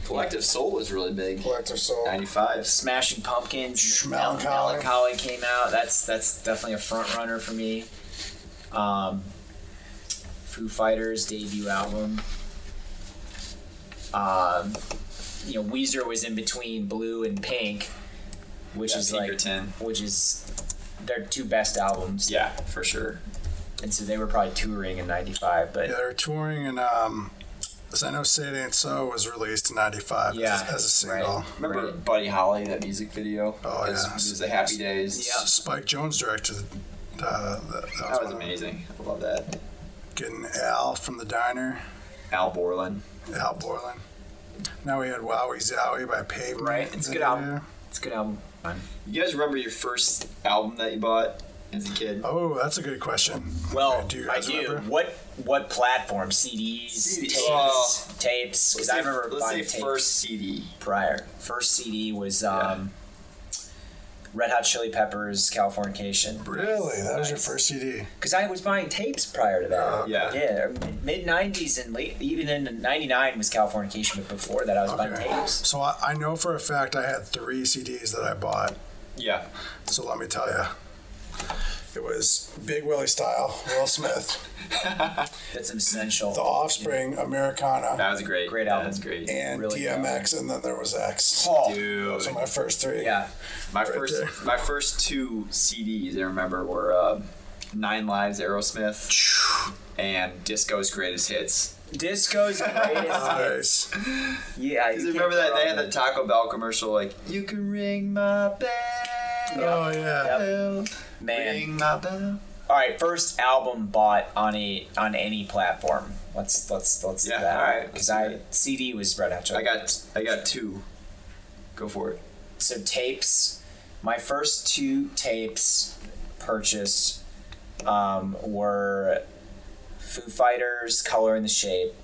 [SPEAKER 2] Collective Soul was really big.
[SPEAKER 1] Collective Soul.
[SPEAKER 2] 95.
[SPEAKER 3] Smashing Pumpkins,
[SPEAKER 1] Melancholy.
[SPEAKER 3] Melancholy. came out. That's that's definitely a front runner for me. Um, Foo Fighters debut album. Um, you know, Weezer was in between Blue and Pink, which
[SPEAKER 2] Yeah,
[SPEAKER 3] is
[SPEAKER 2] Pink or
[SPEAKER 3] like
[SPEAKER 2] Tin.
[SPEAKER 3] which is their two best albums.
[SPEAKER 2] Yeah, for sure.
[SPEAKER 3] And so they were probably touring in '95, but
[SPEAKER 1] Yeah, they were touring and um, 'cause I know Say It Ain't So was released in 95 as-
[SPEAKER 3] Yeah,
[SPEAKER 1] as, a single.
[SPEAKER 3] right.
[SPEAKER 2] Remember
[SPEAKER 3] Right.
[SPEAKER 2] Buddy Holly, that music video?
[SPEAKER 1] Oh,
[SPEAKER 2] It was,
[SPEAKER 1] yeah.
[SPEAKER 2] it was the Happy Days.
[SPEAKER 3] Yeah.
[SPEAKER 1] Spike Jones directed uh, that, that
[SPEAKER 2] That was
[SPEAKER 1] one.
[SPEAKER 2] amazing. I love that.
[SPEAKER 1] Getting Al from the diner,
[SPEAKER 2] Al Borland.
[SPEAKER 1] Al Borland. Now we had Wowie Zowie by Pavement.
[SPEAKER 3] Right, it's a good album. it's a good album.
[SPEAKER 2] You guys remember your first album that you bought as a kid?
[SPEAKER 1] Oh, that's a good question.
[SPEAKER 3] Well,
[SPEAKER 1] Okay, you
[SPEAKER 3] I
[SPEAKER 1] guys
[SPEAKER 3] do.
[SPEAKER 1] remember?
[SPEAKER 3] What what platform? CDs,
[SPEAKER 2] CD.
[SPEAKER 3] tapes,
[SPEAKER 2] Oh.
[SPEAKER 3] tapes. Because
[SPEAKER 2] Let's
[SPEAKER 3] I
[SPEAKER 2] say-
[SPEAKER 3] remember
[SPEAKER 2] let's
[SPEAKER 3] buying
[SPEAKER 2] say
[SPEAKER 3] tapes
[SPEAKER 2] first CD.
[SPEAKER 3] prior. First CD was um, Red Hot Chili Peppers, Californication.
[SPEAKER 1] Really? That was your first CD.
[SPEAKER 3] Because I was buying tapes prior to that.
[SPEAKER 2] Uh, Yeah.
[SPEAKER 3] Yeah. Mid '90s and late, even in '99 was Californication, but before that I was buying
[SPEAKER 1] Okay.
[SPEAKER 3] tapes.
[SPEAKER 1] So I, I know for a fact I had three CDs that I bought.
[SPEAKER 2] Yeah.
[SPEAKER 1] So let me tell you. It was Big Willie Style, Will Smith,
[SPEAKER 3] That's an essential.
[SPEAKER 1] The Offspring, Americana,
[SPEAKER 2] That was great.
[SPEAKER 3] Great
[SPEAKER 2] That
[SPEAKER 3] album.
[SPEAKER 2] was great.
[SPEAKER 1] and
[SPEAKER 3] really good.
[SPEAKER 1] DMX, and then there was X.
[SPEAKER 2] Dude.
[SPEAKER 3] oh,
[SPEAKER 1] Those are my first three.
[SPEAKER 3] yeah.
[SPEAKER 2] My
[SPEAKER 1] Right
[SPEAKER 2] first
[SPEAKER 1] there.
[SPEAKER 2] my first two CDs I remember were uh, Nine Lives Aerosmith and Disco's Greatest Hits.
[SPEAKER 3] Disco's greatest.
[SPEAKER 1] Nice.
[SPEAKER 3] yeah.
[SPEAKER 2] You
[SPEAKER 3] can't
[SPEAKER 2] remember that
[SPEAKER 3] go
[SPEAKER 2] they had
[SPEAKER 3] wrong with
[SPEAKER 2] the Taco Bell commercial like you can ring my bell.
[SPEAKER 1] Oh, yeah.
[SPEAKER 3] Man.
[SPEAKER 2] Ring my bell.
[SPEAKER 3] All right, first album bought on a on any platform. Let's let's let's
[SPEAKER 2] Yeah,
[SPEAKER 3] do that.
[SPEAKER 2] all right,
[SPEAKER 3] because
[SPEAKER 2] let's
[SPEAKER 3] I
[SPEAKER 2] do
[SPEAKER 3] CD was Red Hot Chili.
[SPEAKER 2] I got I got two. Go for it.
[SPEAKER 3] so tapes. My first two tapes purchased um, were Foo Fighters, Color in the Shape,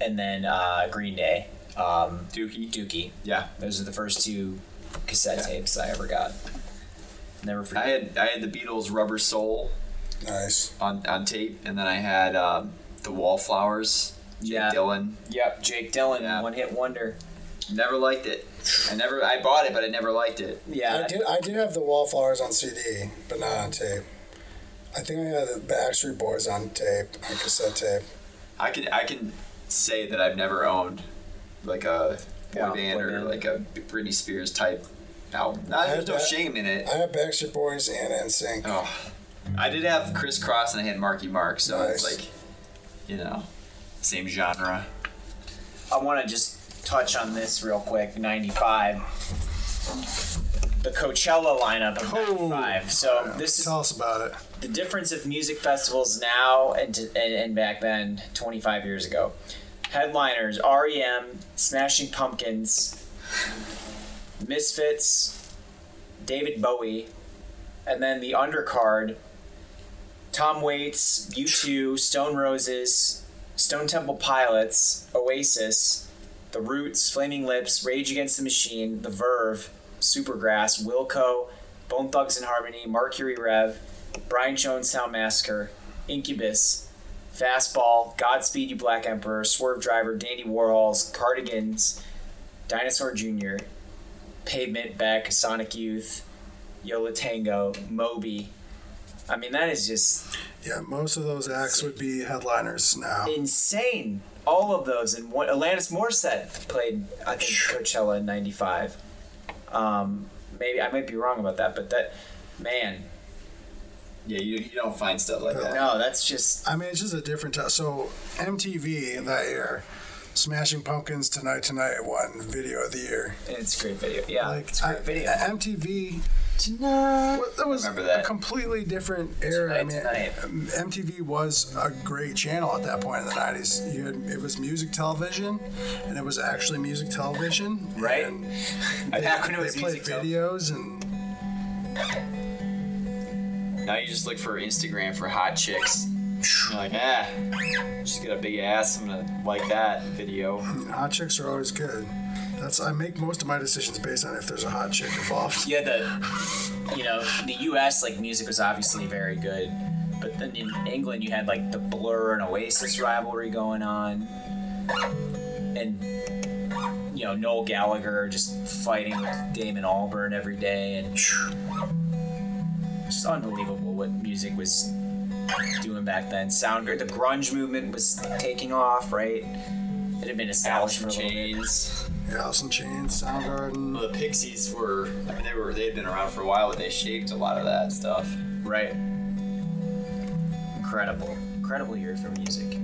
[SPEAKER 3] and then uh, Green Day, um,
[SPEAKER 2] Dookie.
[SPEAKER 3] Dookie.
[SPEAKER 2] Yeah.
[SPEAKER 3] Those are the first two cassette tapes I ever got. Never
[SPEAKER 2] I
[SPEAKER 3] forget.
[SPEAKER 2] had I had the Beatles Rubber Soul
[SPEAKER 1] Nice.
[SPEAKER 2] on, on tape and then I had um, the Wallflowers. Jake
[SPEAKER 3] Yeah.
[SPEAKER 2] Dylan.
[SPEAKER 3] Yep, Jake Dylan,
[SPEAKER 2] Yeah.
[SPEAKER 3] one hit wonder.
[SPEAKER 2] Never liked it. I never I bought it but I never liked it.
[SPEAKER 3] Yeah,
[SPEAKER 1] I did, I did have The Wallflowers on CD, but not on tape. I think I had the Backstreet Boys on tape, on cassette tape.
[SPEAKER 2] I can I can say that I've never owned like a boy
[SPEAKER 3] Yeah,
[SPEAKER 2] band
[SPEAKER 3] boy
[SPEAKER 2] or
[SPEAKER 3] band.
[SPEAKER 2] like a Britney Spears type album. Nah, there's no shame in it.
[SPEAKER 1] I have Backstreet Boys and NSYNC.
[SPEAKER 2] Oh, I did have crisscross and I had Marky Mark, so
[SPEAKER 1] Nice.
[SPEAKER 2] it's like, you know, same genre.
[SPEAKER 3] I want to just touch on this real quick. '95, the Coachella lineup of '95. So this is
[SPEAKER 1] Tell us about it.
[SPEAKER 3] the difference of music festivals now and, to, and and back then, 25 years ago. Headliners: REM, Smashing Pumpkins, Misfits, David Bowie, and then the undercard: Tom Waits, U2, Stone Roses, Stone Temple Pilots, Oasis, The Roots, Flaming Lips, Rage Against the Machine, The Verve, Supergrass, Wilco, Bone Thugs and Harmony, Mercury Rev, Brian Jones Sound Massacre, Incubus, Fastball, Godspeed You Black Emperor, Swerve Driver, Dandy Warhols, Cardigans, Dinosaur Jr., Pavement, Beck, Sonic Youth, Yola Tango, Moby. I mean, that is just
[SPEAKER 1] Yeah, most of those acts would be headliners now.
[SPEAKER 3] insane. All of those and one. Alanis Morissette played I think Coachella in '95. Um, maybe I might be wrong about that, but that man,
[SPEAKER 2] Yeah, you, you don't find stuff like that.
[SPEAKER 3] no, that's just
[SPEAKER 1] I mean, it's just a different time. So MTV that year, Smashing Pumpkins Tonight Tonight won Video of the Year.
[SPEAKER 3] it's a great video. Yeah,
[SPEAKER 1] Like
[SPEAKER 3] it's a great
[SPEAKER 1] I-
[SPEAKER 3] video.
[SPEAKER 1] MTV. Well, That was
[SPEAKER 2] Remember
[SPEAKER 1] a
[SPEAKER 2] that.
[SPEAKER 1] completely different era.
[SPEAKER 3] Tonight,
[SPEAKER 1] I mean, MTV was a great channel at that point in the nineties. You had, it was music television, and it was actually music television.
[SPEAKER 3] Right.
[SPEAKER 1] And
[SPEAKER 3] Back when it
[SPEAKER 1] they
[SPEAKER 3] was
[SPEAKER 1] played
[SPEAKER 3] music tel-
[SPEAKER 1] videos, and
[SPEAKER 2] Now you just look for Instagram for hot chicks. You're like, ah, she's got a big ass. I'm gonna like that video.
[SPEAKER 1] hot chicks are always good. That's I make most of my decisions based on if there's a hot chick involved.
[SPEAKER 3] yeah, the you know the U.S. like music was obviously very good, but then in England you had like the Blur and Oasis rivalry going on, and you know Noel Gallagher just fighting with Damon Albarn every day, and just unbelievable what music was doing back then. Soundgarden, the grunge movement was taking off, right? It had been established for a
[SPEAKER 2] Alice in
[SPEAKER 3] little bit.
[SPEAKER 2] Chains.
[SPEAKER 1] Alice in Chains, Soundgarden.
[SPEAKER 2] Well, the Pixies were. I mean, they were. They had been around for a while, but they shaped a lot of that stuff.
[SPEAKER 3] Right. Incredible. Incredible year for music.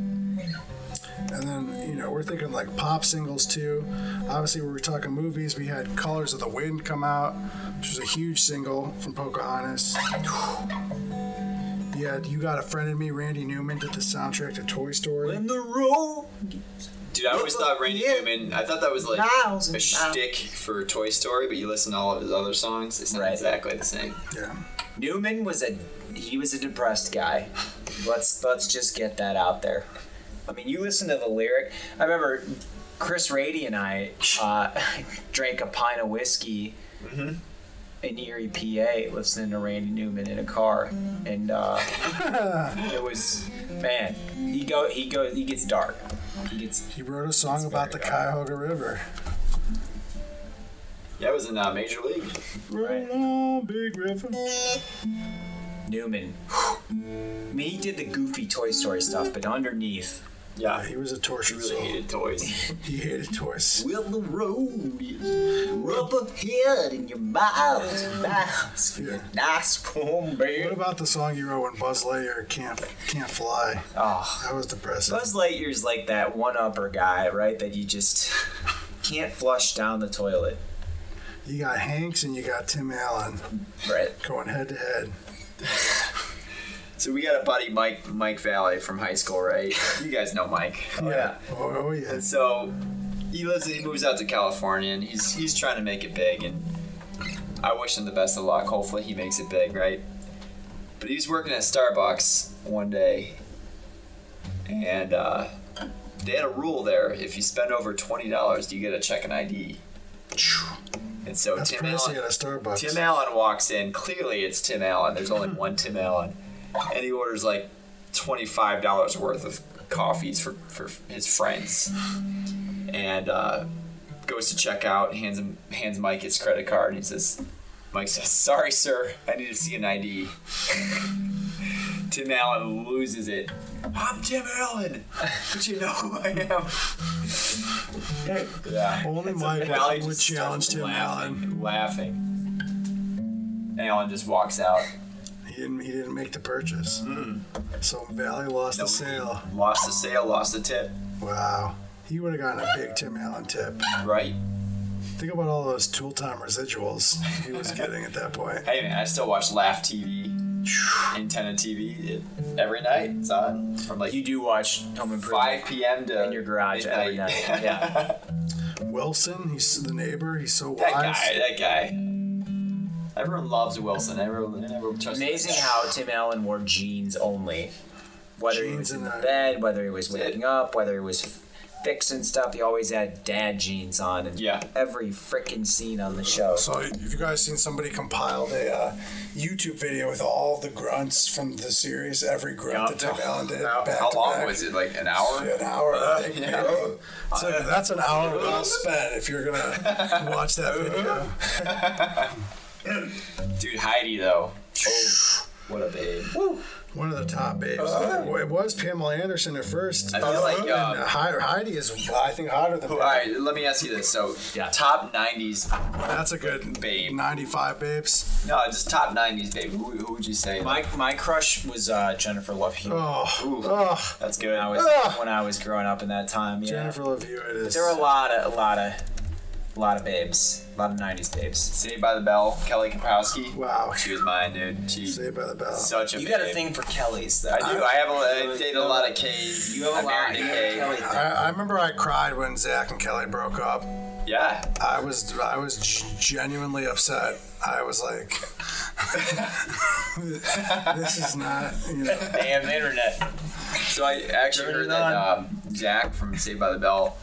[SPEAKER 1] And then, you know, we're thinking like pop singles too. Obviously, we were talking movies. We had Colors of the Wind come out, which was a huge single from Pocahontas. You had You Got a Friend in Me, Randy Newman did the soundtrack to Toy Story.
[SPEAKER 3] the road.
[SPEAKER 2] Dude, I always thought Randy Newman. I thought that was like
[SPEAKER 3] Miles and
[SPEAKER 2] a shtick for Toy Story, but you listen to all of his other songs, they sound
[SPEAKER 3] Right.
[SPEAKER 2] exactly the same.
[SPEAKER 1] Yeah.
[SPEAKER 3] Newman was a he was a depressed guy. Let's let's just get that out there. I mean, you listen to the lyric. I remember Chris Rady and I uh, drank a pint of whiskey in Erie, PA, listening to Randy Newman in a car, and uh, it was man. He go he goes he gets dark. He gets
[SPEAKER 1] He wrote a song about the Cuyahoga River.
[SPEAKER 2] Yeah, it was in uh, Major League.
[SPEAKER 3] right.
[SPEAKER 1] Oh, big river.
[SPEAKER 3] Newman. I mean, he did the goofy Toy Story stuff, but underneath,
[SPEAKER 2] Yeah,
[SPEAKER 1] He was a
[SPEAKER 2] he
[SPEAKER 1] tortured
[SPEAKER 2] really
[SPEAKER 1] soul.
[SPEAKER 2] hated toys.
[SPEAKER 1] He hated toys.
[SPEAKER 3] Will the road is rubber head in your miles and miles for your nice warm
[SPEAKER 1] What
[SPEAKER 3] beer.
[SPEAKER 1] about the song you wrote when Buzz Lightyear can't can't fly?
[SPEAKER 3] Oh,
[SPEAKER 1] That was depressing.
[SPEAKER 3] Buzz Lightyear's like that one upper guy, right? That you just can't flush down the toilet,
[SPEAKER 1] You got Hanks and you got Tim Allen
[SPEAKER 3] right?
[SPEAKER 1] going head to head.
[SPEAKER 2] so we got a buddy, Mike Mike Valley from high school, right? You guys know Mike.
[SPEAKER 1] Yeah. Oh, oh yeah.
[SPEAKER 2] And so he lives. He moves out to California, and he's he's trying to make it big. And I wish him the best of luck. Hopefully, he makes it big, right? But he was working at Starbucks one day, and uh, they had a rule there: if you spend over twenty dollars, you get a check and ID. And so
[SPEAKER 1] That's
[SPEAKER 2] Tim
[SPEAKER 1] crazy
[SPEAKER 2] Allen,
[SPEAKER 1] at a Starbucks.
[SPEAKER 2] Tim Allen walks in. Clearly, it's Tim Allen. There's only one Tim Allen, and he orders like twenty-five dollars worth of coffees for for his friends, and uh, goes to check out. hands him hands Mike his credit card, and he says, "Mike says, sorry, sir, I need to see an ID." Tim Allen loses it. I'm Tim Allen, but you know who I am. Yeah.
[SPEAKER 1] Only Mike
[SPEAKER 2] Allie
[SPEAKER 1] would
[SPEAKER 2] just
[SPEAKER 1] challenge
[SPEAKER 2] starts
[SPEAKER 1] Tim
[SPEAKER 2] laughing,
[SPEAKER 1] Allen.
[SPEAKER 2] and laughing. And Allen just walks out.
[SPEAKER 1] He didn't. He didn't make the purchase.
[SPEAKER 2] Mm.
[SPEAKER 1] So Valley lost the sale.
[SPEAKER 2] Lost the sale, lost the tip.
[SPEAKER 1] Wow. He would have gotten a big Tim Allen tip.
[SPEAKER 2] Right?
[SPEAKER 1] Think about all those tool time residuals he was getting at that point.
[SPEAKER 2] Hey man, I still watch Laugh TV, antenna TV it- every night. It's on from like
[SPEAKER 3] You do watch Home Improvement
[SPEAKER 2] 5 p.m. to
[SPEAKER 3] in your garage every night.
[SPEAKER 2] midnight.
[SPEAKER 3] Yeah.
[SPEAKER 1] Wilson, he's the neighbor. He's so
[SPEAKER 2] that
[SPEAKER 1] wise.
[SPEAKER 2] guy, that guy. Everyone loves Wilson. Everyone, everyone trusts.
[SPEAKER 3] Amazing how Tim Allen wore jeans only. Whether he
[SPEAKER 1] Jeans
[SPEAKER 3] was in
[SPEAKER 1] and
[SPEAKER 3] the
[SPEAKER 1] a-
[SPEAKER 3] bed, whether he was
[SPEAKER 2] That's it.
[SPEAKER 3] waking up, whether he was fixing stuff, he always had dad jeans on in
[SPEAKER 2] Yeah.
[SPEAKER 3] every freaking scene on the show.
[SPEAKER 1] So, have you guys seen somebody compiled a uh, YouTube video with all the grunts from the series? Every grunt
[SPEAKER 2] Yeah.
[SPEAKER 1] that Tim Allen did.
[SPEAKER 2] How,
[SPEAKER 1] back
[SPEAKER 2] how
[SPEAKER 1] to
[SPEAKER 2] long
[SPEAKER 1] back.
[SPEAKER 2] was it? Like an hour?
[SPEAKER 1] An hour. I think,
[SPEAKER 2] Uh, yeah.
[SPEAKER 1] maybe. So that's an hour well spent if you're gonna watch
[SPEAKER 2] Uh-huh.
[SPEAKER 1] that video.
[SPEAKER 2] Dude, Heidi though. Oh, what a babe.
[SPEAKER 1] One of the top babes. Well, it was Pamela Anderson at first.
[SPEAKER 2] Uh-huh. I feel like,
[SPEAKER 1] and,
[SPEAKER 2] uh,
[SPEAKER 1] Hi- Heidi is, I think, hotter than.
[SPEAKER 2] All right, let me ask you this. So,
[SPEAKER 3] Yeah.
[SPEAKER 2] top '90s,
[SPEAKER 1] That's a good
[SPEAKER 2] Babe.
[SPEAKER 1] Ninety-five babes.
[SPEAKER 2] no, just top '90s, babe. Who, who would you say?
[SPEAKER 3] My, my crush was uh, Jennifer Love Hewitt.
[SPEAKER 1] Oh,
[SPEAKER 2] Ooh.
[SPEAKER 1] oh,
[SPEAKER 2] That's good.
[SPEAKER 3] When I was
[SPEAKER 1] Ah.
[SPEAKER 3] when I was growing up in that time, yeah.
[SPEAKER 1] Jennifer Love Hewitt is.
[SPEAKER 3] There were a lot of a lot of a lot of babes, a lot of '90s babes.
[SPEAKER 2] Saved by the Bell, Kelly Kapowski.
[SPEAKER 1] Wow.
[SPEAKER 2] She was mine, dude. She
[SPEAKER 1] Saved by the Bell.
[SPEAKER 2] such a.
[SPEAKER 3] You got a
[SPEAKER 2] babe.
[SPEAKER 3] thing for Kellys, though.
[SPEAKER 2] I do. I have. A, I dated a lot of K's.
[SPEAKER 3] You have a
[SPEAKER 2] I
[SPEAKER 3] lot.
[SPEAKER 2] married
[SPEAKER 3] You
[SPEAKER 2] a
[SPEAKER 3] have a Kelly
[SPEAKER 2] K.
[SPEAKER 3] thing.
[SPEAKER 1] I, I remember I cried when Zach and Kelly broke up.
[SPEAKER 2] Yeah.
[SPEAKER 1] I was I was g- genuinely upset. I was like, this is not. You know,
[SPEAKER 3] Damn internet.
[SPEAKER 2] So I actually
[SPEAKER 3] Turn it
[SPEAKER 2] heard that um, Zach from Saved by the Bell.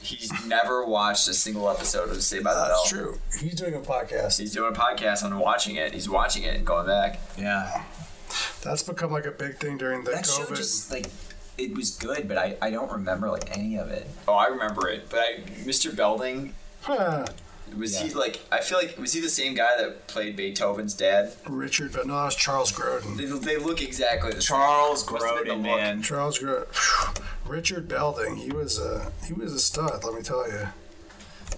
[SPEAKER 2] He's never watched a single episode of Saved by the Bell.
[SPEAKER 1] that's true. He's doing a podcast.
[SPEAKER 2] He's doing a podcast on watching it. He's watching it and going back.
[SPEAKER 3] Yeah.
[SPEAKER 1] That's become like a big thing during the
[SPEAKER 3] That show
[SPEAKER 1] COVID.
[SPEAKER 3] just like it was good, but I, I don't remember like any of it.
[SPEAKER 2] Oh, I remember it. But I, Mr. Belding,
[SPEAKER 1] Huh.
[SPEAKER 2] was he
[SPEAKER 3] Yeah.
[SPEAKER 2] like? I feel like was he the same guy that played Beethoven's dad?
[SPEAKER 1] Richard, but no, it's Charles Grodin.
[SPEAKER 2] They, they look exactly the same.
[SPEAKER 3] Charles
[SPEAKER 2] Must have been the
[SPEAKER 3] Grodin,
[SPEAKER 2] look.
[SPEAKER 3] man.
[SPEAKER 1] Charles Grodin. Richard Belding. He was a he was a stud. Let me tell you.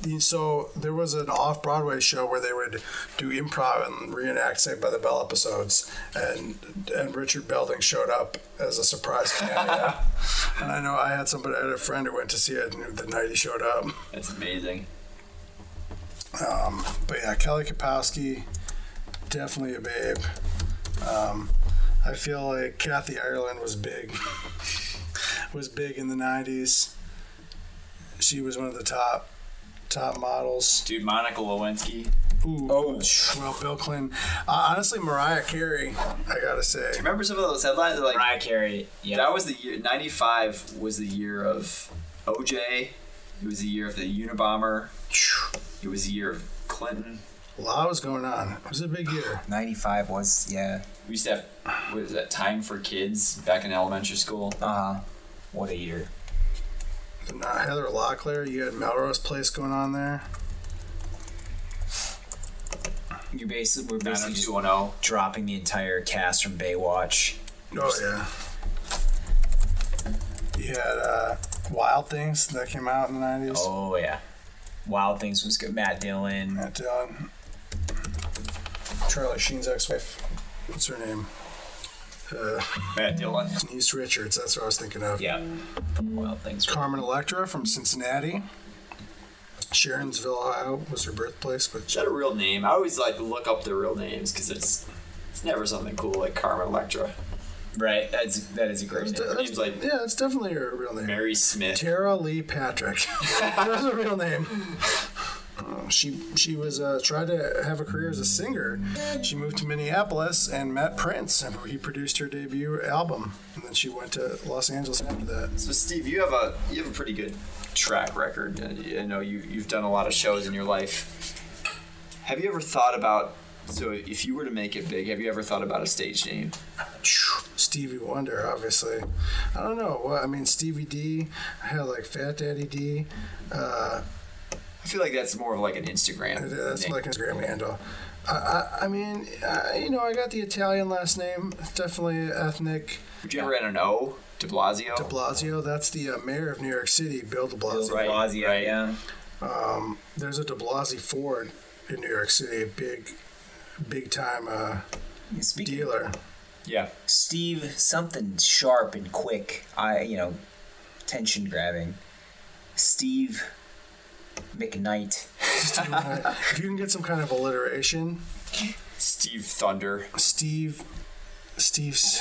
[SPEAKER 1] The- So there was an off Broadway show where they would do improv and reenact Saved by the Bell episodes, and and Richard Belding showed up as a surprise cameo. and I know I had somebody, I had a friend who went to see it and the night he showed up.
[SPEAKER 2] That's amazing.
[SPEAKER 1] Um, but yeah, Kelly Kapowski, definitely a babe. Um, I feel like Kathy Ireland was big, was big in the '90s. She was one of the top, top models.
[SPEAKER 2] Dude, Monica Lewinsky.
[SPEAKER 1] Ooh,
[SPEAKER 3] Oh.
[SPEAKER 1] well, Bill Clinton. Uh, honestly, Mariah Carey. I gotta say,
[SPEAKER 2] Remember some of those headlines? Like
[SPEAKER 3] Mariah Carey. Yeah.
[SPEAKER 2] that was the year. '95 was the year of OJ. It was the year of the Unabomber. It was the year of Clinton.
[SPEAKER 1] a lot was going on. It was a big year.
[SPEAKER 3] 95 was, yeah.
[SPEAKER 2] We used to have what is that? Time for Kids back in elementary school.
[SPEAKER 3] Uh huh. What a year.
[SPEAKER 1] And, uh, Heather Locklear. You had Melrose Place going on there.
[SPEAKER 3] You're basically, we're basically just
[SPEAKER 2] 90210.
[SPEAKER 3] dropping the entire cast from Baywatch.
[SPEAKER 1] Oh yeah. You had uh, Wild Things that came out in the '90s.
[SPEAKER 3] Oh, yeah. Wild Things was good. Matt Dillon.
[SPEAKER 1] Matt Dillon. um, Charlie Sheen's ex-wife. What's her name? Uh,
[SPEAKER 2] Matt Dillon.
[SPEAKER 1] Denise Richards. That's what I was thinking of.
[SPEAKER 3] Yeah. Wild Things.
[SPEAKER 1] Carmen Electra from Cincinnati. Sharonsville, Ohio, was her birthplace, but
[SPEAKER 2] Is that a real name? I always like to look up the real names because it's it's never something cool like Carmen Electra.
[SPEAKER 3] Right. That's, that is a great
[SPEAKER 1] That's-
[SPEAKER 3] name.
[SPEAKER 1] that's-
[SPEAKER 2] name's like-
[SPEAKER 1] yeah, that's definitely her real name.
[SPEAKER 2] Mary Smith.
[SPEAKER 1] Tara Lee Patrick. That's her real name. Uh, She she was uh, tried to have a career as a singer. She moved to Minneapolis and met Prince, and he produced her debut album. And then she went to Los Angeles after that.
[SPEAKER 2] So Steve, you have a you have a pretty good track record. I I know you you've done a lot of shows in your life. Have you ever thought about so if you were to make it big, have you ever thought about a stage name?
[SPEAKER 1] Stevie Wonder, obviously. I don't know. Well, I mean, Stevie D. I had like Fat Daddy D. Uh,
[SPEAKER 2] I feel like that's more of like an Instagram.
[SPEAKER 1] that's
[SPEAKER 2] name.
[SPEAKER 1] my Instagram handle. I, I, I mean, I, you know, I got the Italian last name. It's definitely ethnic.
[SPEAKER 2] Would you ever add an O? De Blasio.
[SPEAKER 1] De Blasio, that's the uh, mayor of New York City, Bill De Blasio.
[SPEAKER 2] Right,
[SPEAKER 3] Blasio,
[SPEAKER 2] right.
[SPEAKER 3] yeah.
[SPEAKER 1] Um, there's a De Blasio Ford in New York City, a big, big time uh,
[SPEAKER 3] Speaking
[SPEAKER 1] dealer.
[SPEAKER 2] yeah.
[SPEAKER 3] Steve,
[SPEAKER 4] Something sharp and quick. I you know, tension grabbing.
[SPEAKER 3] Steve McKnight.
[SPEAKER 1] Steve, uh, if you can get some kind of alliteration,
[SPEAKER 2] Steve Thunder.
[SPEAKER 1] Steve, Steve's.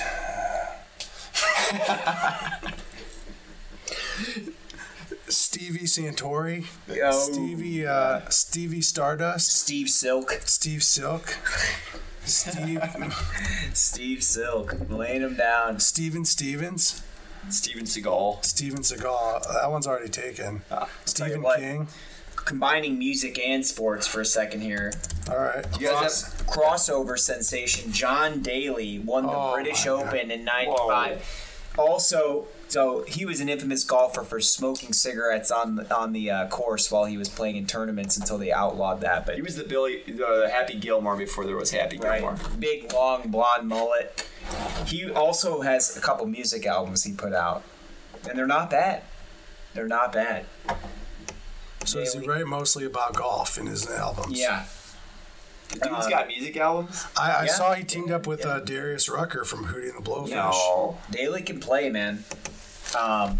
[SPEAKER 1] Stevie Santori, Stevie, uh, Stevie Stardust,
[SPEAKER 3] Oh, Steve Silk.
[SPEAKER 1] Steve Silk, Steve,
[SPEAKER 3] Steve Silk. Laying him down.
[SPEAKER 1] Steven Stevens,
[SPEAKER 2] Steven Seagal.
[SPEAKER 1] Steven Seagal. That one's already taken.
[SPEAKER 3] Ah, tell you
[SPEAKER 1] Stephen
[SPEAKER 3] what.
[SPEAKER 1] King.
[SPEAKER 3] Combining music and sports for a second here.
[SPEAKER 1] All right.
[SPEAKER 2] You guys have
[SPEAKER 3] crossover sensation John Daly won the
[SPEAKER 1] Oh,
[SPEAKER 3] British
[SPEAKER 1] my God.
[SPEAKER 3] Open in 95. Also, so he was an infamous golfer for smoking cigarettes on the, on the uh, course while he was playing in tournaments until they outlawed that. But
[SPEAKER 2] He was the Billy, the Happy Gilmore before there was Happy
[SPEAKER 3] right,
[SPEAKER 2] Gilmore.
[SPEAKER 3] big long blonde mullet. He also has a couple music albums he put out, and they're not bad. They're not bad.
[SPEAKER 1] So does he write mostly about golf in his albums?
[SPEAKER 3] Yeah,
[SPEAKER 2] Dude's got music albums.
[SPEAKER 1] I, I
[SPEAKER 3] Yeah.
[SPEAKER 1] saw he teamed up with uh, Darius Rucker from Hootie and the Blowfish.
[SPEAKER 2] No,
[SPEAKER 3] Daly can play, man. Um,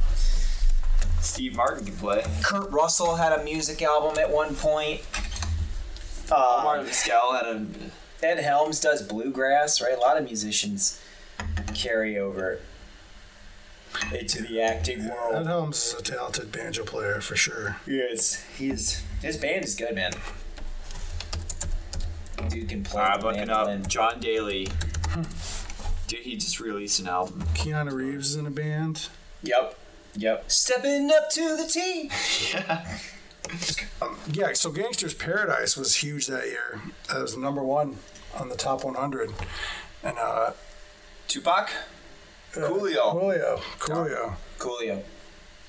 [SPEAKER 2] Steve Martin can play.
[SPEAKER 3] Kurt Russell had a music album at one point. Uh,
[SPEAKER 2] Omar Vizquel had a.
[SPEAKER 3] Ed Helms does bluegrass, right? A lot of musicians carry over into the acting
[SPEAKER 1] Ed
[SPEAKER 3] world.
[SPEAKER 1] Helms is a talented banjo player for sure.
[SPEAKER 3] Yes, he's his band is good, man. Dude can play.
[SPEAKER 2] All right,
[SPEAKER 3] the
[SPEAKER 2] looking
[SPEAKER 3] mandolin.
[SPEAKER 2] up John Daly.
[SPEAKER 1] Hmm.
[SPEAKER 2] Dude, he just released an album.
[SPEAKER 1] Keanu Reeves is in a band.
[SPEAKER 3] Yep, yep. Stepping up to the tee.
[SPEAKER 1] Yeah, so Gangster's Paradise was huge that year. That was number one on the top 100. And uh,
[SPEAKER 2] Tupac, Coolio.
[SPEAKER 1] Coolio. Coolio.
[SPEAKER 3] Coolio.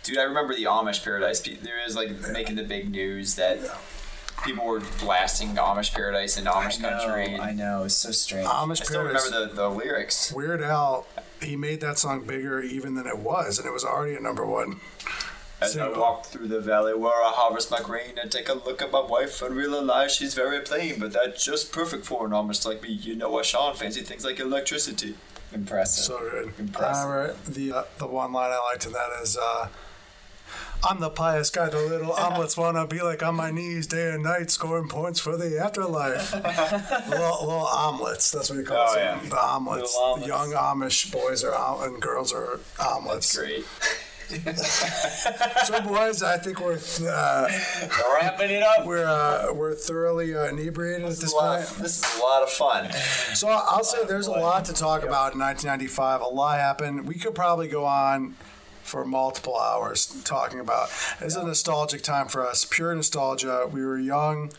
[SPEAKER 2] Dude, I remember the Amish Paradise. pe- There was like making the big news that people were blasting Amish Paradise into Amish country.
[SPEAKER 3] I know. It's so strange.
[SPEAKER 1] Amish
[SPEAKER 2] I still
[SPEAKER 1] Paradise.
[SPEAKER 2] remember the, the lyrics.
[SPEAKER 1] Weird Al, he made that song bigger even than it was, and it was already at number one.
[SPEAKER 2] As I
[SPEAKER 1] Single.
[SPEAKER 2] walk through the valley where I harvest my grain, I take a look at my wife and realize she's very plain, but that's just perfect for an Amish like me. You know, I Sean fancy things like electricity.
[SPEAKER 3] Impressive.
[SPEAKER 1] So good.
[SPEAKER 3] Impressive.
[SPEAKER 1] All right. The uh, the one line I liked in that is, uh, "I'm the pious guy, the little omelets wanna be like on my knees day and night, scoring points for the afterlife." little, little omelets. That's what he calls
[SPEAKER 2] Oh,
[SPEAKER 1] them.
[SPEAKER 2] yeah.
[SPEAKER 1] The omelets.
[SPEAKER 2] Little omelets.
[SPEAKER 1] Young Amish boys are om- and girls are omelets.
[SPEAKER 2] Great.
[SPEAKER 1] So, boys, I think we're uh,
[SPEAKER 2] Wrapping it up.
[SPEAKER 1] we're uh, we're thoroughly uh, inebriated at
[SPEAKER 2] This
[SPEAKER 1] this
[SPEAKER 2] is, a lot
[SPEAKER 1] point.
[SPEAKER 2] of, this is a lot of fun.
[SPEAKER 1] So I'll say there's a lot to talk about in 1995. A lot happened. We could probably go on for multiple hours talking about. It's a nostalgic time for us. Pure nostalgia. We were young.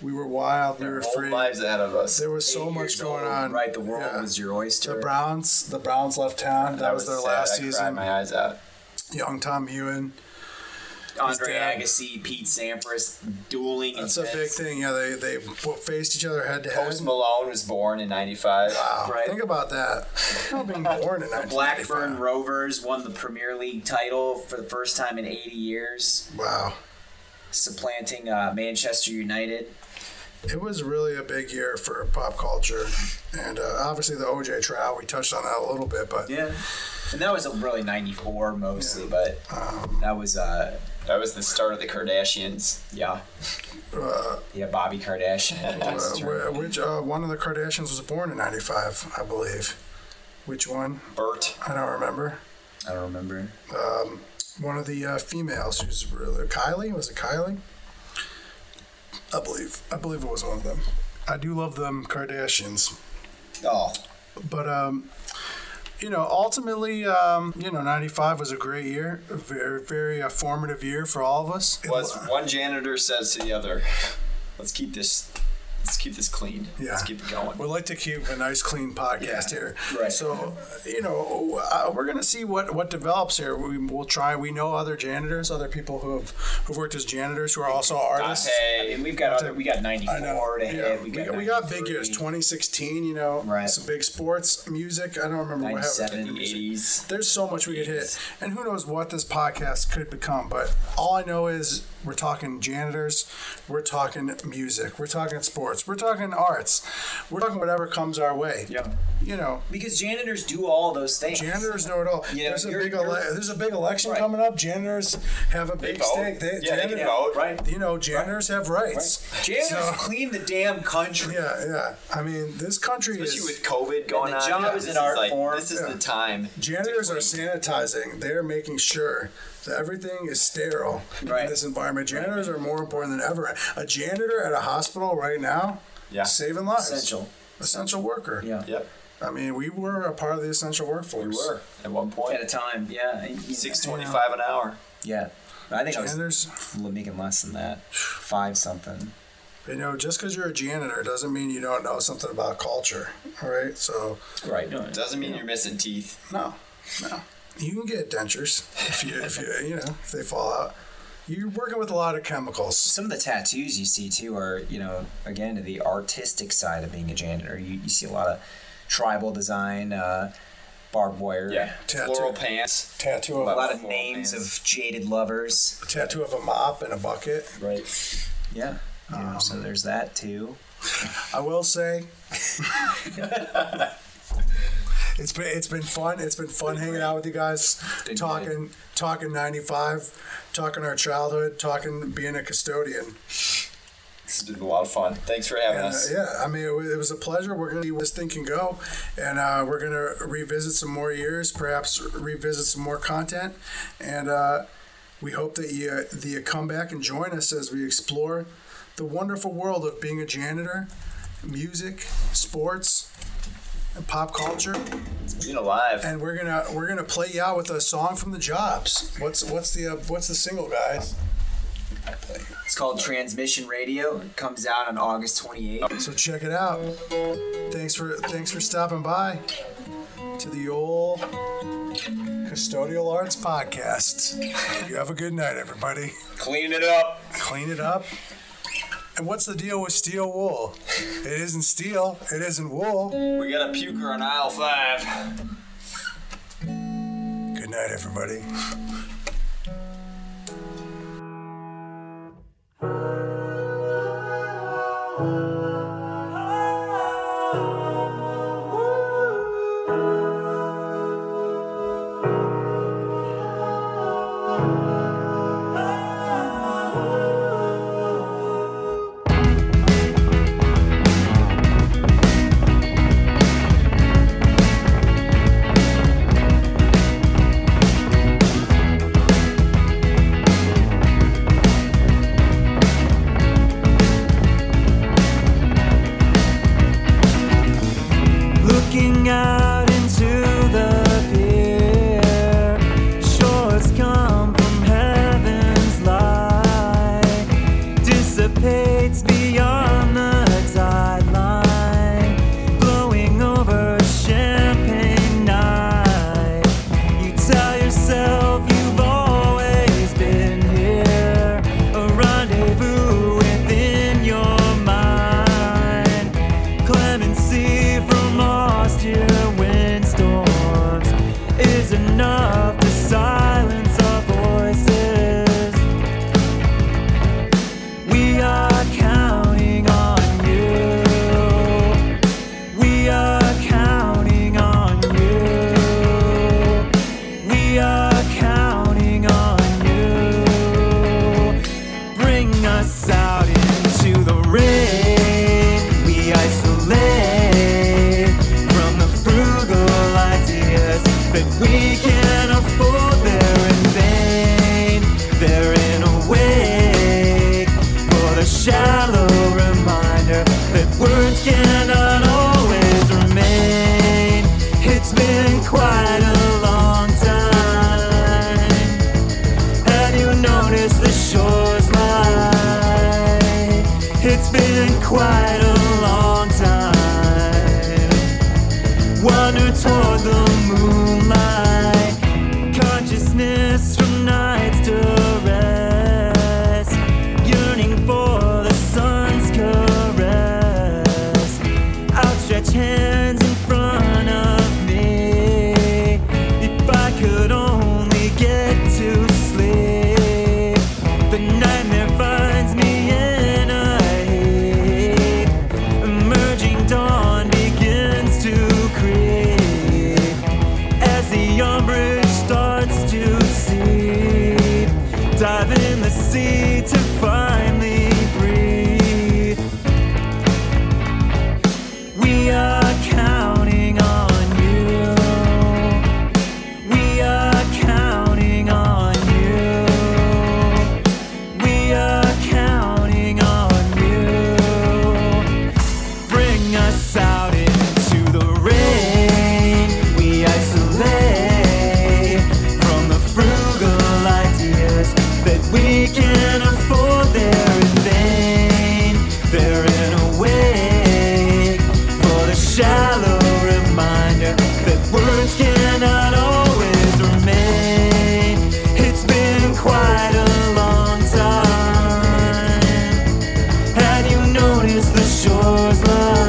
[SPEAKER 1] We were wild. We were
[SPEAKER 2] Whole
[SPEAKER 1] free.
[SPEAKER 2] lives ahead of us.
[SPEAKER 1] There was so
[SPEAKER 3] Eight
[SPEAKER 1] much
[SPEAKER 3] years
[SPEAKER 1] going
[SPEAKER 3] old,
[SPEAKER 1] on.
[SPEAKER 3] Right, the world
[SPEAKER 1] Yeah.
[SPEAKER 3] was your
[SPEAKER 1] The
[SPEAKER 3] oyster.
[SPEAKER 1] Browns. The Browns left town. That, was, their
[SPEAKER 2] sad.
[SPEAKER 1] last
[SPEAKER 2] I Cried
[SPEAKER 1] season.
[SPEAKER 2] my eyes out.
[SPEAKER 1] Young Tom Ewan.
[SPEAKER 3] Andre
[SPEAKER 1] dead.
[SPEAKER 3] Agassi, Pete Sampras, dueling.
[SPEAKER 1] That's a big
[SPEAKER 3] intense-
[SPEAKER 1] thing. Yeah, they they faced each other head to head.
[SPEAKER 2] Post Malone was born in '95.
[SPEAKER 1] Wow,
[SPEAKER 3] right?
[SPEAKER 1] Think about that. Not being born in 1995.
[SPEAKER 3] Blackburn Rovers won the Premier League title for the first time in 80 years,
[SPEAKER 1] Wow.
[SPEAKER 3] supplanting uh, Manchester United.
[SPEAKER 1] It was really a big year for pop culture, and uh, obviously the OJ trial. We touched on that a little bit, but
[SPEAKER 3] Yeah. And that was a really 94 mostly, but
[SPEAKER 1] Um,
[SPEAKER 3] that was, uh,
[SPEAKER 2] That was the start of the Kardashians.
[SPEAKER 3] yeah. yeah, Bobby Kardashian.
[SPEAKER 1] uh, wh- which uh, one of the Kardashians was born in '95, I believe. Which one?
[SPEAKER 2] Bert.
[SPEAKER 1] I don't remember.
[SPEAKER 3] I don't remember.
[SPEAKER 1] One of the uh, females who's really Kylie was it Kylie? I believe. I believe it was one of them. I do love them Kardashians.
[SPEAKER 3] Oh,
[SPEAKER 1] but um, you know, ultimately, um, you know, '95 was a great year, a very, very uh, formative year for all of us.
[SPEAKER 2] Was one janitor says to the other, "Let's keep this Let's keep this clean.
[SPEAKER 1] Yeah.
[SPEAKER 2] Let's keep it going.
[SPEAKER 1] We'd like to keep a nice, clean podcast
[SPEAKER 2] Yeah,
[SPEAKER 1] here.
[SPEAKER 2] right.
[SPEAKER 1] So, you know, uh, we're going to see what, what develops here. We, we'll try. We know other janitors, other people who have who've worked as janitors who are also artists.
[SPEAKER 3] I mean, we've got other, we got 94
[SPEAKER 1] I know.
[SPEAKER 3] to
[SPEAKER 1] yeah.
[SPEAKER 3] hit.
[SPEAKER 1] We, got, we got big
[SPEAKER 3] 93,
[SPEAKER 1] years, 2016, you know,
[SPEAKER 3] Right.
[SPEAKER 1] some big sports music. I don't remember what happened. to
[SPEAKER 3] 97,
[SPEAKER 1] the music.
[SPEAKER 3] 80s.
[SPEAKER 1] There's so much we could hit, and who knows what this podcast could become. But all I know is we're talking janitors, we're talking music, we're talking sports, we're talking arts, we're talking whatever comes our way.
[SPEAKER 2] Yeah.
[SPEAKER 1] You know,
[SPEAKER 3] Because janitors do all those things.
[SPEAKER 1] janitors know it all.
[SPEAKER 3] You know,
[SPEAKER 1] there's a
[SPEAKER 3] you're-
[SPEAKER 1] big ele-
[SPEAKER 3] you're-
[SPEAKER 1] there's a big election
[SPEAKER 3] Right.
[SPEAKER 1] coming up. Janitors have a big
[SPEAKER 2] vote.
[SPEAKER 1] stake. They,
[SPEAKER 2] Yeah, they can
[SPEAKER 1] janitor-
[SPEAKER 2] vote, right.
[SPEAKER 1] You know, janitors have rights.
[SPEAKER 3] Janitors
[SPEAKER 1] So-
[SPEAKER 3] clean the damn country.
[SPEAKER 1] yeah, yeah. I mean, this country is.
[SPEAKER 2] Especially with COVID going
[SPEAKER 3] the
[SPEAKER 2] on.
[SPEAKER 3] job
[SPEAKER 2] yeah,
[SPEAKER 3] is
[SPEAKER 2] this
[SPEAKER 3] an art
[SPEAKER 2] like,
[SPEAKER 3] form.
[SPEAKER 2] This is
[SPEAKER 1] Yeah.
[SPEAKER 2] the time.
[SPEAKER 1] Janitors are sanitizing. They're making sure that everything is sterile in
[SPEAKER 3] Right.
[SPEAKER 1] this environment. Janitors are more important than ever. A janitor at a hospital right now,
[SPEAKER 2] Yeah.
[SPEAKER 1] saving lives.
[SPEAKER 3] Essential.
[SPEAKER 1] Essential worker.
[SPEAKER 3] Yeah.
[SPEAKER 2] Yep.
[SPEAKER 1] I mean, we were a part of the essential workforce.
[SPEAKER 2] We were at one point.
[SPEAKER 3] At a time. Yeah. and, you know,
[SPEAKER 2] Six twenty-five an hour.
[SPEAKER 4] Yeah. I think I was
[SPEAKER 1] Janitors,
[SPEAKER 4] making less than that. Five something.
[SPEAKER 1] you know, just because you're a janitor doesn't mean you don't know something about culture. All right. So,
[SPEAKER 4] Right.
[SPEAKER 2] Doesn't mean you're missing teeth.
[SPEAKER 1] no, no. You can get dentures if you, if you, you know, if they fall out. You're working with a lot of chemicals.
[SPEAKER 4] Some of the tattoos you see too are, you know, again to the artistic side of being a janitor. You, you see a lot of tribal design, uh, barbed wire,
[SPEAKER 1] Tattoo.
[SPEAKER 2] Floral pants.
[SPEAKER 1] Tattoo of
[SPEAKER 4] a lot of
[SPEAKER 2] Floral
[SPEAKER 4] names
[SPEAKER 2] bands.
[SPEAKER 4] of jaded lovers.
[SPEAKER 1] tattoo of a mop and a bucket.
[SPEAKER 2] Right.
[SPEAKER 4] Yeah. Um, You know, so there's that too.
[SPEAKER 1] I will say. It's been it's been fun. It's been fun hanging out with you guys, talking talking ninety five, talking our childhood, talking being a custodian.
[SPEAKER 2] This has been a lot of fun. Thanks for having
[SPEAKER 1] And, uh,
[SPEAKER 2] us.
[SPEAKER 1] yeah, I mean it was, it was a pleasure. We're gonna see where this thing can go, and uh, we're gonna revisit some more years, perhaps revisit some more content, and uh, we hope that you uh, that you come back and join us as we explore the wonderful world of being a janitor, music, sports, and pop culture.
[SPEAKER 2] Being alive.
[SPEAKER 1] And we're gonna we're gonna play you out with a song from the Jobs. What's what's the uh, what's the single, guys?
[SPEAKER 4] It's called Transmission Radio. It comes out on August 28th.
[SPEAKER 1] So check it out. Thanks for thanks for stopping by to the old Custodial Arts Podcast. You have a good night, everybody.
[SPEAKER 2] Clean it up.
[SPEAKER 1] Clean it up. And what's the deal with steel wool? It isn't steel. It isn't wool.
[SPEAKER 2] We got a puker on aisle five.
[SPEAKER 1] Good night, everybody.
[SPEAKER 6] fly.